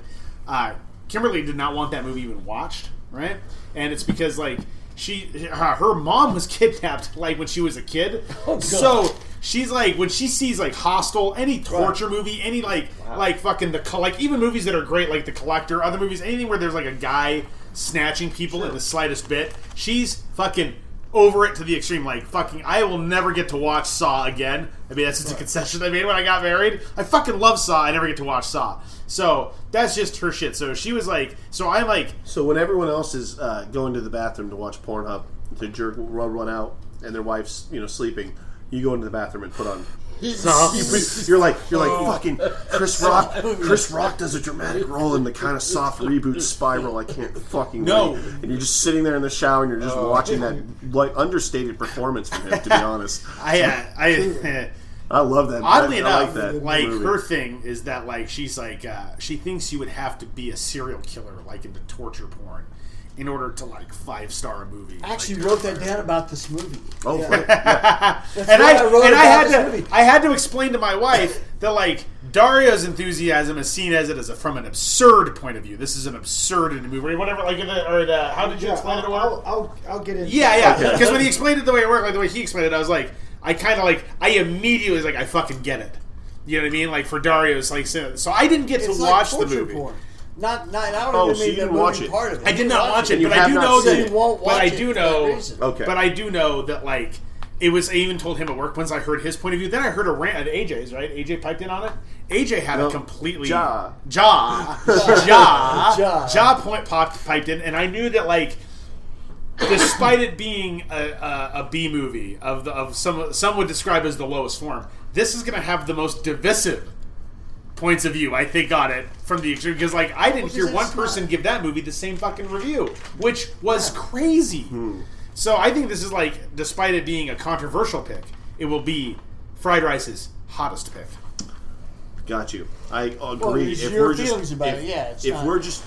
[SPEAKER 3] uh, Kimberly did not want that movie even watched, right? And it's because like she uh, her mom was kidnapped like when she was a kid, so. She's like when she sees like Hostel, any torture movie, any like like fucking the co- like even movies that are great like The Collector, other movies, anything where there's like a guy snatching people in the slightest bit. She's fucking over it to the extreme. Like fucking, I will never get to watch Saw again. I mean, that's just a concession I made when I got married. I fucking love Saw. I never get to watch Saw. So that's just her shit. So she was like, so I like
[SPEAKER 1] So when everyone else is uh, going to the bathroom to watch Pornhub, the jerk will run run out and their wife's you know sleeping. You go into the bathroom and put on. You put- You're like you're like
[SPEAKER 3] Oh.
[SPEAKER 1] fucking Chris Rock. Chris Rock does a dramatic role in the kind of soft reboot spiral. I can't fucking
[SPEAKER 3] No. Oh.
[SPEAKER 1] wait. And you're just sitting there in the shower and you're just watching that like understated performance from him. To be honest,
[SPEAKER 3] I, uh, I,
[SPEAKER 1] I love that.
[SPEAKER 3] oddly
[SPEAKER 1] I, I
[SPEAKER 3] enough,
[SPEAKER 1] like, that
[SPEAKER 3] like,
[SPEAKER 1] movie.
[SPEAKER 3] her thing is that like she's like uh, she thinks you would have to be a serial killer, like into torture porn, in order to like five star a movie.
[SPEAKER 2] I actually wrote that down about this movie.
[SPEAKER 1] Oh,
[SPEAKER 2] Yeah.
[SPEAKER 1] right.
[SPEAKER 3] and I,
[SPEAKER 2] what I wrote
[SPEAKER 3] and I
[SPEAKER 2] about
[SPEAKER 3] had to
[SPEAKER 2] this movie.
[SPEAKER 3] I had to explain to my wife that like Dario's enthusiasm is seen as it is a, from an absurd point of view. This is an absurd in a movie or whatever. Like in the, or the, how did you
[SPEAKER 2] Yeah,
[SPEAKER 3] explain it to
[SPEAKER 2] I'll, I'll,
[SPEAKER 3] her?
[SPEAKER 2] I'll, I'll get into
[SPEAKER 3] Yeah, yeah. Because when he explained it the way it worked, like the way he explained it, I was like, I kind of like, I immediately was like, I fucking get it. You know what I mean? Like for Dario's like so, so I didn't get
[SPEAKER 2] It's
[SPEAKER 3] to
[SPEAKER 2] like
[SPEAKER 3] watch the
[SPEAKER 2] torture
[SPEAKER 3] movie.
[SPEAKER 2] Porn. Not, not. I don't
[SPEAKER 1] Oh,
[SPEAKER 2] even
[SPEAKER 1] so
[SPEAKER 2] mean
[SPEAKER 1] you
[SPEAKER 2] that
[SPEAKER 1] didn't
[SPEAKER 2] movie
[SPEAKER 1] watch it.
[SPEAKER 2] Part of it.
[SPEAKER 3] I did not watch it,
[SPEAKER 1] You
[SPEAKER 3] but I
[SPEAKER 1] have
[SPEAKER 3] do
[SPEAKER 1] not
[SPEAKER 3] know
[SPEAKER 1] seen
[SPEAKER 3] that.
[SPEAKER 1] it.
[SPEAKER 2] You won't watch
[SPEAKER 3] but I
[SPEAKER 2] it
[SPEAKER 3] do
[SPEAKER 2] for that
[SPEAKER 3] know.
[SPEAKER 2] reason.
[SPEAKER 1] Okay.
[SPEAKER 3] But I do know that like it was. I even told him at work once. I heard his point of view. Then I heard a rant at AJ's. Right? AJ piped in on it. AJ had
[SPEAKER 1] No.
[SPEAKER 3] a completely
[SPEAKER 1] Ja.
[SPEAKER 3] ja ja
[SPEAKER 2] Ja.
[SPEAKER 3] ja, point popped piped in, and I knew that like. Despite it being a, a, a B movie of the, of some some would describe as the lowest form, this is going to have the most divisive points of view. I think on it from the extreme because like I didn't hear
[SPEAKER 2] is
[SPEAKER 3] one
[SPEAKER 2] smart.
[SPEAKER 3] person give that movie the same fucking review, which was crazy. So I think this is like, despite it being a controversial pick, it will be Fried Rice's hottest pick.
[SPEAKER 1] Got you. I agree.
[SPEAKER 2] Well, it's
[SPEAKER 1] if
[SPEAKER 2] your
[SPEAKER 1] we're just,
[SPEAKER 2] feelings about
[SPEAKER 1] if,
[SPEAKER 2] it, yeah, it's
[SPEAKER 1] if
[SPEAKER 2] not-
[SPEAKER 1] we're just,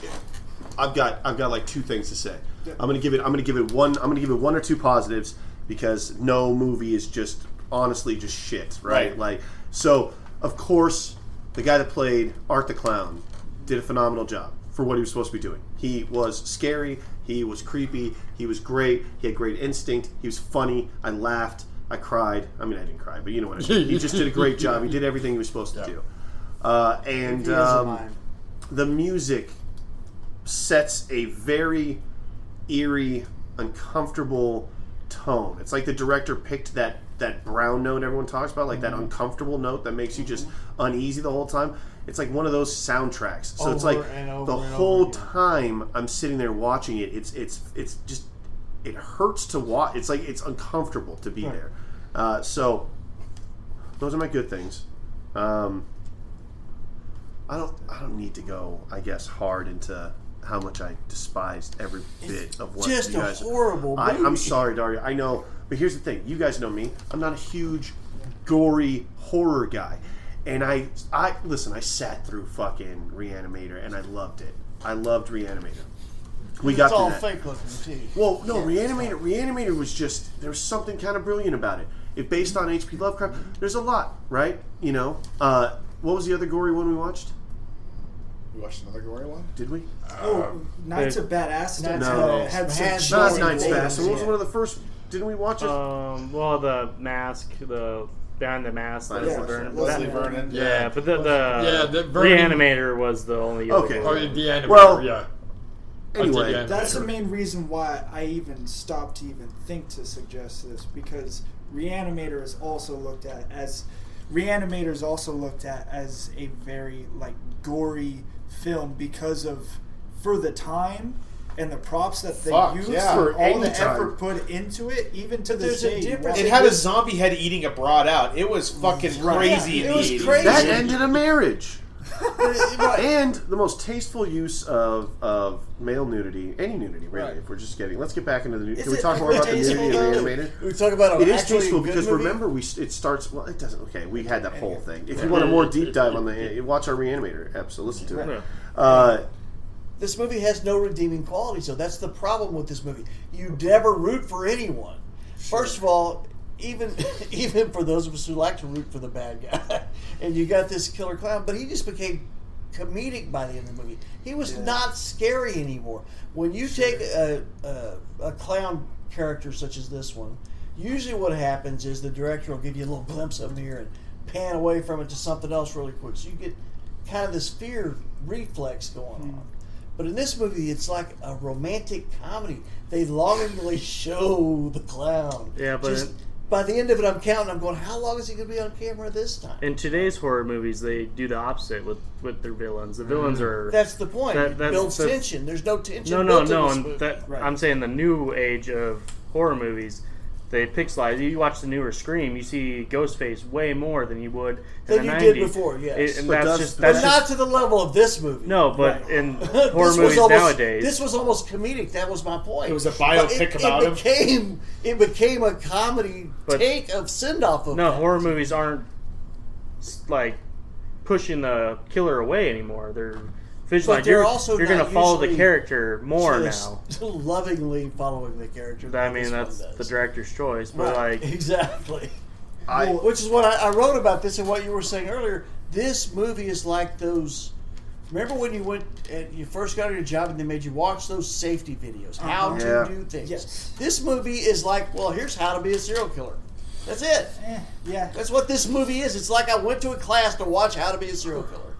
[SPEAKER 1] I've got I've got like two things to say. I'm gonna give it. I'm gonna give it one. I'm gonna give it one or two positives because no movie is just honestly just shit, right?
[SPEAKER 3] Right.
[SPEAKER 1] Like so. Of course, the guy that played Art the Clown did a phenomenal job for what he was supposed to be doing. He was scary. He was creepy. He was great. He had great instinct. He was funny. I laughed. I cried. I mean, I didn't cry, but you know what I mean. He just did a great job. He did everything he was supposed to do. Uh, and um, the music sets a very eerie, uncomfortable tone. It's like the director picked that that brown note everyone talks about, like that
[SPEAKER 2] Mm-hmm.
[SPEAKER 1] uncomfortable note that makes you just uneasy the whole time. It's like one of those soundtracks. So it's
[SPEAKER 2] Over
[SPEAKER 1] like
[SPEAKER 2] and over
[SPEAKER 1] the
[SPEAKER 2] and over
[SPEAKER 1] whole
[SPEAKER 2] again.
[SPEAKER 1] time I'm sitting there watching it. It's it's it's just it hurts to watch. It's like it's uncomfortable to be there. Uh, so those are my good things. Um, I don't I don't need to go I guess hard into how much I despised every bit of what
[SPEAKER 2] just
[SPEAKER 1] you
[SPEAKER 2] a
[SPEAKER 1] guys.
[SPEAKER 2] horrible
[SPEAKER 1] I,
[SPEAKER 2] movie.
[SPEAKER 1] I'm sorry, Dario. I know, but here's the thing. You guys know me. I'm not a huge gory horror guy, and I I listen. I sat through fucking Reanimator, and I loved it. I loved Reanimator. We got
[SPEAKER 2] It's
[SPEAKER 1] through
[SPEAKER 2] all
[SPEAKER 1] that.
[SPEAKER 2] fake looking too.
[SPEAKER 1] Well, no, Reanimator. Reanimator was just there was something kind of brilliant about it. It based on H.P.
[SPEAKER 2] Mm-hmm.
[SPEAKER 1] Lovecraft. There's a lot, right? You know, uh, what was the other gory one we watched?
[SPEAKER 11] We watched another gory one.
[SPEAKER 1] Did we?
[SPEAKER 6] Oh, Knights of Badass.
[SPEAKER 2] Knights
[SPEAKER 1] of
[SPEAKER 6] had-
[SPEAKER 2] Badass.
[SPEAKER 6] had
[SPEAKER 2] Had
[SPEAKER 6] some
[SPEAKER 1] No, that's
[SPEAKER 2] Sorry,
[SPEAKER 1] Nine
[SPEAKER 2] Dave.
[SPEAKER 1] Fast. What was
[SPEAKER 2] Yeah.
[SPEAKER 1] one of the first? Didn't we watch it?
[SPEAKER 5] Um, well, the mask, the behind the mask, the
[SPEAKER 1] Leslie
[SPEAKER 5] Vernon-
[SPEAKER 1] Vernon.
[SPEAKER 5] that-
[SPEAKER 11] Leslie Vernon.
[SPEAKER 5] Yeah, but the, the
[SPEAKER 4] Yeah, the Vernon-
[SPEAKER 5] reanimator was the only. other
[SPEAKER 1] Okay.
[SPEAKER 5] one.
[SPEAKER 4] Oh, yeah, the animator,
[SPEAKER 1] Well,
[SPEAKER 4] yeah.
[SPEAKER 1] anyway,
[SPEAKER 4] Again.
[SPEAKER 6] That's the main reason why I even stopped to even think to suggest this because Reanimator is also looked at as Reanimator is also looked at as a very like gory film because of for the time and the props that they
[SPEAKER 11] Fuck,
[SPEAKER 6] used
[SPEAKER 11] yeah.
[SPEAKER 6] for
[SPEAKER 1] For
[SPEAKER 6] all
[SPEAKER 1] any
[SPEAKER 6] the
[SPEAKER 1] time.
[SPEAKER 6] effort put into it, even to this
[SPEAKER 2] There's a
[SPEAKER 6] day. you
[SPEAKER 2] difference
[SPEAKER 6] watch
[SPEAKER 3] It had a zombie head eating a broad out. It was fucking crazy
[SPEAKER 2] Yeah,
[SPEAKER 3] in
[SPEAKER 2] it
[SPEAKER 3] the
[SPEAKER 2] was
[SPEAKER 3] 80s.
[SPEAKER 2] crazy.
[SPEAKER 1] that ended a marriage.
[SPEAKER 2] Right.
[SPEAKER 1] and the most tasteful use of, of male nudity, any nudity really, if we're just getting. Let's get back into the nudity. Can we
[SPEAKER 2] it
[SPEAKER 1] talk more about the
[SPEAKER 2] tasteful,
[SPEAKER 1] nudity in
[SPEAKER 2] though?
[SPEAKER 1] Reanimator?
[SPEAKER 2] We talk about
[SPEAKER 1] It is
[SPEAKER 2] actually
[SPEAKER 1] tasteful
[SPEAKER 2] good
[SPEAKER 1] because
[SPEAKER 2] movie?
[SPEAKER 1] remember we s- it starts well it doesn't okay we had that whole thing if you want a more deep dive on the watch our reanimator episode listen to it uh,
[SPEAKER 2] this movie has no redeeming quality, so that's the problem with this movie. You never root for anyone. First of all, even even for those of us who like to root for the bad guy, and you got this killer clown, but he just became comedic by the end of the movie. He was not scary anymore. When you take a, a a clown character such as this one, usually what happens is the director will give you a little glimpse of him here and pan away from it to something else really quick, so you get kind of this fear reflex going on. But in this movie, it's like a romantic comedy. They longingly show the clown.
[SPEAKER 5] Yeah, but
[SPEAKER 2] Just
[SPEAKER 5] it-
[SPEAKER 2] by the end of it, I'm counting. I'm going, how long is he going to be on camera this time?
[SPEAKER 5] In today's horror movies, they do the opposite with with their villains. The villains are
[SPEAKER 2] that's the point.
[SPEAKER 5] That- that's-
[SPEAKER 2] Builds
[SPEAKER 5] that's-
[SPEAKER 2] tension. There's no tension.
[SPEAKER 5] no, no,
[SPEAKER 2] built in
[SPEAKER 5] no.
[SPEAKER 2] this
[SPEAKER 5] And
[SPEAKER 2] movie.
[SPEAKER 5] that
[SPEAKER 6] Right.
[SPEAKER 5] I'm saying the new age of horror movies, they pixelize. You watch the newer Scream, you see Ghostface way more than you would in
[SPEAKER 2] Than
[SPEAKER 5] the
[SPEAKER 2] you
[SPEAKER 5] 90s.
[SPEAKER 2] did before, yes.
[SPEAKER 5] It- and
[SPEAKER 1] But
[SPEAKER 5] that's
[SPEAKER 1] that's-
[SPEAKER 5] just
[SPEAKER 2] but
[SPEAKER 5] that's
[SPEAKER 2] not
[SPEAKER 5] just,
[SPEAKER 2] to the level of this movie.
[SPEAKER 5] no, but in horror
[SPEAKER 2] This was
[SPEAKER 5] movies
[SPEAKER 2] almost-
[SPEAKER 5] nowadays,
[SPEAKER 2] This was almost comedic. That was my point. It
[SPEAKER 3] was a biopic
[SPEAKER 2] it,
[SPEAKER 3] about him.
[SPEAKER 2] it became, It became a comedy
[SPEAKER 5] But-
[SPEAKER 2] take of send off of
[SPEAKER 5] no
[SPEAKER 2] that.
[SPEAKER 5] horror movies aren't s- like pushing the killer away anymore. They're visual.
[SPEAKER 2] But
[SPEAKER 5] like,
[SPEAKER 2] they're
[SPEAKER 5] you're,
[SPEAKER 2] also
[SPEAKER 5] you're gonna
[SPEAKER 2] not
[SPEAKER 5] follow the
[SPEAKER 2] usually
[SPEAKER 5] character more
[SPEAKER 2] Just
[SPEAKER 5] now.
[SPEAKER 2] lovingly following the character.
[SPEAKER 5] I
[SPEAKER 2] that
[SPEAKER 5] mean,
[SPEAKER 2] this one
[SPEAKER 5] that's
[SPEAKER 2] does.
[SPEAKER 5] the director's choice, but
[SPEAKER 2] Right,
[SPEAKER 5] like
[SPEAKER 2] exactly.
[SPEAKER 1] I-
[SPEAKER 2] Which is what I, I wrote about this and what you were saying earlier. This movie is like those. Remember when you went and you first got your job and they made you watch those safety videos, how to
[SPEAKER 1] Yeah.
[SPEAKER 2] do things.
[SPEAKER 6] Yes.
[SPEAKER 2] This movie is like, well, here's how to be a serial killer. That's it.
[SPEAKER 6] Eh, yeah.
[SPEAKER 2] That's what this movie is. It's like I went to a class to watch how to be a serial killer.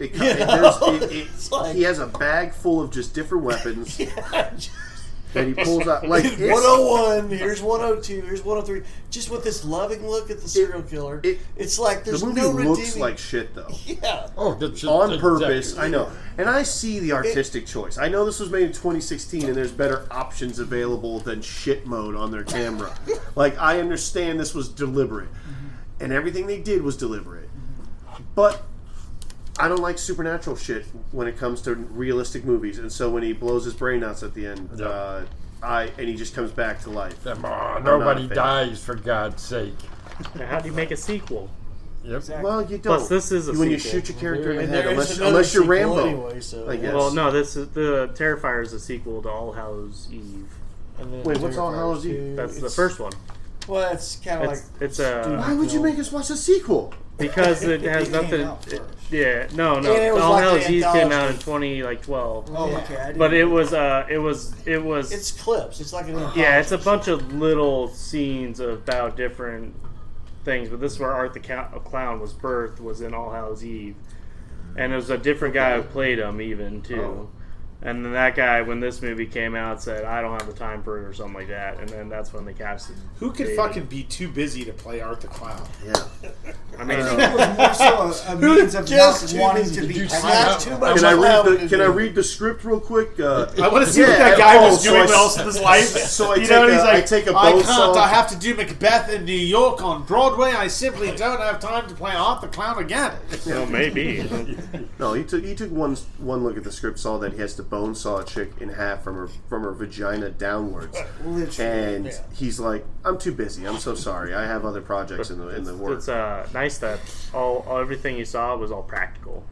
[SPEAKER 1] It,
[SPEAKER 2] You
[SPEAKER 1] it-
[SPEAKER 2] know?
[SPEAKER 1] there's- it- it-
[SPEAKER 2] It's like-
[SPEAKER 1] he has a bag full of just different weapons that he pulls out. Like
[SPEAKER 2] Here's
[SPEAKER 1] it's-
[SPEAKER 2] 101, here's 102, here's 103. Just with this loving look at the serial killer.
[SPEAKER 1] it-
[SPEAKER 2] it's like
[SPEAKER 1] the
[SPEAKER 2] there's
[SPEAKER 1] movie
[SPEAKER 2] no
[SPEAKER 1] looks
[SPEAKER 2] redeeming.
[SPEAKER 1] like shit though.
[SPEAKER 2] yeah.
[SPEAKER 4] Oh, that's
[SPEAKER 1] on
[SPEAKER 4] that's
[SPEAKER 1] purpose.
[SPEAKER 4] exactly-
[SPEAKER 1] I know, and I see the artistic choice. I know this was made in 2016, and there's better options available than shit mode on their camera. like I understand this was deliberate, and everything they did was deliberate. But I don't like supernatural shit when it comes to realistic movies, and so when he blows his brain out at the end, uh, I and he just comes back to life.
[SPEAKER 4] Come on,
[SPEAKER 1] not a
[SPEAKER 4] nobody
[SPEAKER 1] fan.
[SPEAKER 4] dies for God's sake.
[SPEAKER 5] how do you make a sequel?
[SPEAKER 4] Yep.
[SPEAKER 1] Well, you don't.
[SPEAKER 5] this is a
[SPEAKER 1] when you
[SPEAKER 5] sequel.
[SPEAKER 1] shoot your character in the
[SPEAKER 2] And
[SPEAKER 1] head,
[SPEAKER 2] there is
[SPEAKER 1] unless,
[SPEAKER 2] another
[SPEAKER 1] unless you're
[SPEAKER 2] sequel
[SPEAKER 1] Rambo.
[SPEAKER 2] Anyway, so.
[SPEAKER 1] I guess.
[SPEAKER 5] Well, no, this is the Terrifier is a sequel to All Hallows Eve.
[SPEAKER 1] Wait, what's All Hallows Eve?
[SPEAKER 5] That's the
[SPEAKER 2] It's-
[SPEAKER 5] first one.
[SPEAKER 2] Well, it's kind of like.
[SPEAKER 5] It's it's a
[SPEAKER 1] Why would you make us watch a sequel?
[SPEAKER 5] because it has
[SPEAKER 6] It came
[SPEAKER 5] nothing.
[SPEAKER 6] out
[SPEAKER 5] it-
[SPEAKER 6] first.
[SPEAKER 5] yeah, no, no.
[SPEAKER 2] And it was
[SPEAKER 5] All
[SPEAKER 2] like an
[SPEAKER 5] Hallows Eve came out
[SPEAKER 2] anthology.
[SPEAKER 5] in twenty like twelve,
[SPEAKER 6] Oh, okay. I didn't
[SPEAKER 5] but it was uh, it was it was
[SPEAKER 2] It's clips. It's like an.
[SPEAKER 5] yeah, it's a bunch of little scenes about different things. But this is where Art the Cou- Clown was birthed was in All Hallows Eve, and it was a different guy who played him even too.
[SPEAKER 3] Oh.
[SPEAKER 5] And then that guy, when this movie came out, said, "I don't have the time for it" or something like that. And then that's when they casted.
[SPEAKER 3] Who could
[SPEAKER 5] David.
[SPEAKER 3] fucking be too busy to play Art the Clown?
[SPEAKER 5] I mean,
[SPEAKER 6] It was more so a, a means of
[SPEAKER 2] just
[SPEAKER 6] not
[SPEAKER 2] too
[SPEAKER 6] wanting
[SPEAKER 2] busy
[SPEAKER 6] to
[SPEAKER 2] to
[SPEAKER 6] be.
[SPEAKER 4] You
[SPEAKER 2] I
[SPEAKER 4] see
[SPEAKER 2] got
[SPEAKER 4] how-
[SPEAKER 2] too much.
[SPEAKER 1] Can I
[SPEAKER 2] allowed
[SPEAKER 1] read
[SPEAKER 2] to
[SPEAKER 1] the Can I
[SPEAKER 2] do.
[SPEAKER 1] read the script real quick? Uh,
[SPEAKER 3] I want to see what
[SPEAKER 1] Yeah,
[SPEAKER 3] that guy
[SPEAKER 1] oh,
[SPEAKER 3] was
[SPEAKER 1] so
[SPEAKER 3] doing
[SPEAKER 1] I
[SPEAKER 3] with
[SPEAKER 1] s-
[SPEAKER 3] else of his life.
[SPEAKER 1] so I
[SPEAKER 3] you
[SPEAKER 1] take
[SPEAKER 3] know, and he's
[SPEAKER 1] a-
[SPEAKER 3] like,
[SPEAKER 1] I take a
[SPEAKER 3] I
[SPEAKER 1] bow
[SPEAKER 3] can't.
[SPEAKER 1] saw."
[SPEAKER 3] I have to do Macbeth in New York on Broadway. I simply don't have time to play Art the Clown again.
[SPEAKER 5] well, maybe.
[SPEAKER 1] no, he took he took one one look at the script, saw that he has to bone saw a chick in half from her from her vagina downwards, and he's like, "I'm too busy. I'm so sorry. I have other projects in the in the works."
[SPEAKER 5] It's uh, nice that all, all everything you saw was all practical.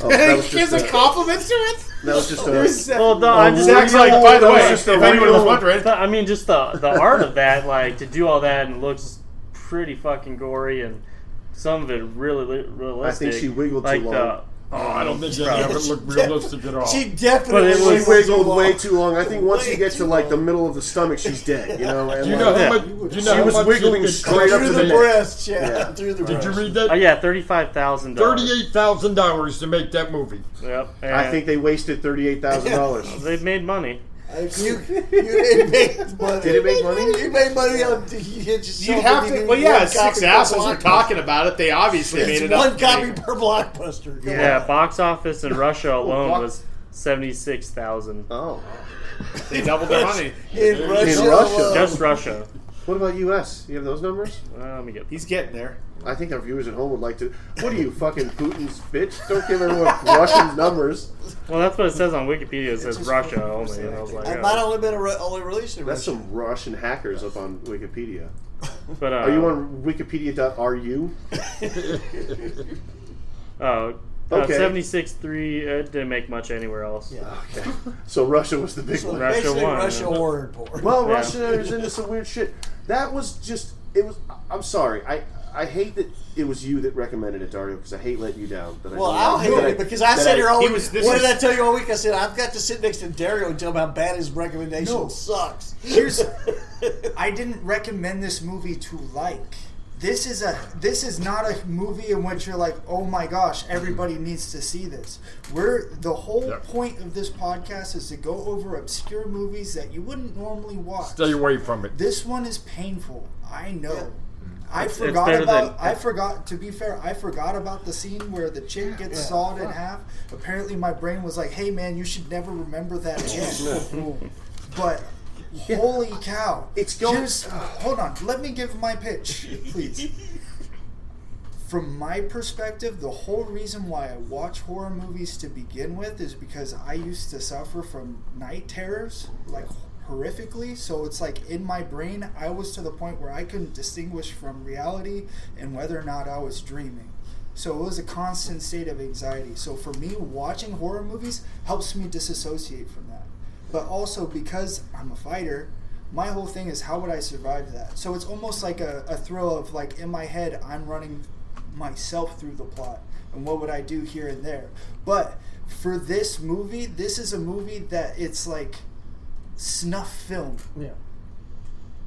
[SPEAKER 1] Oh, that was
[SPEAKER 3] He gives
[SPEAKER 1] just
[SPEAKER 3] a
[SPEAKER 1] a,
[SPEAKER 3] compliment to it.
[SPEAKER 1] that was just a
[SPEAKER 5] Well,
[SPEAKER 3] Oh,
[SPEAKER 5] no, I'm just
[SPEAKER 3] Zach's like, by the
[SPEAKER 1] that was
[SPEAKER 3] way,
[SPEAKER 1] just
[SPEAKER 3] if
[SPEAKER 1] a
[SPEAKER 3] anyone was
[SPEAKER 1] real-
[SPEAKER 3] wondering,
[SPEAKER 5] No, I mean, just the the art of that, like to do all that and it looks pretty fucking gory, and some of it really li- realistic.
[SPEAKER 1] she wiggled too
[SPEAKER 5] like uh, The,
[SPEAKER 1] long.
[SPEAKER 4] Oh, I don't think that ever looked realistic at all.
[SPEAKER 2] She definitely
[SPEAKER 5] But it
[SPEAKER 1] she
[SPEAKER 5] was-
[SPEAKER 1] wiggled way too long. I think once you get to like the middle of the stomach, she's dead. You know, and
[SPEAKER 4] you
[SPEAKER 1] like,
[SPEAKER 4] know
[SPEAKER 5] Yeah.
[SPEAKER 4] how much? You know
[SPEAKER 1] She
[SPEAKER 4] how
[SPEAKER 1] was
[SPEAKER 4] much
[SPEAKER 1] wiggling
[SPEAKER 4] it
[SPEAKER 1] straight
[SPEAKER 4] cost
[SPEAKER 1] up
[SPEAKER 2] through
[SPEAKER 1] to
[SPEAKER 2] the
[SPEAKER 1] the-
[SPEAKER 4] make-
[SPEAKER 2] breast, yeah,
[SPEAKER 1] Yeah.
[SPEAKER 2] through the
[SPEAKER 4] Did
[SPEAKER 2] breast.
[SPEAKER 4] you read
[SPEAKER 5] oh
[SPEAKER 4] that?
[SPEAKER 5] yeah, thirty five thousand dollars.
[SPEAKER 4] Thirty-eight thousand dollars to make that movie.
[SPEAKER 5] Yep.
[SPEAKER 1] I think they wasted thirty eight thousand dollars.
[SPEAKER 5] they made money.
[SPEAKER 2] You, you didn't make money.
[SPEAKER 1] Did it make money?
[SPEAKER 2] You made money on. You had just
[SPEAKER 3] you'd
[SPEAKER 2] sold
[SPEAKER 3] have
[SPEAKER 2] DVD
[SPEAKER 3] to. Well, yeah,
[SPEAKER 2] one
[SPEAKER 3] six
[SPEAKER 2] copy per
[SPEAKER 3] assholes were
[SPEAKER 2] blockbuster.
[SPEAKER 3] talking about it. They obviously made it
[SPEAKER 2] It's
[SPEAKER 3] up.
[SPEAKER 2] one copy per blockbuster. Come
[SPEAKER 5] Yeah,
[SPEAKER 2] on.
[SPEAKER 5] box office in Russia alone
[SPEAKER 1] box-
[SPEAKER 5] was seventy six thousand.
[SPEAKER 1] Oh,
[SPEAKER 3] They doubled their money.
[SPEAKER 2] in
[SPEAKER 1] Russia.
[SPEAKER 2] Russia. alone.
[SPEAKER 5] Just Russia.
[SPEAKER 1] what about U.S.? You have those numbers?
[SPEAKER 5] Uh, let me get.
[SPEAKER 3] He's getting there.
[SPEAKER 1] I think our viewers at home would like to. What are you, fucking Putin's bitch? Don't give everyone Russian numbers.
[SPEAKER 5] Well, that's what it says on Wikipedia. It says Russia only, and I was like,
[SPEAKER 2] It might
[SPEAKER 5] oh.
[SPEAKER 2] only been a re- only released in
[SPEAKER 1] That's
[SPEAKER 2] Russia.
[SPEAKER 1] some Russian hackers up on Wikipedia.
[SPEAKER 5] but uh,
[SPEAKER 1] Are you on Wikipedia.ru?
[SPEAKER 5] Oh,
[SPEAKER 1] Okay.
[SPEAKER 5] uh, seventy six three. It didn't make much anywhere else.
[SPEAKER 1] Okay. So Russia was the big
[SPEAKER 2] So
[SPEAKER 1] one.
[SPEAKER 5] Russia
[SPEAKER 2] basically,
[SPEAKER 5] won,
[SPEAKER 2] Russia
[SPEAKER 5] yeah.
[SPEAKER 2] ordered porn.
[SPEAKER 1] Well,
[SPEAKER 5] Yeah.
[SPEAKER 1] Russia is into some weird shit. That was just. It was. I'm sorry. I I hate that it was you that recommended it, Dario, because I hate letting you down. That I
[SPEAKER 2] Well,
[SPEAKER 1] don't-
[SPEAKER 2] I'll hate
[SPEAKER 1] that
[SPEAKER 2] it because I
[SPEAKER 1] that
[SPEAKER 2] said here all
[SPEAKER 3] he
[SPEAKER 2] week.
[SPEAKER 3] was- this
[SPEAKER 2] What did
[SPEAKER 3] is-
[SPEAKER 2] I tell you all week? I said I've got to sit next to Dario and tell him how bad his recommendation
[SPEAKER 6] No.
[SPEAKER 2] sucks.
[SPEAKER 6] Here's, I didn't recommend this movie to like. This is a this is not a movie in which you're like, oh my gosh, everybody needs to see this. We're the whole
[SPEAKER 4] Yep.
[SPEAKER 6] point of this podcast is to go over obscure movies that you wouldn't normally watch.
[SPEAKER 4] Stay away from it.
[SPEAKER 6] This one is painful. I know. I
[SPEAKER 5] it's
[SPEAKER 6] forgot
[SPEAKER 5] better
[SPEAKER 6] about.
[SPEAKER 5] than-
[SPEAKER 6] I forgot. To be fair, I forgot about the scene where the chick gets sawed in half. Apparently, my brain was like, "Hey, man, you should never remember that again." but Holy cow!
[SPEAKER 12] It's going-
[SPEAKER 6] Just hold on. Let me give my pitch, please. From my perspective, the whole reason why I watch horror movies to begin with is because I used to suffer from night terrors, like horrifically. So it's like in my brain, I was to the point where I couldn't distinguish from reality and whether or not I was dreaming. So it was a constant state of anxiety. So for me, watching horror movies helps me disassociate from that. But also because I'm a fighter, my whole thing is how would I survive that? So it's almost like a, a thrill of like in my head, I'm running myself through the plot and what would I do here and there. But for this movie, this is a movie that it's like snuff film
[SPEAKER 2] Yeah.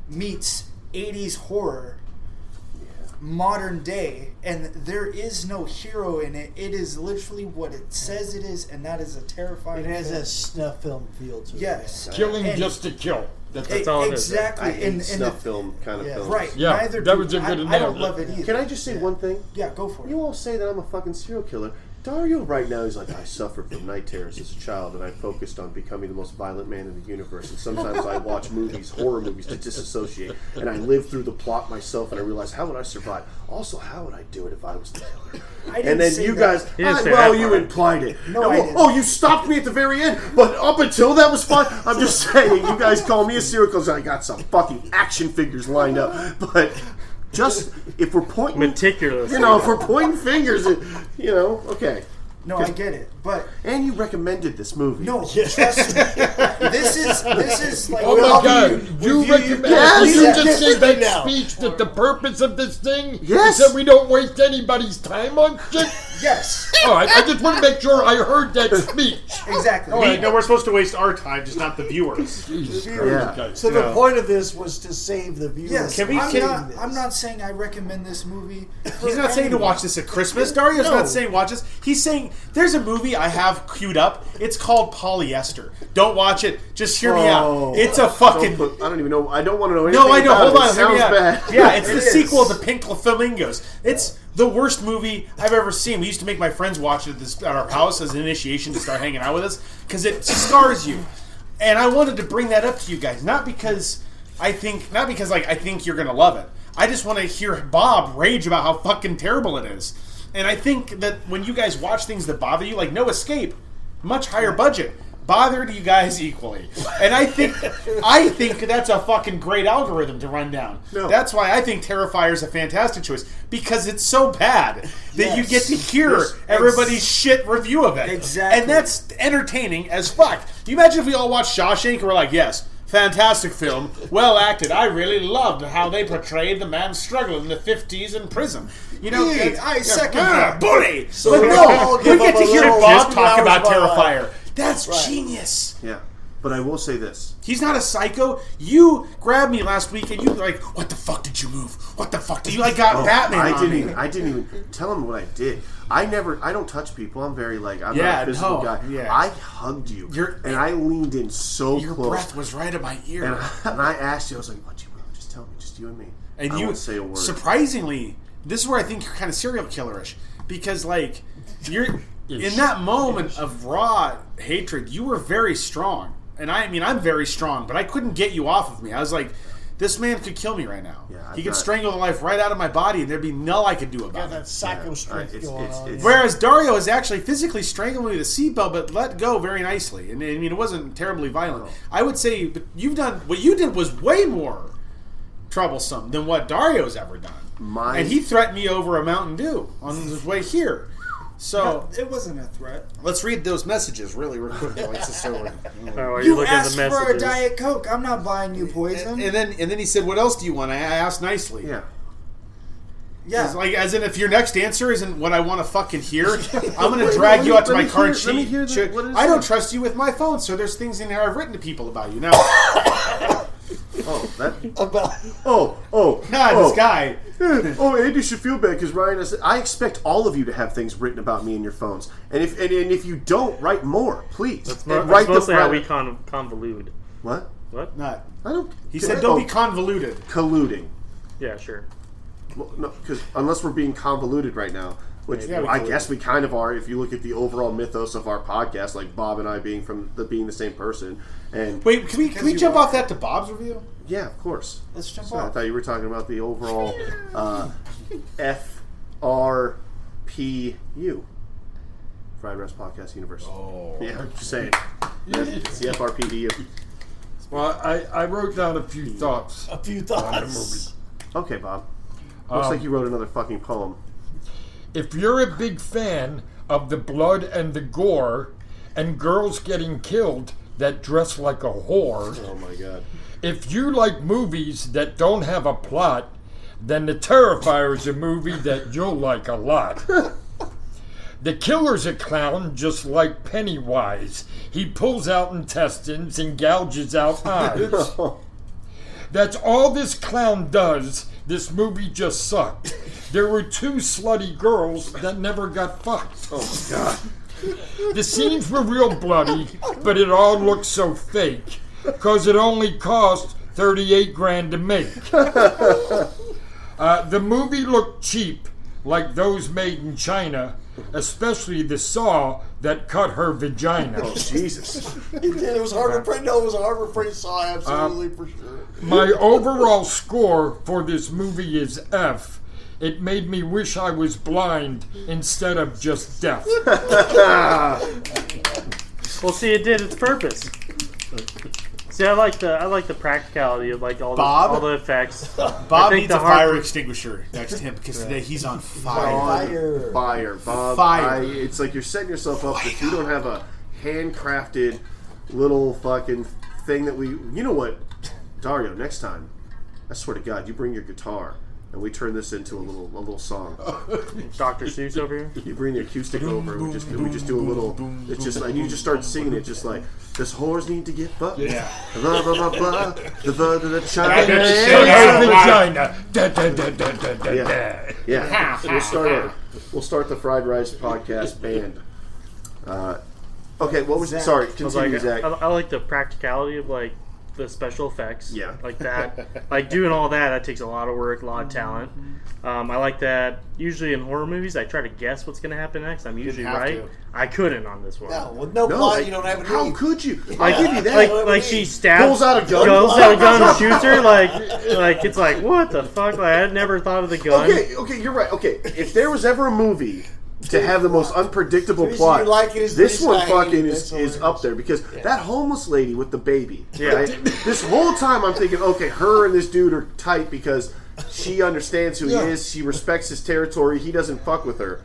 [SPEAKER 6] meets 80s horror modern day and there is no hero in it it is literally what it says it is and that is a terrifying
[SPEAKER 2] It has
[SPEAKER 6] film.
[SPEAKER 2] that snuff film feel to it.
[SPEAKER 6] yes
[SPEAKER 4] Killing
[SPEAKER 6] And-
[SPEAKER 4] just to kill. That's
[SPEAKER 5] That's all it is.
[SPEAKER 6] E- exactly
[SPEAKER 1] I hate
[SPEAKER 6] and, and the-
[SPEAKER 1] snuff film kind of
[SPEAKER 2] Yeah.
[SPEAKER 1] films.
[SPEAKER 6] right
[SPEAKER 4] Yeah,
[SPEAKER 6] neither
[SPEAKER 4] that
[SPEAKER 6] do
[SPEAKER 4] was a
[SPEAKER 6] I-
[SPEAKER 4] good
[SPEAKER 6] I, don't
[SPEAKER 4] analogy.
[SPEAKER 6] love it either
[SPEAKER 1] Can I just say one thing?
[SPEAKER 6] yeah go for it
[SPEAKER 1] You all say that I'm a fucking serial killer. Dario right now is like, I suffered from night terrors as a child, and I focused on becoming the most violent man in the universe. And sometimes I watch movies, horror movies, to disassociate, and I live through the plot myself, and I realize how would I survive? Also, how would I do it if I was the killer?
[SPEAKER 6] didn't
[SPEAKER 1] And then
[SPEAKER 6] say
[SPEAKER 1] you
[SPEAKER 6] that.
[SPEAKER 1] guys,
[SPEAKER 5] He didn't
[SPEAKER 1] "Ah,
[SPEAKER 5] say
[SPEAKER 1] well,
[SPEAKER 5] that
[SPEAKER 1] you
[SPEAKER 5] part."
[SPEAKER 1] implied it. And,
[SPEAKER 6] No, I
[SPEAKER 1] well,
[SPEAKER 6] didn't.
[SPEAKER 1] Oh, you stopped me at the very end, but up until that was fine. I'm just saying, you guys call me a serial killer. 'cause I got some fucking action figures lined up, but just if we're pointing
[SPEAKER 5] Meticulous.
[SPEAKER 1] you know, if we're pointing fingers, at, you know, okay.
[SPEAKER 6] no i get it but
[SPEAKER 1] And you recommended this movie.
[SPEAKER 6] no trust me this is this is like
[SPEAKER 4] Oh my
[SPEAKER 6] I'll
[SPEAKER 4] God!
[SPEAKER 6] be-
[SPEAKER 4] You recommend?
[SPEAKER 1] Yes,
[SPEAKER 4] you
[SPEAKER 1] you
[SPEAKER 4] just
[SPEAKER 1] just
[SPEAKER 4] said that
[SPEAKER 2] now.
[SPEAKER 4] speech that the purpose of this thing
[SPEAKER 1] Yes.
[SPEAKER 4] is that we don't waste anybody's time on shit.
[SPEAKER 6] yes
[SPEAKER 4] All right, I just want to make sure I heard that speech.
[SPEAKER 6] exactly
[SPEAKER 4] Oh,
[SPEAKER 3] We, no, we're supposed to waste our time, just not the viewers.
[SPEAKER 4] Jesus
[SPEAKER 1] Yeah.
[SPEAKER 4] Christ.
[SPEAKER 2] So the point of this was to save the viewers.
[SPEAKER 6] Yes,
[SPEAKER 3] Can we-
[SPEAKER 6] I'm,
[SPEAKER 3] can-
[SPEAKER 6] not, I'm not saying I recommend this movie. for
[SPEAKER 3] He's not saying to
[SPEAKER 6] anyone.
[SPEAKER 3] watch this at Christmas. Dario's
[SPEAKER 6] No.
[SPEAKER 3] not saying watch this. He's saying there's a movie I have queued up. It's called Polyester. Don't watch it. Just hear me
[SPEAKER 1] Oh.
[SPEAKER 3] out. It's a fucking.
[SPEAKER 1] Don't put- I don't even know. I don't want to know anything.
[SPEAKER 3] No, I know.
[SPEAKER 1] about
[SPEAKER 3] Hold
[SPEAKER 1] it.
[SPEAKER 3] on.
[SPEAKER 1] It
[SPEAKER 3] hear me
[SPEAKER 1] sounds
[SPEAKER 3] out.
[SPEAKER 1] bad.
[SPEAKER 3] Yeah, it's
[SPEAKER 6] It
[SPEAKER 3] the
[SPEAKER 6] is.
[SPEAKER 3] sequel to Pink Flamingos. It's the worst movie I've ever seen. We used to make my friends watch it at, this, at our house as an initiation to start hanging out with us because it scars you. And I wanted to bring that up to you guys, not because I think, not because like I think you're gonna love it. I just want to hear Bob rage about how fucking terrible it is. And I think that when you guys watch things that bother you, like No Escape, much higher budget bothered you guys equally and i think i think that's a fucking great algorithm to run down that's why i think terrifier is a fantastic choice because it's so bad that you get to hear everybody's shit review of it
[SPEAKER 6] Exactly.
[SPEAKER 3] and that's entertaining as fuck do you imagine if we all watched shawshank and we're like yes Fantastic film, well acted. I really loved how they portrayed the man's struggle in the fifties in prison. You know,
[SPEAKER 6] Yeah,
[SPEAKER 3] it-
[SPEAKER 6] I
[SPEAKER 3] yeah,
[SPEAKER 6] second
[SPEAKER 3] ah,
[SPEAKER 6] that.
[SPEAKER 3] bully.
[SPEAKER 2] So
[SPEAKER 3] but
[SPEAKER 2] we
[SPEAKER 3] no,
[SPEAKER 2] all
[SPEAKER 3] we
[SPEAKER 2] give
[SPEAKER 3] get
[SPEAKER 2] up a
[SPEAKER 3] to hear
[SPEAKER 2] little
[SPEAKER 3] Bob
[SPEAKER 2] two
[SPEAKER 3] talk
[SPEAKER 2] hours
[SPEAKER 3] about
[SPEAKER 2] of our life.
[SPEAKER 3] Terrifier. That's genius.
[SPEAKER 1] Yeah. But I will say this.
[SPEAKER 3] He's not a psycho. You grabbed me last week and you were like, what the fuck did you move? What the fuck did you? I got Oh, Batman.
[SPEAKER 1] I
[SPEAKER 3] on
[SPEAKER 1] didn't
[SPEAKER 3] me.
[SPEAKER 1] even. I didn't even tell him what I did. I never. I don't touch people. I'm very like. I'm
[SPEAKER 3] Yeah,
[SPEAKER 1] not a physical
[SPEAKER 3] no,
[SPEAKER 1] guy.
[SPEAKER 3] yeah.
[SPEAKER 1] I hugged you.
[SPEAKER 3] Your-
[SPEAKER 1] and I leaned in so
[SPEAKER 3] Your
[SPEAKER 1] close.
[SPEAKER 3] breath was right at my ear.
[SPEAKER 1] and, I, and I asked you. I was like, "What you want? Just tell me. Just you and me."
[SPEAKER 3] and
[SPEAKER 1] I
[SPEAKER 3] you
[SPEAKER 1] won't say a word.
[SPEAKER 3] Surprisingly, this is where I think you're kind of serial killerish because like you're in that moment of raw hatred, you were very strong, and I, I mean I'm very strong, but I couldn't get you off of me. I was like. This man could kill me right now.
[SPEAKER 1] Yeah,
[SPEAKER 3] he
[SPEAKER 1] I've
[SPEAKER 3] could
[SPEAKER 1] got-
[SPEAKER 3] strangle the life right out of my body, and there'd be no I could do
[SPEAKER 2] Got
[SPEAKER 3] about it.
[SPEAKER 2] that psycho
[SPEAKER 1] Yeah,
[SPEAKER 2] strength
[SPEAKER 1] it's-
[SPEAKER 2] going
[SPEAKER 1] it's-
[SPEAKER 2] on.
[SPEAKER 1] it's-
[SPEAKER 3] Whereas Dario is actually physically strangling me with a seatbelt, but let go very nicely. And I mean, it wasn't terribly violent. I would say, but you've done what you did was way more troublesome than what Dario's ever done.
[SPEAKER 1] My-
[SPEAKER 3] and he threatened me over a Mountain Dew on his way here. So
[SPEAKER 6] It wasn't a threat.
[SPEAKER 3] let's read those messages really, really quickly. It's just so-
[SPEAKER 5] Or Oh, are you,
[SPEAKER 6] You
[SPEAKER 5] looking at
[SPEAKER 6] asked
[SPEAKER 5] the
[SPEAKER 6] for a
[SPEAKER 5] messages?
[SPEAKER 6] diet coke. I'm not buying you poison.
[SPEAKER 3] and, and then and then he said, "What else do you want?" I I asked nicely.
[SPEAKER 1] yeah.
[SPEAKER 6] yeah,
[SPEAKER 3] It's like as in if your next answer isn't what I want to fucking hear, I'm gonna drag you out to
[SPEAKER 1] let
[SPEAKER 3] my
[SPEAKER 1] me
[SPEAKER 3] car and
[SPEAKER 1] hear- let me
[SPEAKER 3] cheat.
[SPEAKER 1] hear the-
[SPEAKER 3] Shit,
[SPEAKER 1] what is
[SPEAKER 3] I don't
[SPEAKER 1] it?
[SPEAKER 3] trust you with my phone, so there's things in there I've written to people about you. Now,
[SPEAKER 1] Oh, that.
[SPEAKER 2] about
[SPEAKER 1] Oh, oh,
[SPEAKER 3] God,
[SPEAKER 1] oh.
[SPEAKER 3] this guy.
[SPEAKER 1] Yeah, oh, Andy should feel bad because Ryan. Has, I expect all of you to have things written about me in your phones, and if and, and if you don't, write more, please.
[SPEAKER 5] That's,
[SPEAKER 1] And
[SPEAKER 5] mo-
[SPEAKER 1] write
[SPEAKER 5] that's mostly
[SPEAKER 1] them,
[SPEAKER 5] how we con- convolute.
[SPEAKER 1] What?
[SPEAKER 5] What?
[SPEAKER 3] Not.
[SPEAKER 1] I don't.
[SPEAKER 3] He said, "Don't be
[SPEAKER 1] oh,
[SPEAKER 3] convoluted."
[SPEAKER 1] colluding.
[SPEAKER 5] Yeah, sure.
[SPEAKER 1] Well, no, because unless we're being convoluted right now, which I guess we kind of are. If you look at the overall mythos of our podcast, like Bob and I being from the being the same person, and
[SPEAKER 3] Wait, can we, can we
[SPEAKER 6] you
[SPEAKER 3] jump
[SPEAKER 6] are.
[SPEAKER 3] off that to Bob's review?
[SPEAKER 1] yeah, of course.
[SPEAKER 6] Let's jump
[SPEAKER 1] So I
[SPEAKER 6] off.
[SPEAKER 1] thought you were talking about the overall uh, F R P U Fried Rice Podcast Universe.
[SPEAKER 13] Oh.
[SPEAKER 1] Yeah, I'm just saying. It's the F R P U.
[SPEAKER 4] Well, I, I wrote down a few thoughts.
[SPEAKER 2] A few thoughts.
[SPEAKER 1] Okay, Bob. Looks
[SPEAKER 4] Um,
[SPEAKER 1] like you wrote another fucking poem.
[SPEAKER 4] If you're a big fan of the blood and the gore and girls getting killed that dress like a whore,
[SPEAKER 1] Oh my god.
[SPEAKER 4] if you like movies that don't have a plot, then The Terrifier is a movie that you'll like a lot. the killer's a clown just like Pennywise. He pulls out intestines and gouges out eyes. That's all this clown does. This movie just sucked. There were two slutty girls that never got fucked. Oh my god. The scenes were real bloody, but it all looked so fake because it only cost 38 grand to make. Uh, the movie looked cheap, like those made in China, especially the saw that cut her vagina.
[SPEAKER 1] Jesus.
[SPEAKER 2] He did. It was Harvard Prince. No, it was a Harvard Prince saw absolutely for sure.
[SPEAKER 4] My overall score for this movie is F. It made me wish I was blind instead of just deaf.
[SPEAKER 5] Well, see, it did its purpose. See, I like the I like the practicality of like all the
[SPEAKER 3] Bob?
[SPEAKER 5] all the effects. I
[SPEAKER 3] Bob
[SPEAKER 5] think
[SPEAKER 3] needs
[SPEAKER 5] the
[SPEAKER 3] a
[SPEAKER 5] hard-
[SPEAKER 3] fire extinguisher next to him because today he's on fire.
[SPEAKER 2] Fire.
[SPEAKER 1] Fire, Bob.
[SPEAKER 3] Fire.
[SPEAKER 1] I, it's like you're setting yourself up if you don't have a handcrafted little fucking thing that we. You know what, Dario? Next time, I swear to God, you bring your guitar and we turn this into a little a little song.
[SPEAKER 5] Dr. Seuss over here.
[SPEAKER 1] You bring the acoustic over, and we just we just do a little. it's just like you just start singing it, just like this whores need to get fucked. Yeah. Blah blah blah blah. The the the, the child.
[SPEAKER 4] Her vagina. Da, da, da, da, da, da,
[SPEAKER 1] Yeah.
[SPEAKER 4] da.
[SPEAKER 1] Yeah. we'll start our, we'll start the fried rice podcast band. Uh, okay, what was it?
[SPEAKER 6] Zach.
[SPEAKER 1] Sorry,
[SPEAKER 5] I was
[SPEAKER 1] continue,
[SPEAKER 5] like, I,
[SPEAKER 1] Zach.
[SPEAKER 5] I like the practicality of like the special effects.
[SPEAKER 1] Yeah.
[SPEAKER 5] Like that. like doing all that, that takes a lot of work, a lot of talent. Um, I like that. Usually in horror movies, I try to guess what's going to happen next. I'm usually
[SPEAKER 3] have
[SPEAKER 5] right.
[SPEAKER 3] to.
[SPEAKER 5] I couldn't on this one.
[SPEAKER 2] No, with no,
[SPEAKER 1] No,
[SPEAKER 2] plot,
[SPEAKER 1] like,
[SPEAKER 2] you don't have a
[SPEAKER 1] How
[SPEAKER 2] need.
[SPEAKER 1] could you? I
[SPEAKER 5] Like,
[SPEAKER 1] give you that.
[SPEAKER 5] like, like she stabs,
[SPEAKER 1] Pulls out a gun.
[SPEAKER 5] goes out a gun, shoots her. Like, like it's like what the fuck? Like I never thought of the gun.
[SPEAKER 1] okay, okay, you're right. Okay, if there was ever a movie to have the most unpredictable
[SPEAKER 2] reason
[SPEAKER 1] plot,
[SPEAKER 2] you like it is
[SPEAKER 1] this
[SPEAKER 2] that
[SPEAKER 1] one
[SPEAKER 2] it's
[SPEAKER 1] fucking
[SPEAKER 2] like-
[SPEAKER 1] is,
[SPEAKER 2] that's
[SPEAKER 1] is up there because that homeless lady with the baby.
[SPEAKER 5] Yeah.
[SPEAKER 1] Right? this whole time I'm thinking, okay, her and this dude are tight because she understands who he is. She respects his territory. He doesn't fuck with her.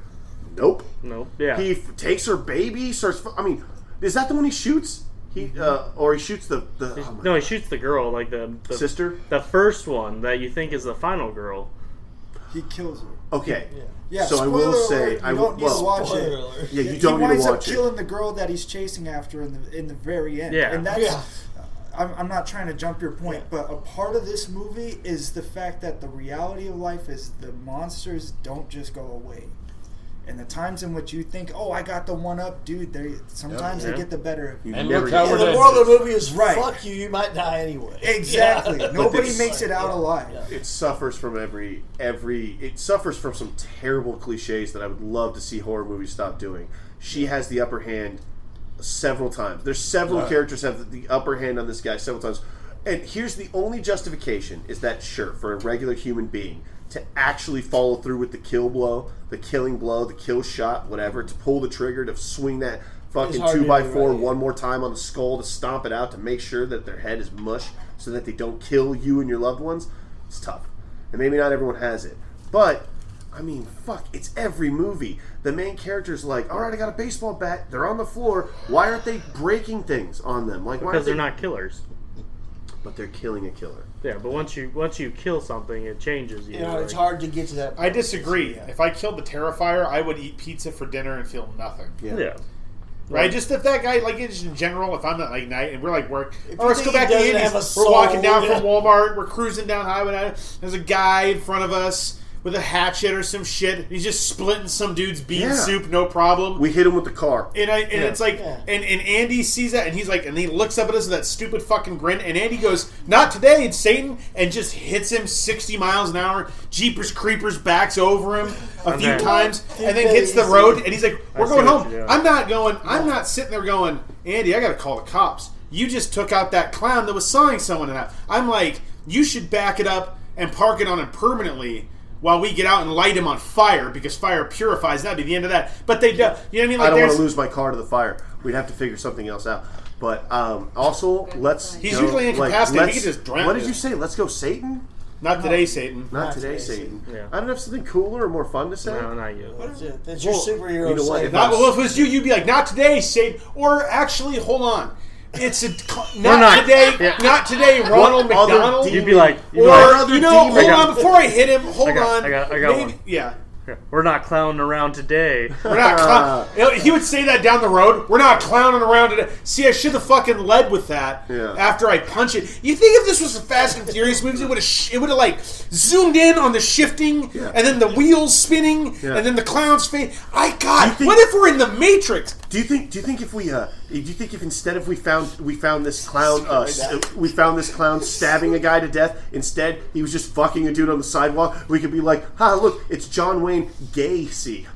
[SPEAKER 1] Nope.
[SPEAKER 5] Nope. Yeah.
[SPEAKER 1] He f- takes her baby. Starts. Fu- I mean, is that the one he shoots? He uh, or he shoots the the oh my
[SPEAKER 5] no, Mm-hmm. he shoots the girl. Like the, the
[SPEAKER 1] sister.
[SPEAKER 5] the first one that you think is the final girl.
[SPEAKER 6] He kills her.
[SPEAKER 1] Okay. Yeah.
[SPEAKER 6] Yeah.
[SPEAKER 1] So I will
[SPEAKER 6] spoiler
[SPEAKER 1] say-
[SPEAKER 6] alert, you
[SPEAKER 1] I will-
[SPEAKER 6] don't need
[SPEAKER 1] well-
[SPEAKER 6] to watch
[SPEAKER 2] Spoiler
[SPEAKER 6] it.
[SPEAKER 2] alert.
[SPEAKER 1] you don't
[SPEAKER 6] he
[SPEAKER 1] need to
[SPEAKER 6] winds up
[SPEAKER 1] watch it.
[SPEAKER 6] killing the girl that he's chasing after in the in the very end.
[SPEAKER 5] Yeah.
[SPEAKER 6] and that's. uh,
[SPEAKER 2] Yeah.
[SPEAKER 6] I'm, I'm not trying to jump your point, but a part of this movie is the fact that the reality of life is the monsters don't just go away. And the times in which you think, "Oh, I got the one up, dude," they sometimes
[SPEAKER 5] Yeah.
[SPEAKER 6] they get the better of you.
[SPEAKER 4] And
[SPEAKER 1] Never
[SPEAKER 4] look
[SPEAKER 1] get-
[SPEAKER 4] how
[SPEAKER 2] And
[SPEAKER 4] it
[SPEAKER 2] the moral
[SPEAKER 4] ended.
[SPEAKER 2] of the movie is
[SPEAKER 6] Right.
[SPEAKER 2] fuck you, you might die anyway.
[SPEAKER 6] Exactly.
[SPEAKER 2] Yeah.
[SPEAKER 6] Nobody makes it out alive.
[SPEAKER 1] it suffers from every every it suffers from some terrible cliches that I would love to see horror movies stop doing. She has the upper hand several times. There's several characters have the upper hand on this guy several times. And here's the only justification is that sure for a regular human being to actually follow through with the kill blow, the killing blow, the kill shot, whatever, to pull the trigger, to swing that fucking
[SPEAKER 2] hard
[SPEAKER 1] two
[SPEAKER 2] to
[SPEAKER 1] by
[SPEAKER 2] do,
[SPEAKER 1] four
[SPEAKER 2] right?
[SPEAKER 1] one more time on the skull to stomp it out to make sure that their head is mush so that they don't kill you and your loved ones. It's tough. And maybe not everyone has it. But, I mean, fuck, it's every movie. The main character's like, all right, I got a baseball bat. They're on the floor. Why aren't they breaking things on them? Like, why aren't
[SPEAKER 5] because they're
[SPEAKER 1] they-
[SPEAKER 5] not killers.
[SPEAKER 1] But they're killing a killer.
[SPEAKER 5] Yeah, but once you once you kill something, it changes you.
[SPEAKER 2] You know,
[SPEAKER 5] like-
[SPEAKER 2] it's hard to get to that.
[SPEAKER 3] I disagree. If I killed the Terrifier, I would eat pizza for dinner and feel nothing.
[SPEAKER 5] Yeah.
[SPEAKER 3] Right? Just if that guy, like, just in general, if I'm at, like, night and we're, like, work. Or
[SPEAKER 2] you
[SPEAKER 3] let's go
[SPEAKER 2] think
[SPEAKER 3] back
[SPEAKER 2] he
[SPEAKER 3] to the
[SPEAKER 2] doesn't have
[SPEAKER 3] 80s.
[SPEAKER 2] a
[SPEAKER 3] We're walking
[SPEAKER 2] soul,
[SPEAKER 3] down from
[SPEAKER 2] yeah.
[SPEAKER 3] Walmart. We're cruising down Highway 9. There's a guy in front of us with a hatchet or some shit. He's just splitting some dude's bean
[SPEAKER 1] Yeah.
[SPEAKER 3] soup, no problem.
[SPEAKER 1] We hit him with the car.
[SPEAKER 3] and I, and
[SPEAKER 1] Yeah.
[SPEAKER 3] it's like,
[SPEAKER 2] Yeah.
[SPEAKER 3] and, and Andy sees that, and he's like, and he looks up at us with that stupid fucking grin, and Andy goes, "Not today, it's Satan," and just hits him sixty miles an hour. Jeepers creepers, backs over him a few
[SPEAKER 5] Okay.
[SPEAKER 3] times, and then
[SPEAKER 2] Did
[SPEAKER 3] hits the
[SPEAKER 2] they-
[SPEAKER 3] road, and he's like, "We're
[SPEAKER 5] see
[SPEAKER 3] going
[SPEAKER 5] what
[SPEAKER 3] home.
[SPEAKER 5] you're doing.
[SPEAKER 3] I'm not going. I'm not sitting there going, Andy, I got to call the cops. You just took out that clown that was sawing someone in half. I'm like, you should back it up and park it on him permanently." While we get out and light him on fire because fire purifies, that'd be the end of that. But they, do, you know what I mean? Like
[SPEAKER 1] I don't want
[SPEAKER 3] there's-
[SPEAKER 1] to lose my car to the fire. We'd have to figure something else out. But um, also, let's.
[SPEAKER 3] He's
[SPEAKER 1] go,
[SPEAKER 3] usually incapacitated.
[SPEAKER 1] let's-
[SPEAKER 3] He could just drown
[SPEAKER 1] What did
[SPEAKER 3] you.
[SPEAKER 1] you say? Let's go, Satan.
[SPEAKER 3] Not today, Satan.
[SPEAKER 1] Not,
[SPEAKER 14] Not
[SPEAKER 1] today,
[SPEAKER 14] today,
[SPEAKER 1] Satan.
[SPEAKER 5] Satan. Yeah.
[SPEAKER 1] I don't have something cooler or more fun to say.
[SPEAKER 5] No, not you.
[SPEAKER 2] That's it. That's your
[SPEAKER 1] Well,
[SPEAKER 2] superhero.
[SPEAKER 1] you know what?
[SPEAKER 2] saying,
[SPEAKER 1] If I-
[SPEAKER 3] Not, well, if it was you, you'd be like, not today, Satan. Or actually, hold on. It's a co- not,
[SPEAKER 5] not.
[SPEAKER 3] today,
[SPEAKER 5] Yeah.
[SPEAKER 3] not today, Ronald
[SPEAKER 1] What other
[SPEAKER 3] McDonald.
[SPEAKER 1] demon-
[SPEAKER 5] You'd be like, you'd be
[SPEAKER 3] or
[SPEAKER 5] like,
[SPEAKER 1] other
[SPEAKER 3] you know,
[SPEAKER 1] demon-
[SPEAKER 3] hold
[SPEAKER 5] I got-
[SPEAKER 3] on before I hit him. Hold
[SPEAKER 5] I got-
[SPEAKER 3] on.
[SPEAKER 5] I got- I got one.
[SPEAKER 3] Yeah,
[SPEAKER 5] we're not clowning around today.
[SPEAKER 3] we're not.
[SPEAKER 1] Uh.
[SPEAKER 3] Clown- You know, he would say that down the road. We're not clowning around today. See, I should have fucking led with that.
[SPEAKER 1] Yeah.
[SPEAKER 3] After I punch it, you think if this was a Fast and Furious movie, it would have sh- it would have like zoomed in on the shifting, and then the wheels spinning,
[SPEAKER 1] Yeah.
[SPEAKER 3] and then the clown's face. I God,
[SPEAKER 1] think-
[SPEAKER 3] what if we're in the Matrix?
[SPEAKER 1] Do you think? Do you think if we? Uh, do you think if instead of we found we found this clown, uh, s- we found this clown stabbing a guy to death? Instead, he was just fucking a dude on the sidewalk. We could be like, "Ha, look, it's John Wayne Gacy."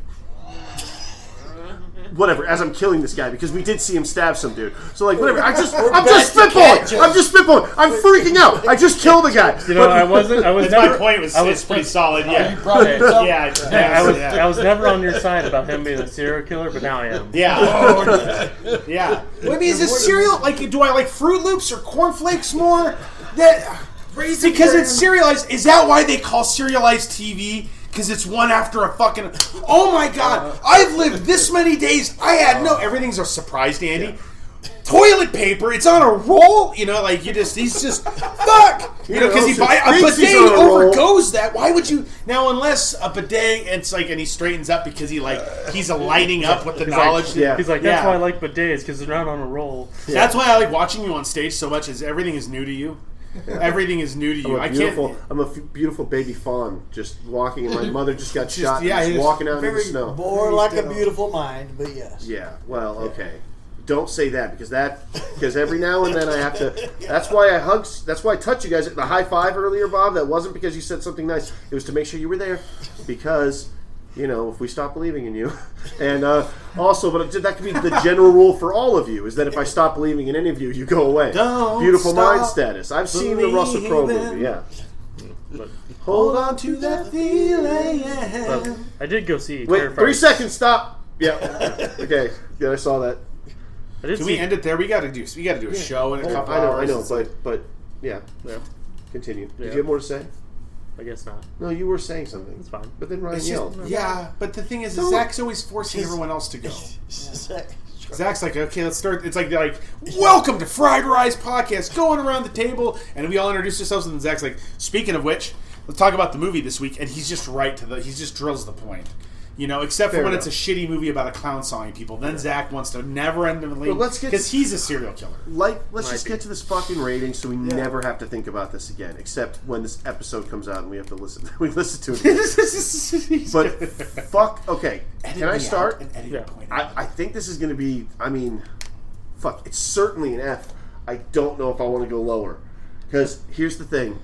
[SPEAKER 1] Whatever. As I'm killing this guy because we did see him stab some dude. So like, whatever. I just, I'm just
[SPEAKER 2] back to
[SPEAKER 1] spitballing.
[SPEAKER 2] catch
[SPEAKER 1] I'm just spitballing. I'm freaking out. I just killed a guy.
[SPEAKER 5] You know, I wasn't. I was never.
[SPEAKER 3] was
[SPEAKER 5] I was-
[SPEAKER 3] solid.
[SPEAKER 4] You brought it. up.
[SPEAKER 3] yeah,
[SPEAKER 5] I was. I was never on your side about him being a serial killer, but now I am.
[SPEAKER 3] Yeah. yeah. Well, I mean, is it cereal? Like, do I like Fruit Loops or Corn Flakes more? That because it's serialized. Is that why they call serialized TV? Because it's one after a fucking. Oh my god! I've lived this many days. I had no. Everything's a surprise, Andy. Toilet paper. It's on a roll. You know, like you just. He's just fuck. You know, because he
[SPEAKER 1] Who else
[SPEAKER 3] buy a
[SPEAKER 1] thinks he's
[SPEAKER 3] bidet
[SPEAKER 1] on a roll?
[SPEAKER 3] overgoes that. Why would you now? Unless a bidet, it's like, and he straightens up because he like he's lighting up with the knowledge. that-
[SPEAKER 1] Yeah.
[SPEAKER 5] He's like, that's
[SPEAKER 3] Yeah.
[SPEAKER 5] why I like bidets because they're not on a roll.
[SPEAKER 3] That's why I like watching you on stage so much. Is everything is new to you? Everything is new to you.
[SPEAKER 1] I'm
[SPEAKER 3] I
[SPEAKER 1] a
[SPEAKER 3] can't.
[SPEAKER 1] Oh, beautiful. I'm a f- beautiful baby fawn just walking, and my mother just got shot.
[SPEAKER 3] yeah,
[SPEAKER 1] Yeah,
[SPEAKER 3] he was
[SPEAKER 1] walking out in the
[SPEAKER 2] very
[SPEAKER 1] snow.
[SPEAKER 2] more like a beautiful mind, but yes.
[SPEAKER 1] Yeah. Well, okay. Don't say that because that because every now and then I have to. That's why I hug. That's why I touch you guys. The high five earlier, Bob. That wasn't because you said something nice. It was to make sure you were there, because you know if we stop believing in you, and uh, also, but it, that could be the general rule for all of you is that if I stop believing in any of you, you go away.
[SPEAKER 3] Don't
[SPEAKER 1] Beautiful
[SPEAKER 3] stop
[SPEAKER 1] mind status. I've seen the Russell Crowe movie.
[SPEAKER 3] believing.
[SPEAKER 1] Yeah.
[SPEAKER 3] Hold on to that feeling. yeah.
[SPEAKER 5] I did go see.
[SPEAKER 1] Wait,
[SPEAKER 5] Terrifier.
[SPEAKER 1] three seconds. Stop. Yeah. Okay. Yeah, I saw that.
[SPEAKER 5] I did
[SPEAKER 3] Can
[SPEAKER 5] see.
[SPEAKER 3] we end it there? We got to do. We got to do a show in a couple
[SPEAKER 1] Oh, I know. I
[SPEAKER 3] hours.
[SPEAKER 1] know. But but yeah. Continue. Did
[SPEAKER 5] Yeah.
[SPEAKER 1] you have more to say?
[SPEAKER 5] I guess not.
[SPEAKER 1] No, you were saying something.
[SPEAKER 5] It's fine.
[SPEAKER 1] But then Ryan
[SPEAKER 3] It's just-
[SPEAKER 1] yelled.
[SPEAKER 3] yeah, but the thing is, is Zach's always forcing everyone else to go. Zach's like, okay, let's start. It's like, they're like, welcome to Fried Rice Podcast, going around the table, and we all introduce ourselves, and then Zach's like, speaking of which, let's talk about the movie this week, and he's just right to the, he just drills the point. You know, except for when it's a shitty movie about a clown sawing people, then Zach wants to never end the lead
[SPEAKER 1] let's get-
[SPEAKER 3] because he's a serial killer.
[SPEAKER 1] Like, let's just get to this fucking rating so we never have to think about this again, except when this episode comes out and we have to listen. we listen to it. But fuck. Okay, can I start?
[SPEAKER 3] And edit
[SPEAKER 5] Yeah.
[SPEAKER 3] point.
[SPEAKER 1] I, I think this is going to be. I mean, fuck. It's certainly an F. I don't know if I want to go lower because here's the thing.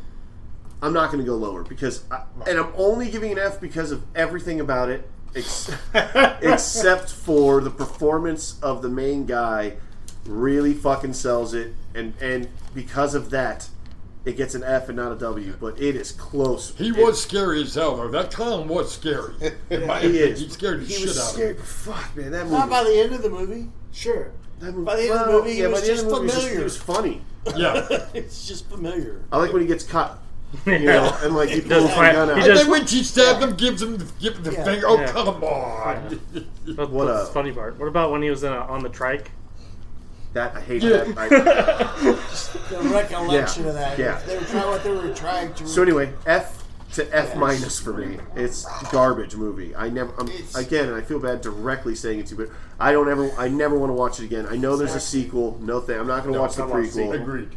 [SPEAKER 1] I'm not going to go lower because, I, and I'm only giving an F because of everything about it, ex- except for the performance of the main guy. Really fucking sells it, and and because of that, it gets an F and not a W. But it is close.
[SPEAKER 4] He
[SPEAKER 1] It-
[SPEAKER 4] was scary as hell, though. That clown was scary. In my
[SPEAKER 1] He
[SPEAKER 4] opinion,
[SPEAKER 1] is.
[SPEAKER 4] He scared the
[SPEAKER 1] He
[SPEAKER 4] shit
[SPEAKER 1] was
[SPEAKER 4] out of
[SPEAKER 1] scared.
[SPEAKER 4] me.
[SPEAKER 1] Fuck, man, that movie.
[SPEAKER 2] Not by the end of the movie. Sure.
[SPEAKER 1] that movie-
[SPEAKER 2] by the end of the movie, he
[SPEAKER 1] by
[SPEAKER 2] was
[SPEAKER 1] the end of
[SPEAKER 2] just
[SPEAKER 1] the movie, it was
[SPEAKER 2] familiar.
[SPEAKER 1] It was funny.
[SPEAKER 4] Yeah.
[SPEAKER 2] It's just familiar.
[SPEAKER 1] I like when he gets caught. You know, and like he pulls the
[SPEAKER 5] fight-
[SPEAKER 1] gun out.
[SPEAKER 5] he
[SPEAKER 4] And
[SPEAKER 5] does-
[SPEAKER 4] then when she stabbed him, gives him the, give him the
[SPEAKER 2] Yeah.
[SPEAKER 4] finger. Oh,
[SPEAKER 5] Yeah.
[SPEAKER 4] come on.
[SPEAKER 5] But
[SPEAKER 1] What
[SPEAKER 5] what's
[SPEAKER 1] a-
[SPEAKER 5] the funny part? What about when he was in a, on the trike?
[SPEAKER 1] That I hate
[SPEAKER 4] Yeah.
[SPEAKER 1] that. I,
[SPEAKER 2] The recollection
[SPEAKER 1] Yeah.
[SPEAKER 2] of that.
[SPEAKER 1] Yeah.
[SPEAKER 2] They were trying what they were trying to.
[SPEAKER 1] so anyway, F to F minus for me. It's garbage movie. I never I'm, again. and I feel bad directly saying it to you, but I don't ever. I never want to watch it again. I know there's a sequel. No thing. I'm not going to watch the
[SPEAKER 5] not watch the
[SPEAKER 1] prequel.
[SPEAKER 5] sequel.
[SPEAKER 4] Agreed.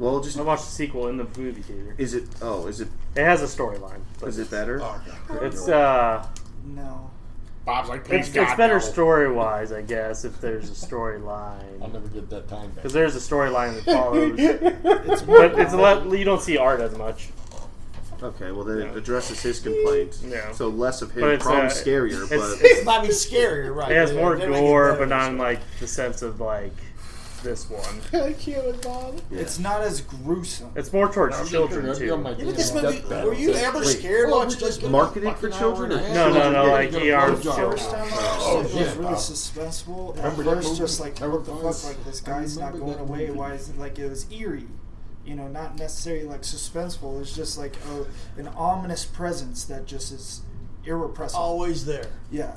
[SPEAKER 1] Well, just
[SPEAKER 5] I watched the sequel in the movie theater.
[SPEAKER 1] is it? Oh, is it?
[SPEAKER 5] It has a storyline. but
[SPEAKER 1] Is it better?
[SPEAKER 5] It's uh,
[SPEAKER 6] No.
[SPEAKER 9] Bob's like, please
[SPEAKER 5] it's,
[SPEAKER 9] God,
[SPEAKER 5] it's better
[SPEAKER 9] no.
[SPEAKER 5] story wise, I guess, if there's a
[SPEAKER 4] I'll
[SPEAKER 5] storyline.
[SPEAKER 4] never get that time back.
[SPEAKER 5] Because there's a storyline that follows, but it's a lot, you don't see art as much.
[SPEAKER 1] Okay, well then it addresses his complaint.
[SPEAKER 5] Yeah.
[SPEAKER 1] So less of him,
[SPEAKER 5] But it's,
[SPEAKER 1] probably
[SPEAKER 5] uh,
[SPEAKER 1] scarier.
[SPEAKER 5] It's,
[SPEAKER 1] But
[SPEAKER 5] it's,
[SPEAKER 2] It might be scarier, right?
[SPEAKER 5] it has
[SPEAKER 2] They're-
[SPEAKER 5] more
[SPEAKER 2] they're making
[SPEAKER 5] gore,
[SPEAKER 2] better.
[SPEAKER 5] but not in like the sense of like this one.
[SPEAKER 6] It's not as gruesome.
[SPEAKER 5] It's more towards children too.
[SPEAKER 2] Yeah, but this movie, were you ever scared watching this movie?
[SPEAKER 1] marketed for children? Or
[SPEAKER 5] No, no, no, like ER
[SPEAKER 6] The first time I watched it, it was
[SPEAKER 4] Oh, yeah.
[SPEAKER 6] really suspenseful. At
[SPEAKER 4] Remember that
[SPEAKER 6] first,
[SPEAKER 4] movie?
[SPEAKER 6] just like,
[SPEAKER 4] Remember
[SPEAKER 6] what the
[SPEAKER 4] those?
[SPEAKER 6] fuck? Like, this
[SPEAKER 4] I
[SPEAKER 6] guy's not
[SPEAKER 4] remember
[SPEAKER 6] going
[SPEAKER 4] that
[SPEAKER 6] away.
[SPEAKER 4] movie.
[SPEAKER 6] Why is it like it was eerie? You know, not necessarily like suspenseful. It's just like a, an ominous presence that just is irrepressible.
[SPEAKER 2] Always there.
[SPEAKER 6] Yeah.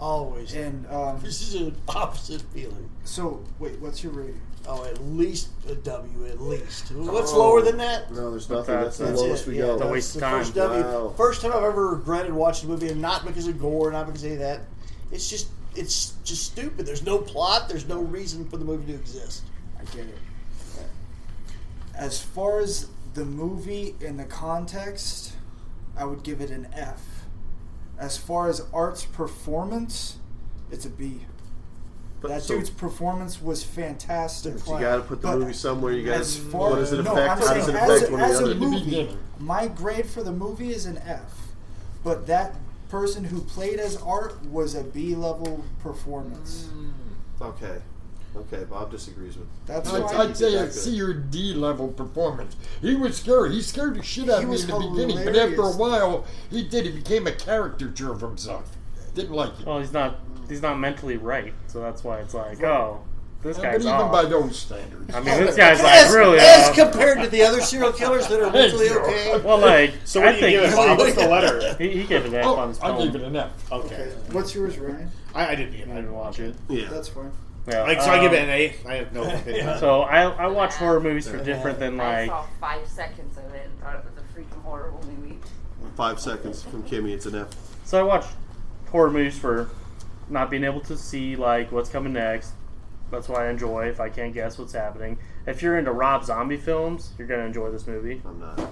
[SPEAKER 2] Always. there.
[SPEAKER 6] And um,
[SPEAKER 2] This is an opposite feeling.
[SPEAKER 6] so, wait, what's your rating?
[SPEAKER 2] Oh, at least a W, at least. What's lower than that?
[SPEAKER 1] No, there's nothing. That's the
[SPEAKER 2] That's
[SPEAKER 1] lowest
[SPEAKER 2] it,
[SPEAKER 1] we
[SPEAKER 2] yeah,
[SPEAKER 1] go.
[SPEAKER 2] that's
[SPEAKER 5] waste
[SPEAKER 2] the
[SPEAKER 5] of time.
[SPEAKER 2] First, w,
[SPEAKER 1] Wow.
[SPEAKER 2] first time I've ever regretted watching a movie, and not because of gore, not because of any of that. It's just, it's just stupid. There's no plot. There's no reason for the movie to exist.
[SPEAKER 6] I get it. As far as the movie and the context, I would give it an F. As far as art's performance, it's a B.
[SPEAKER 1] But
[SPEAKER 6] that
[SPEAKER 1] so-
[SPEAKER 6] dude's performance was fantastic.
[SPEAKER 1] You got to put the
[SPEAKER 6] But
[SPEAKER 1] movie somewhere. You got
[SPEAKER 6] as
[SPEAKER 1] to.
[SPEAKER 6] far
[SPEAKER 1] What does it
[SPEAKER 6] no,
[SPEAKER 1] affect?
[SPEAKER 6] I'm
[SPEAKER 1] How does it
[SPEAKER 6] saying
[SPEAKER 1] affect
[SPEAKER 6] as,
[SPEAKER 1] one
[SPEAKER 6] as
[SPEAKER 1] another?
[SPEAKER 6] a movie, my grade for the movie is an F. But that person who played as Art was a B level performance.
[SPEAKER 4] Mm.
[SPEAKER 1] Okay. Okay, Bob disagrees with.
[SPEAKER 6] That's
[SPEAKER 4] I'd,
[SPEAKER 6] why
[SPEAKER 4] I'd say a
[SPEAKER 1] Exactly.
[SPEAKER 4] C or D level performance. He was scary. He scared the shit out of
[SPEAKER 6] He
[SPEAKER 4] me
[SPEAKER 6] was
[SPEAKER 4] in the beginning, but after a
[SPEAKER 6] hilarious.
[SPEAKER 4] while, he did. He became a caricature of himself. Didn't like it.
[SPEAKER 5] Well, he's not he's not mentally right, so that's why it's like, oh, this
[SPEAKER 4] but
[SPEAKER 5] guy's
[SPEAKER 4] even
[SPEAKER 5] off.
[SPEAKER 4] by those standards,
[SPEAKER 5] I mean, this guy's like
[SPEAKER 2] As,
[SPEAKER 5] really
[SPEAKER 2] as
[SPEAKER 5] off.
[SPEAKER 2] compared to the other serial killers that are mentally okay.
[SPEAKER 5] well, like
[SPEAKER 9] So
[SPEAKER 5] I
[SPEAKER 9] what do you
[SPEAKER 5] think
[SPEAKER 9] give it, Bob? What's the letter?
[SPEAKER 5] he, he gave it an F on
[SPEAKER 4] oh,
[SPEAKER 5] his
[SPEAKER 4] I
[SPEAKER 5] phone.
[SPEAKER 4] gave it an F.
[SPEAKER 9] Okay.
[SPEAKER 6] What's yours, Ryan?
[SPEAKER 9] I, I didn't get
[SPEAKER 5] I
[SPEAKER 9] it.
[SPEAKER 5] didn't watch it.
[SPEAKER 1] Yeah.
[SPEAKER 6] That's fine.
[SPEAKER 5] Yeah,
[SPEAKER 9] Like, so I give it
[SPEAKER 5] um,
[SPEAKER 9] an A. I have no opinion.
[SPEAKER 5] So I I watch horror movies for different than
[SPEAKER 8] I
[SPEAKER 5] like
[SPEAKER 8] saw five seconds of it and thought it was a freaking horrible movie.
[SPEAKER 1] Five seconds from Kimmy. It's an F.
[SPEAKER 5] So I watch horror movies for not being able to see like what's coming next. That's what I enjoy if I can't guess what's happening. If you're into Rob Zombie films, you're gonna enjoy this movie.
[SPEAKER 1] I'm not.
[SPEAKER 5] And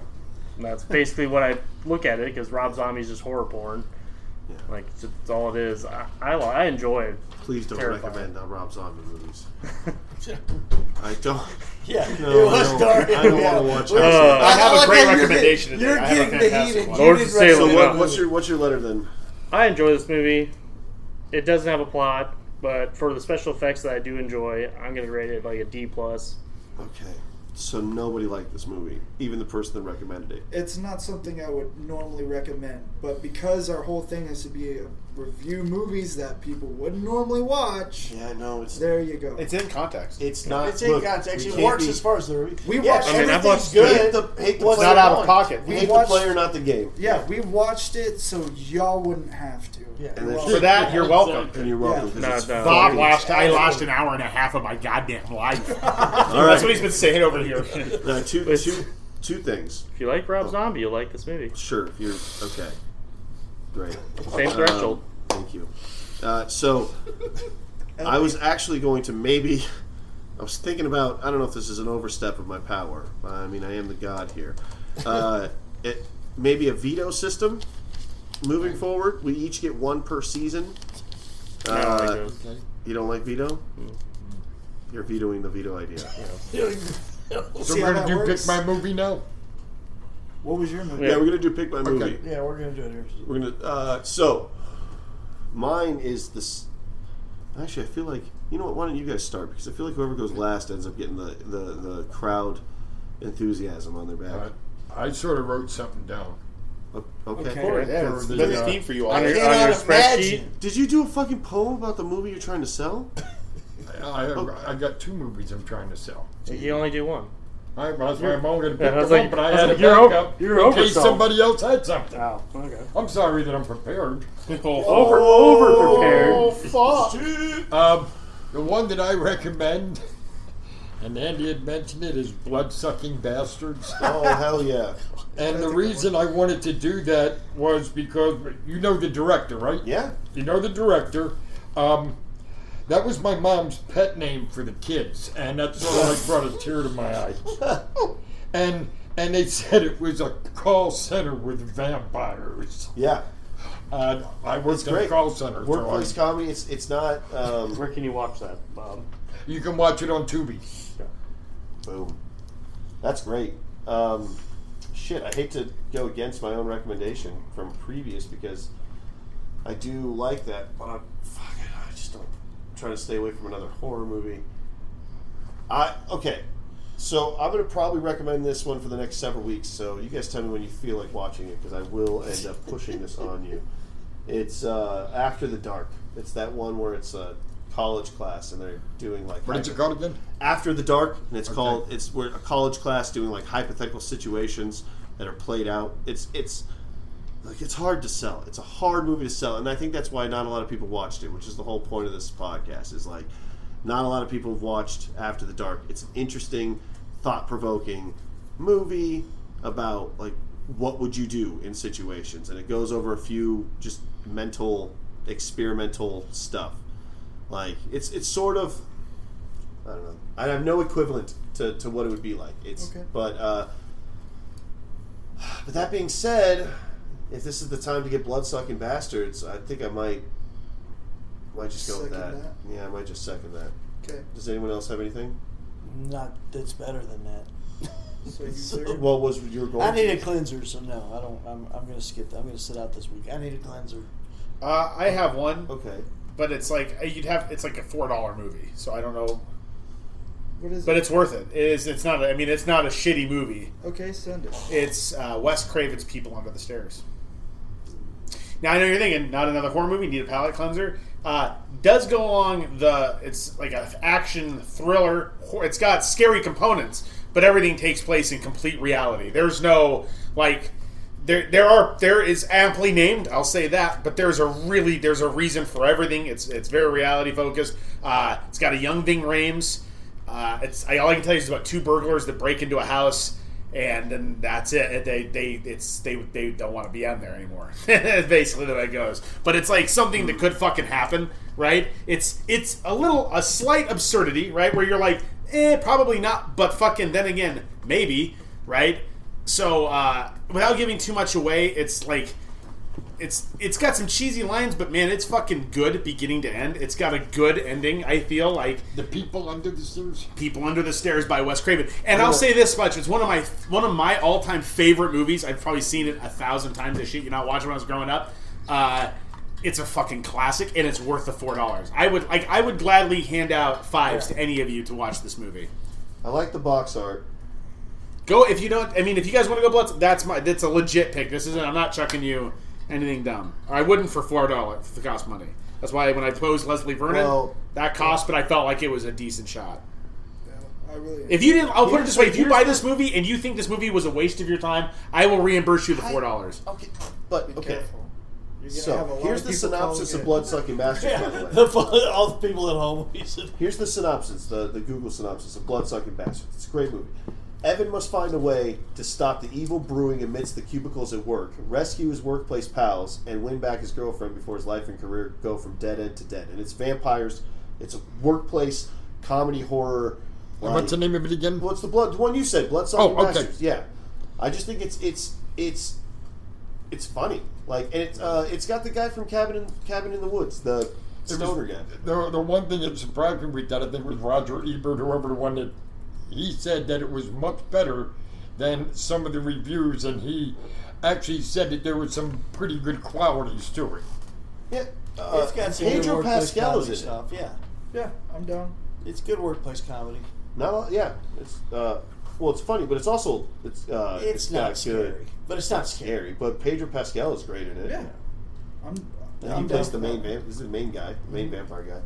[SPEAKER 5] that's basically what I look at it because Rob Zombie's just horror porn. Like it's, it's all it is. I I, li- I enjoy it.
[SPEAKER 1] Please don't
[SPEAKER 5] Terrifying.
[SPEAKER 1] recommend uh, Rob Zombie movies. I don't.
[SPEAKER 2] Yeah,
[SPEAKER 1] No,
[SPEAKER 2] it was
[SPEAKER 1] no,
[SPEAKER 2] dark.
[SPEAKER 1] I don't
[SPEAKER 2] yeah.
[SPEAKER 1] wanna watch
[SPEAKER 2] Well,
[SPEAKER 5] that.
[SPEAKER 9] I have
[SPEAKER 2] I
[SPEAKER 9] a
[SPEAKER 2] like
[SPEAKER 9] great
[SPEAKER 2] how you're
[SPEAKER 9] recommendation today. I
[SPEAKER 2] getting- you're
[SPEAKER 9] have a
[SPEAKER 2] getting the
[SPEAKER 9] fantastic
[SPEAKER 2] heat
[SPEAKER 9] one.
[SPEAKER 2] You
[SPEAKER 5] Lord
[SPEAKER 2] did
[SPEAKER 5] of Salem.
[SPEAKER 2] recommend
[SPEAKER 1] So
[SPEAKER 2] that
[SPEAKER 1] what, what's your what's your letter then?
[SPEAKER 5] I enjoy this movie. It doesn't have a plot, but for the special effects that I do enjoy, I'm gonna rate it like a D plus.
[SPEAKER 1] Okay. So nobody liked this movie, even the person that recommended it.
[SPEAKER 6] It's not something I would normally recommend, but because our whole thing is to be uh, review movies that people wouldn't normally watch,
[SPEAKER 1] Yeah, no, it's
[SPEAKER 6] there you go.
[SPEAKER 9] It's in context.
[SPEAKER 1] it's not.
[SPEAKER 2] It's in
[SPEAKER 1] look,
[SPEAKER 2] context.
[SPEAKER 1] we
[SPEAKER 2] It
[SPEAKER 1] can't
[SPEAKER 2] works
[SPEAKER 1] be-
[SPEAKER 2] as far as the
[SPEAKER 6] We
[SPEAKER 2] yeah,
[SPEAKER 6] watched- I mean,
[SPEAKER 5] I've
[SPEAKER 2] everything's
[SPEAKER 5] watched-
[SPEAKER 1] Hate
[SPEAKER 2] good.
[SPEAKER 1] the, hate the
[SPEAKER 2] What's
[SPEAKER 1] player,
[SPEAKER 9] not out of
[SPEAKER 2] going?
[SPEAKER 9] pocket.
[SPEAKER 1] We
[SPEAKER 6] We
[SPEAKER 1] hate the
[SPEAKER 6] watched-
[SPEAKER 1] player, not the game.
[SPEAKER 6] yeah, we watched it so y'all wouldn't have to.
[SPEAKER 2] Yeah.
[SPEAKER 1] And then
[SPEAKER 9] For that, you're welcome.
[SPEAKER 1] And you're welcome. 'cause
[SPEAKER 5] No,
[SPEAKER 1] it's
[SPEAKER 5] no.
[SPEAKER 9] Bob
[SPEAKER 1] fucking-
[SPEAKER 9] lost. I lost an hour and a half of my goddamn life. That's what he's been saying over here.
[SPEAKER 1] Uh, two, two, two things.
[SPEAKER 5] If you like Rob Zombie, you'll like this movie.
[SPEAKER 1] Sure, if you're okay. Great.
[SPEAKER 5] Same threshold.
[SPEAKER 1] Thank you. Uh, so, I was actually going to maybe. I was thinking about. I don't know if this is an overstep of my power. I mean, I am the god here. Uh, it, maybe a veto system. Moving forward, we each get one per season.
[SPEAKER 5] I don't like Mm-hmm.
[SPEAKER 1] Uh,
[SPEAKER 5] those.
[SPEAKER 1] you don't like veto? You're vetoing the veto idea.
[SPEAKER 4] So
[SPEAKER 6] See how
[SPEAKER 4] we're gonna
[SPEAKER 6] that
[SPEAKER 4] do
[SPEAKER 6] works?
[SPEAKER 4] pick my movie now.
[SPEAKER 6] What was your movie?
[SPEAKER 1] Yeah, we're gonna do pick my movie.
[SPEAKER 2] Yeah, we're gonna do it here.
[SPEAKER 1] We're gonna. Uh, so, mine is this. Actually, I feel like you know what. Why don't you guys start? Because I feel like whoever goes last ends up getting the the, the crowd enthusiasm on their
[SPEAKER 4] Uh,
[SPEAKER 1] back.
[SPEAKER 4] I sort of wrote something down.
[SPEAKER 1] O- Okay.
[SPEAKER 6] Okay.
[SPEAKER 4] For
[SPEAKER 9] it's
[SPEAKER 4] the,
[SPEAKER 9] been
[SPEAKER 4] uh,
[SPEAKER 9] a theme for you all.
[SPEAKER 5] On your,
[SPEAKER 2] cannot
[SPEAKER 5] on your spreadsheet,
[SPEAKER 2] imagine.
[SPEAKER 1] Did you do a fucking poem about the movie you're trying to sell?
[SPEAKER 6] Oh.
[SPEAKER 4] I, I got two movies I'm trying to sell.
[SPEAKER 5] you only do one.
[SPEAKER 4] I was my mom gonna pick
[SPEAKER 5] Yeah, I was
[SPEAKER 4] them
[SPEAKER 5] like-
[SPEAKER 4] up, but
[SPEAKER 5] I
[SPEAKER 4] I
[SPEAKER 5] was
[SPEAKER 4] had
[SPEAKER 5] like,
[SPEAKER 4] a
[SPEAKER 5] you're over-
[SPEAKER 4] backup
[SPEAKER 5] you're
[SPEAKER 4] in case
[SPEAKER 5] oversold.
[SPEAKER 4] somebody else had something.
[SPEAKER 5] Oh, okay.
[SPEAKER 4] I'm sorry that I'm prepared.
[SPEAKER 5] Over, over prepared.
[SPEAKER 4] Um, the one that I recommend, and Andy had mentioned it, is Bloodsucking Bastards.
[SPEAKER 1] Oh hell yeah!
[SPEAKER 4] And the reason I wanted to do that was because you know the director, right?
[SPEAKER 1] Yeah.
[SPEAKER 4] You know the director. Um, That was my mom's pet name for the kids, and that sort of like brought a tear to my eye. And and they said it was a call center with vampires.
[SPEAKER 1] Yeah,
[SPEAKER 4] Uh, I worked at a
[SPEAKER 1] great.
[SPEAKER 4] call center. so I-
[SPEAKER 1] workplace comedy. It's it's not. Um,
[SPEAKER 5] Where can you watch that, Bob?
[SPEAKER 4] you can watch it on Tubi.
[SPEAKER 1] boom. That's great. Um, shit, I hate to go against my own recommendation from previous because I do like that, but I'm fuck it, I just don't. I'm trying to stay away from another horror movie. I okay. So I'm gonna probably recommend this one for the next several weeks. So you guys tell me when you feel like watching it because I will end up pushing this on you. It's uh, After the Dark. It's that one where it's a college class and they're doing like
[SPEAKER 4] What did you call it again?
[SPEAKER 1] after the dark and it's called it's we're a college class doing like hypothetical situations that are played out it's it's like it's hard to sell it's a hard movie to sell and i think that's why not a lot of people watched it which is the whole point of this podcast is like not a lot of people have watched after the dark it's an interesting thought-provoking movie about like what would you do in situations and it goes over a few just mental experimental stuff like it's it's sort of I don't know. I have no equivalent to, to what it would be like. It's
[SPEAKER 6] Okay.
[SPEAKER 1] but uh, but that being said, if this is the time to get bloodsucking bastards, I think I might might just go with
[SPEAKER 6] Second
[SPEAKER 1] that. Yeah, I might just second that.
[SPEAKER 6] Okay.
[SPEAKER 1] Does anyone else have anything?
[SPEAKER 2] Not that's better than that.
[SPEAKER 6] So you
[SPEAKER 2] So-
[SPEAKER 6] clear?
[SPEAKER 1] What Oh, was your goal?
[SPEAKER 2] I need a cleanser, so no, I don't. I'm, I'm gonna skip that. I'm gonna sit out this week. I need a cleanser.
[SPEAKER 3] Uh, I have one,
[SPEAKER 1] Okay.
[SPEAKER 3] but it's like uh, you'd have it's like a four dollar movie, so I don't know,
[SPEAKER 6] What is
[SPEAKER 3] but
[SPEAKER 6] it?
[SPEAKER 3] it's worth it. It is. It's not. A, I mean, it's not a shitty movie.
[SPEAKER 6] Okay, send it.
[SPEAKER 3] It's uh, Wes Craven's People Under the Stairs. Now I know you're thinking, not another horror movie. Need a palate cleanser. Uh, does go along the. It's like an action thriller. hor- It's got scary components, but everything takes place in complete reality. There's no like. There, there are there is amply named. I'll say that, but there's a really there's a reason for everything. It's it's very reality focused. Uh, it's got a young Ving Rhames. Uh, it's I, all I can tell you is about two burglars that break into a house, and then that's it. They they it's they they don't want to be on there anymore. Basically, the way it goes. But it's like something that could fucking happen, right? It's it's a little a slight absurdity, right? Where you're like, eh, probably not, but fucking then again, maybe, right? So uh, without giving too much away, it's like it's it's got some cheesy lines, but man, it's fucking good beginning to end. It's got a good ending. I feel like
[SPEAKER 4] The people under the stairs.
[SPEAKER 3] People Under the Stairs by Wes Craven. And
[SPEAKER 1] Oh.
[SPEAKER 3] I'll say this much: it's one of my one of my all time favorite movies. I've probably seen it a thousand times. This shit, you know, I watched it when I was growing up. Uh, it's a fucking classic, and it's worth the four dollars. I would like I would gladly hand out fives to any of you to watch this movie.
[SPEAKER 1] I like the box art.
[SPEAKER 3] Go if you don't. I mean, if you guys want to go Bloods, that's my that's a legit pick. This isn't. I'm not chucking you anything dumb. Or I wouldn't for four dollars. The cost money. That's why when I posed Leslie Vernon,
[SPEAKER 1] Well-
[SPEAKER 3] that cost, but I felt like it was a decent shot.
[SPEAKER 6] Yeah, I really.
[SPEAKER 3] If you didn't, I'll put it this way: if you buy this movie and you think this movie was a waste of your time, I will reimburse you the four dollars.
[SPEAKER 1] Okay, but
[SPEAKER 6] Be
[SPEAKER 1] okay.
[SPEAKER 6] careful. You're gonna have a
[SPEAKER 1] So
[SPEAKER 6] lot
[SPEAKER 1] here's
[SPEAKER 6] of
[SPEAKER 1] the
[SPEAKER 6] people
[SPEAKER 1] synopsis of
[SPEAKER 6] calling it.
[SPEAKER 1] Bloodsucking Bastards. by the way.
[SPEAKER 2] the fun, all the people at home. He said,
[SPEAKER 1] Here's the synopsis, the, the Google synopsis of Bloodsucking Bastards. It's a great movie. Evan must find a way to stop the evil brewing amidst the cubicles at work, rescue his workplace pals, and win back his girlfriend before his life and career go from dead end to dead. And it's vampires. It's a workplace comedy horror.
[SPEAKER 4] And What's the name of it again?
[SPEAKER 1] What's the blood? The one you said, Bloodsucking
[SPEAKER 4] Oh, okay.
[SPEAKER 1] Bastards. Yeah, I just think it's it's it's it's funny. Like and it's uh, it's got the guy from Cabin in Cabin in the Woods, the
[SPEAKER 4] was-
[SPEAKER 1] stoner guy.
[SPEAKER 4] The, the one thing that surprised me with that, I think, was Roger Ebert, whoever the one that he said that it was much better than some of the reviews, and he actually said that there were some pretty good qualities to it.
[SPEAKER 1] Yeah, uh,
[SPEAKER 2] it's got some good
[SPEAKER 1] Pedro
[SPEAKER 2] workplace
[SPEAKER 1] Pascal
[SPEAKER 2] comedy
[SPEAKER 1] is in it.
[SPEAKER 2] stuff. Yeah,
[SPEAKER 6] Yeah, I'm down.
[SPEAKER 2] it's good workplace comedy.
[SPEAKER 1] No, yeah, it's uh, well, it's funny, but it's also it's uh,
[SPEAKER 2] It's,
[SPEAKER 1] got
[SPEAKER 2] not scary,
[SPEAKER 1] good-
[SPEAKER 2] but it's not scary.
[SPEAKER 1] scary, but Pedro Pascal is great in it.
[SPEAKER 6] Yeah. I'm.
[SPEAKER 1] Yeah, he
[SPEAKER 6] I'm
[SPEAKER 1] plays the
[SPEAKER 6] down.
[SPEAKER 1] main vamp. This is the main guy, the
[SPEAKER 2] Mm-hmm.
[SPEAKER 1] main vampire guy.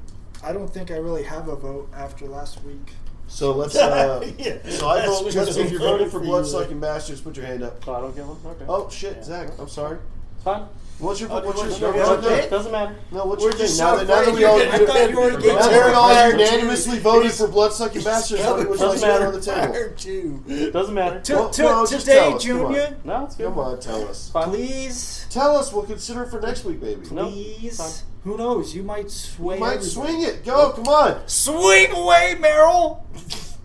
[SPEAKER 6] I don't think I really have a vote after last week.
[SPEAKER 1] So let's. Uh,
[SPEAKER 2] Yeah,
[SPEAKER 1] so I
[SPEAKER 2] that's
[SPEAKER 1] vote.
[SPEAKER 2] what
[SPEAKER 1] Let's,
[SPEAKER 2] I'm
[SPEAKER 1] if you're
[SPEAKER 2] voting
[SPEAKER 1] voting for
[SPEAKER 2] for you.
[SPEAKER 1] Bloodsucking Bastards, put your hand up.
[SPEAKER 5] Oh, I don't get one. Okay.
[SPEAKER 1] Oh shit, Zach, I'm sorry.
[SPEAKER 5] Fine.
[SPEAKER 1] What's your what's your,
[SPEAKER 2] what's
[SPEAKER 1] no,
[SPEAKER 2] your-
[SPEAKER 1] what's your-
[SPEAKER 2] what's
[SPEAKER 5] Doesn't matter.
[SPEAKER 1] no, what's
[SPEAKER 2] We're
[SPEAKER 1] your thing?
[SPEAKER 2] just
[SPEAKER 1] Now
[SPEAKER 2] so
[SPEAKER 1] that, now that
[SPEAKER 2] afraid
[SPEAKER 1] we
[SPEAKER 2] you-
[SPEAKER 1] all
[SPEAKER 2] I thought you already
[SPEAKER 1] now
[SPEAKER 2] gave
[SPEAKER 1] that we all
[SPEAKER 2] Terry Fire
[SPEAKER 1] unanimously
[SPEAKER 2] two.
[SPEAKER 1] voted for bloodsucking bastards,
[SPEAKER 2] Doesn't
[SPEAKER 1] what would you like to
[SPEAKER 5] matter.
[SPEAKER 1] on the table?
[SPEAKER 2] too.
[SPEAKER 5] Doesn't matter.
[SPEAKER 1] Well,
[SPEAKER 6] To, to,
[SPEAKER 1] no, just tell
[SPEAKER 6] today,
[SPEAKER 1] us, come on.
[SPEAKER 6] Junior,
[SPEAKER 5] No, it's good.
[SPEAKER 1] Come on, tell us.
[SPEAKER 5] Fine.
[SPEAKER 6] please,
[SPEAKER 1] Tell us. We'll consider it for next week, baby.
[SPEAKER 5] No,
[SPEAKER 6] please.
[SPEAKER 5] fine.
[SPEAKER 6] Who knows? You might sway.
[SPEAKER 1] You might
[SPEAKER 6] everybody.
[SPEAKER 1] swing it. Go. Come on,
[SPEAKER 6] Swing away, Meryl.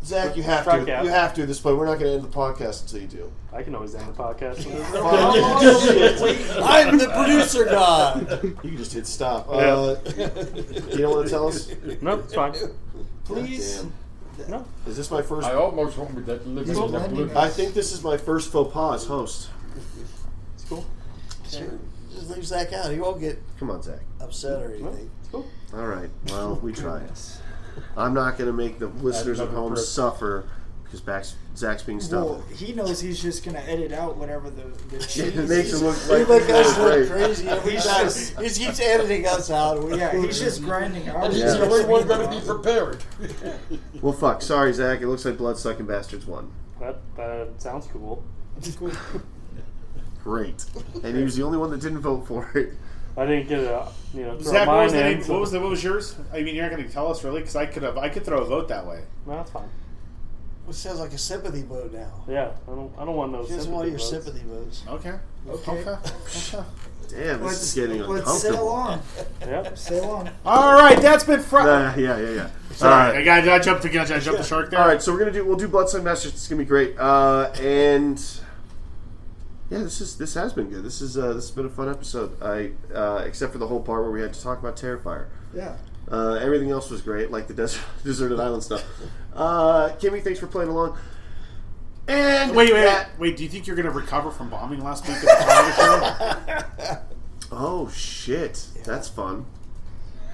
[SPEAKER 1] Zach. You have
[SPEAKER 5] Strike
[SPEAKER 1] to.
[SPEAKER 5] out.
[SPEAKER 1] You have to at this point. We're not going to end the podcast until you do.
[SPEAKER 5] I can always end the podcast.
[SPEAKER 2] Oh, I'm the producer god.
[SPEAKER 1] You can just hit stop. Uh, you don't want to tell us?
[SPEAKER 5] no, it's fine.
[SPEAKER 6] Please.
[SPEAKER 1] Damn.
[SPEAKER 5] No.
[SPEAKER 1] Is this my first?
[SPEAKER 4] I almost wanted that living in the
[SPEAKER 6] Blending
[SPEAKER 4] blue.
[SPEAKER 6] it.
[SPEAKER 1] I think this is my first faux pas as host.
[SPEAKER 2] Just leave Zach out. He won't get
[SPEAKER 1] Come on, Zach.
[SPEAKER 2] upset or anything.
[SPEAKER 1] All right. Well, we tried. I'm not going to make the listeners at
[SPEAKER 4] another
[SPEAKER 1] home
[SPEAKER 4] brick.
[SPEAKER 1] suffer because Bax- Zach's being stubborn.
[SPEAKER 6] Well, he knows he's just gonna edit out whatever the the cheese.
[SPEAKER 1] It makes him look
[SPEAKER 2] You
[SPEAKER 1] like
[SPEAKER 2] make us look
[SPEAKER 1] great.
[SPEAKER 2] crazy every
[SPEAKER 6] He's
[SPEAKER 2] time.
[SPEAKER 6] just-
[SPEAKER 2] He just keeps editing us out. We-
[SPEAKER 6] yeah, he's just grinding
[SPEAKER 4] And
[SPEAKER 6] ours.
[SPEAKER 4] he's
[SPEAKER 1] Yeah.
[SPEAKER 4] the only one going to be prepared.
[SPEAKER 1] Well, fuck. Sorry, Zach. It looks like Bloodsucking Bastards won.
[SPEAKER 5] That, that sounds cool.
[SPEAKER 1] Great. And he was the only one that didn't vote for it.
[SPEAKER 5] I didn't get a you know throw
[SPEAKER 3] Zach, what
[SPEAKER 5] mine
[SPEAKER 3] was, the
[SPEAKER 5] in.
[SPEAKER 3] name, what was the what was yours? I mean, you're not going to tell us really because I could have I could throw a vote that way.
[SPEAKER 5] No, that's fine.
[SPEAKER 2] Which sounds like a sympathy vote now.
[SPEAKER 5] Yeah, I don't. I don't want no.
[SPEAKER 2] He doesn't want your
[SPEAKER 5] votes.
[SPEAKER 2] sympathy votes.
[SPEAKER 3] Okay.
[SPEAKER 6] Okay.
[SPEAKER 1] Damn, this is
[SPEAKER 6] Let's,
[SPEAKER 1] getting
[SPEAKER 6] let's sail
[SPEAKER 1] uncomfortable.
[SPEAKER 6] on.
[SPEAKER 5] Yep.
[SPEAKER 6] Sail on.
[SPEAKER 3] All right, that's been Friday.
[SPEAKER 1] Uh, yeah, yeah, yeah. All
[SPEAKER 3] Sorry,
[SPEAKER 1] right.
[SPEAKER 3] I, got, I jumped the gun. I jumped the shark there.
[SPEAKER 1] All right. So we're gonna do. We'll do Bloodsucking Bastards. It's gonna be great. Uh, and yeah, this is this has been good. This is uh, this has been a fun episode. I uh, except for the whole part where we had to talk about Terrifier.
[SPEAKER 6] Yeah.
[SPEAKER 1] Uh, everything else was great, like the desert, deserted island stuff. Uh, Kimmy, thanks for playing along. And
[SPEAKER 3] Wait, wait, wait,
[SPEAKER 1] that-
[SPEAKER 3] wait. Do you think you're going to recover from bombing last week at the comedy show?
[SPEAKER 1] Oh shit, that's fun.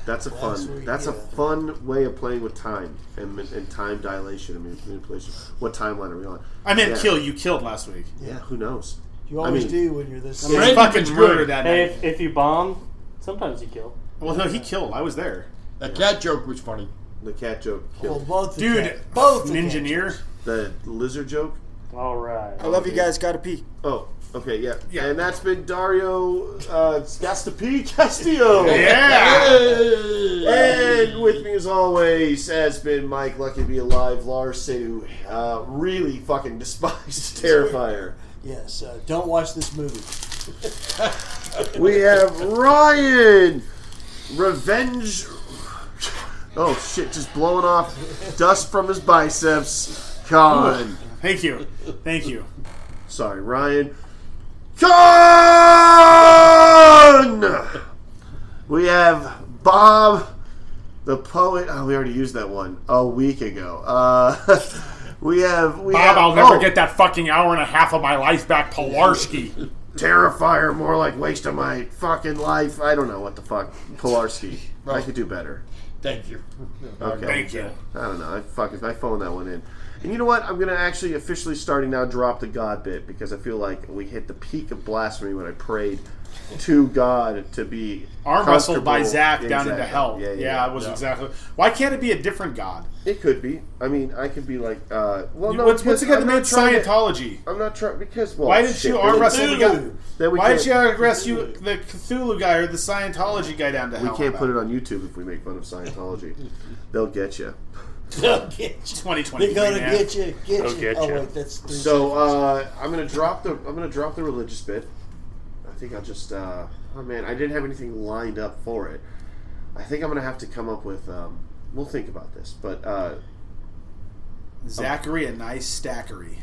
[SPEAKER 1] That's a
[SPEAKER 2] Last
[SPEAKER 1] fun.
[SPEAKER 2] week,
[SPEAKER 1] that's a
[SPEAKER 2] yeah.
[SPEAKER 1] fun way of playing with time and, and time dilation. I mean manipulation. What timeline are we on?
[SPEAKER 3] I meant
[SPEAKER 1] Yeah.
[SPEAKER 3] kill. You killed last week.
[SPEAKER 1] Yeah, who knows?
[SPEAKER 2] You
[SPEAKER 1] I
[SPEAKER 2] always
[SPEAKER 1] mean-
[SPEAKER 2] do when you're this.
[SPEAKER 3] It was
[SPEAKER 4] Brandon was
[SPEAKER 3] fucking
[SPEAKER 4] good.
[SPEAKER 3] murder that
[SPEAKER 5] Hey,
[SPEAKER 3] night.
[SPEAKER 5] if, if you bomb, sometimes you kill.
[SPEAKER 3] Well, no, he killed. I was there.
[SPEAKER 4] That cat joke was funny.
[SPEAKER 1] The cat joke
[SPEAKER 2] Well,
[SPEAKER 1] killed.
[SPEAKER 2] both the
[SPEAKER 3] Dude,
[SPEAKER 2] cat- both
[SPEAKER 3] an
[SPEAKER 2] the
[SPEAKER 3] engineer.
[SPEAKER 1] The lizard joke.
[SPEAKER 5] All right.
[SPEAKER 6] I love you guys. Gotta pee.
[SPEAKER 1] Oh, okay, yeah.
[SPEAKER 3] Yeah.
[SPEAKER 1] And that's been Dario uh, Gastapi Castillo.
[SPEAKER 3] Yeah.
[SPEAKER 1] And with me, as always, has been Mike. Lucky to be alive, Lars Sue. Uh, really fucking despised Terrifier.
[SPEAKER 2] cat. Yes. Uh, don't watch this movie.
[SPEAKER 1] We have Ryan. Revenge. Oh shit! Just blowing off dust from his biceps. Con.
[SPEAKER 3] Thank you. Thank you.
[SPEAKER 1] Sorry, Ryan. Con. We have Bob, the poet. Oh, we already used that one a week ago. Uh, we have we
[SPEAKER 3] Bob,
[SPEAKER 1] have,
[SPEAKER 3] I'll never
[SPEAKER 1] oh,
[SPEAKER 3] get that fucking hour and a half of my life back, Polarski.
[SPEAKER 1] Terrifier, more like waste of my fucking life. I don't know what the fuck. Polarski. I could do better.
[SPEAKER 4] Thank you.
[SPEAKER 1] Okay.
[SPEAKER 3] Oh. Thank you.
[SPEAKER 1] I don't know. I fucking I phoned that one in. And you know what? I'm gonna actually officially starting now drop the God bit because I feel like we hit the peak of blasphemy when I prayed to God to be
[SPEAKER 3] Arm wrestled by
[SPEAKER 1] comfortable.
[SPEAKER 3] Zach down
[SPEAKER 1] Exactly.
[SPEAKER 3] into hell.
[SPEAKER 1] Yeah, yeah,
[SPEAKER 3] it was exactly. Why can't it be a different god?
[SPEAKER 1] It could be. I mean, I could be like, uh, well, no.
[SPEAKER 3] What's, what's
[SPEAKER 1] because
[SPEAKER 3] again the
[SPEAKER 1] I'm
[SPEAKER 3] name
[SPEAKER 1] not trying to-
[SPEAKER 3] Scientology?
[SPEAKER 1] I'm not trying because well,
[SPEAKER 3] Why didn't
[SPEAKER 1] Oh, shit,
[SPEAKER 3] you
[SPEAKER 1] then
[SPEAKER 3] arm
[SPEAKER 1] we-
[SPEAKER 3] wrestle the guy?
[SPEAKER 1] Then we
[SPEAKER 3] Why
[SPEAKER 1] can't,
[SPEAKER 3] didn't you arrest you the Cthulhu guy or the Scientology guy down to hell?
[SPEAKER 1] We can't put it on YouTube if we make fun of Scientology. They'll get you.
[SPEAKER 2] They'll get you.
[SPEAKER 3] 2020.
[SPEAKER 2] They're gonna get you. Get
[SPEAKER 15] They'll
[SPEAKER 2] you.
[SPEAKER 15] get
[SPEAKER 2] oh
[SPEAKER 15] you.
[SPEAKER 2] wait, that's three
[SPEAKER 1] So uh, I'm gonna drop the I'm gonna drop the religious bit. I think I'll just uh, oh man, I didn't have anything lined up for it. I think I'm gonna have to come up with um, we'll think about this, but uh,
[SPEAKER 3] Zachary a nice stackery.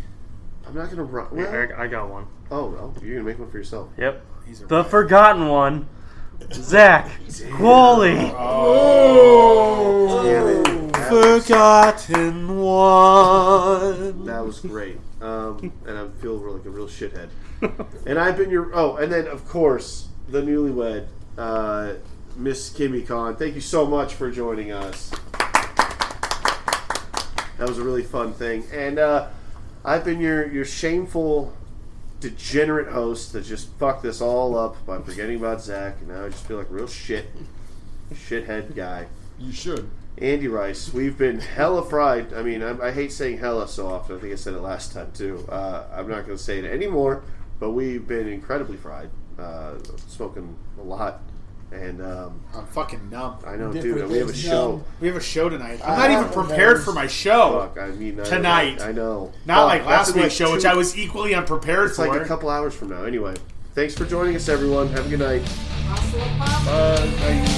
[SPEAKER 1] I'm not gonna run.
[SPEAKER 15] Yeah,
[SPEAKER 1] Well,
[SPEAKER 15] I, I got one.
[SPEAKER 1] oh, oh, you're gonna make one for yourself.
[SPEAKER 15] Yep.
[SPEAKER 3] He's a
[SPEAKER 15] The forgotten one. Zach Qualley.
[SPEAKER 1] Damn it. That,
[SPEAKER 2] Forgotten one.
[SPEAKER 1] that was great, um, and I feel like a real shithead. And I've been your oh, and then of course the newlywed uh, Miss Kimmy Khan. Thank you so much for joining us. That was a really fun thing, and uh, I've been your your shameful, degenerate host that just fucked this all up by forgetting about Zach, and now I just feel like a real shit, shithead guy.
[SPEAKER 4] You should.
[SPEAKER 1] Andy Rice, we've been hella fried. I mean, I, I hate saying hella so often. I think I said it last time too. Uh, I'm not going to say it anymore. But we've been incredibly fried. uh, smoking a lot, and um,
[SPEAKER 3] I'm fucking numb.
[SPEAKER 1] I know, dude,
[SPEAKER 2] Different
[SPEAKER 1] we have a
[SPEAKER 2] things,
[SPEAKER 1] show.
[SPEAKER 3] We have a show tonight. I'm
[SPEAKER 2] I
[SPEAKER 3] not even
[SPEAKER 2] have
[SPEAKER 3] prepared
[SPEAKER 2] those.
[SPEAKER 3] for my show.
[SPEAKER 1] Fuck, I mean, I-
[SPEAKER 3] Tonight.
[SPEAKER 1] I, know.
[SPEAKER 3] Not
[SPEAKER 1] Fuck,
[SPEAKER 3] like
[SPEAKER 1] that's
[SPEAKER 3] last
[SPEAKER 1] in, like,
[SPEAKER 3] week's show, which
[SPEAKER 1] two-
[SPEAKER 3] I was equally unprepared
[SPEAKER 1] It's
[SPEAKER 3] for.
[SPEAKER 1] like a couple hours from now. Anyway, thanks for joining us, everyone. Have a good night.
[SPEAKER 8] Hustle up, hustle.
[SPEAKER 4] Bye.
[SPEAKER 1] Bye.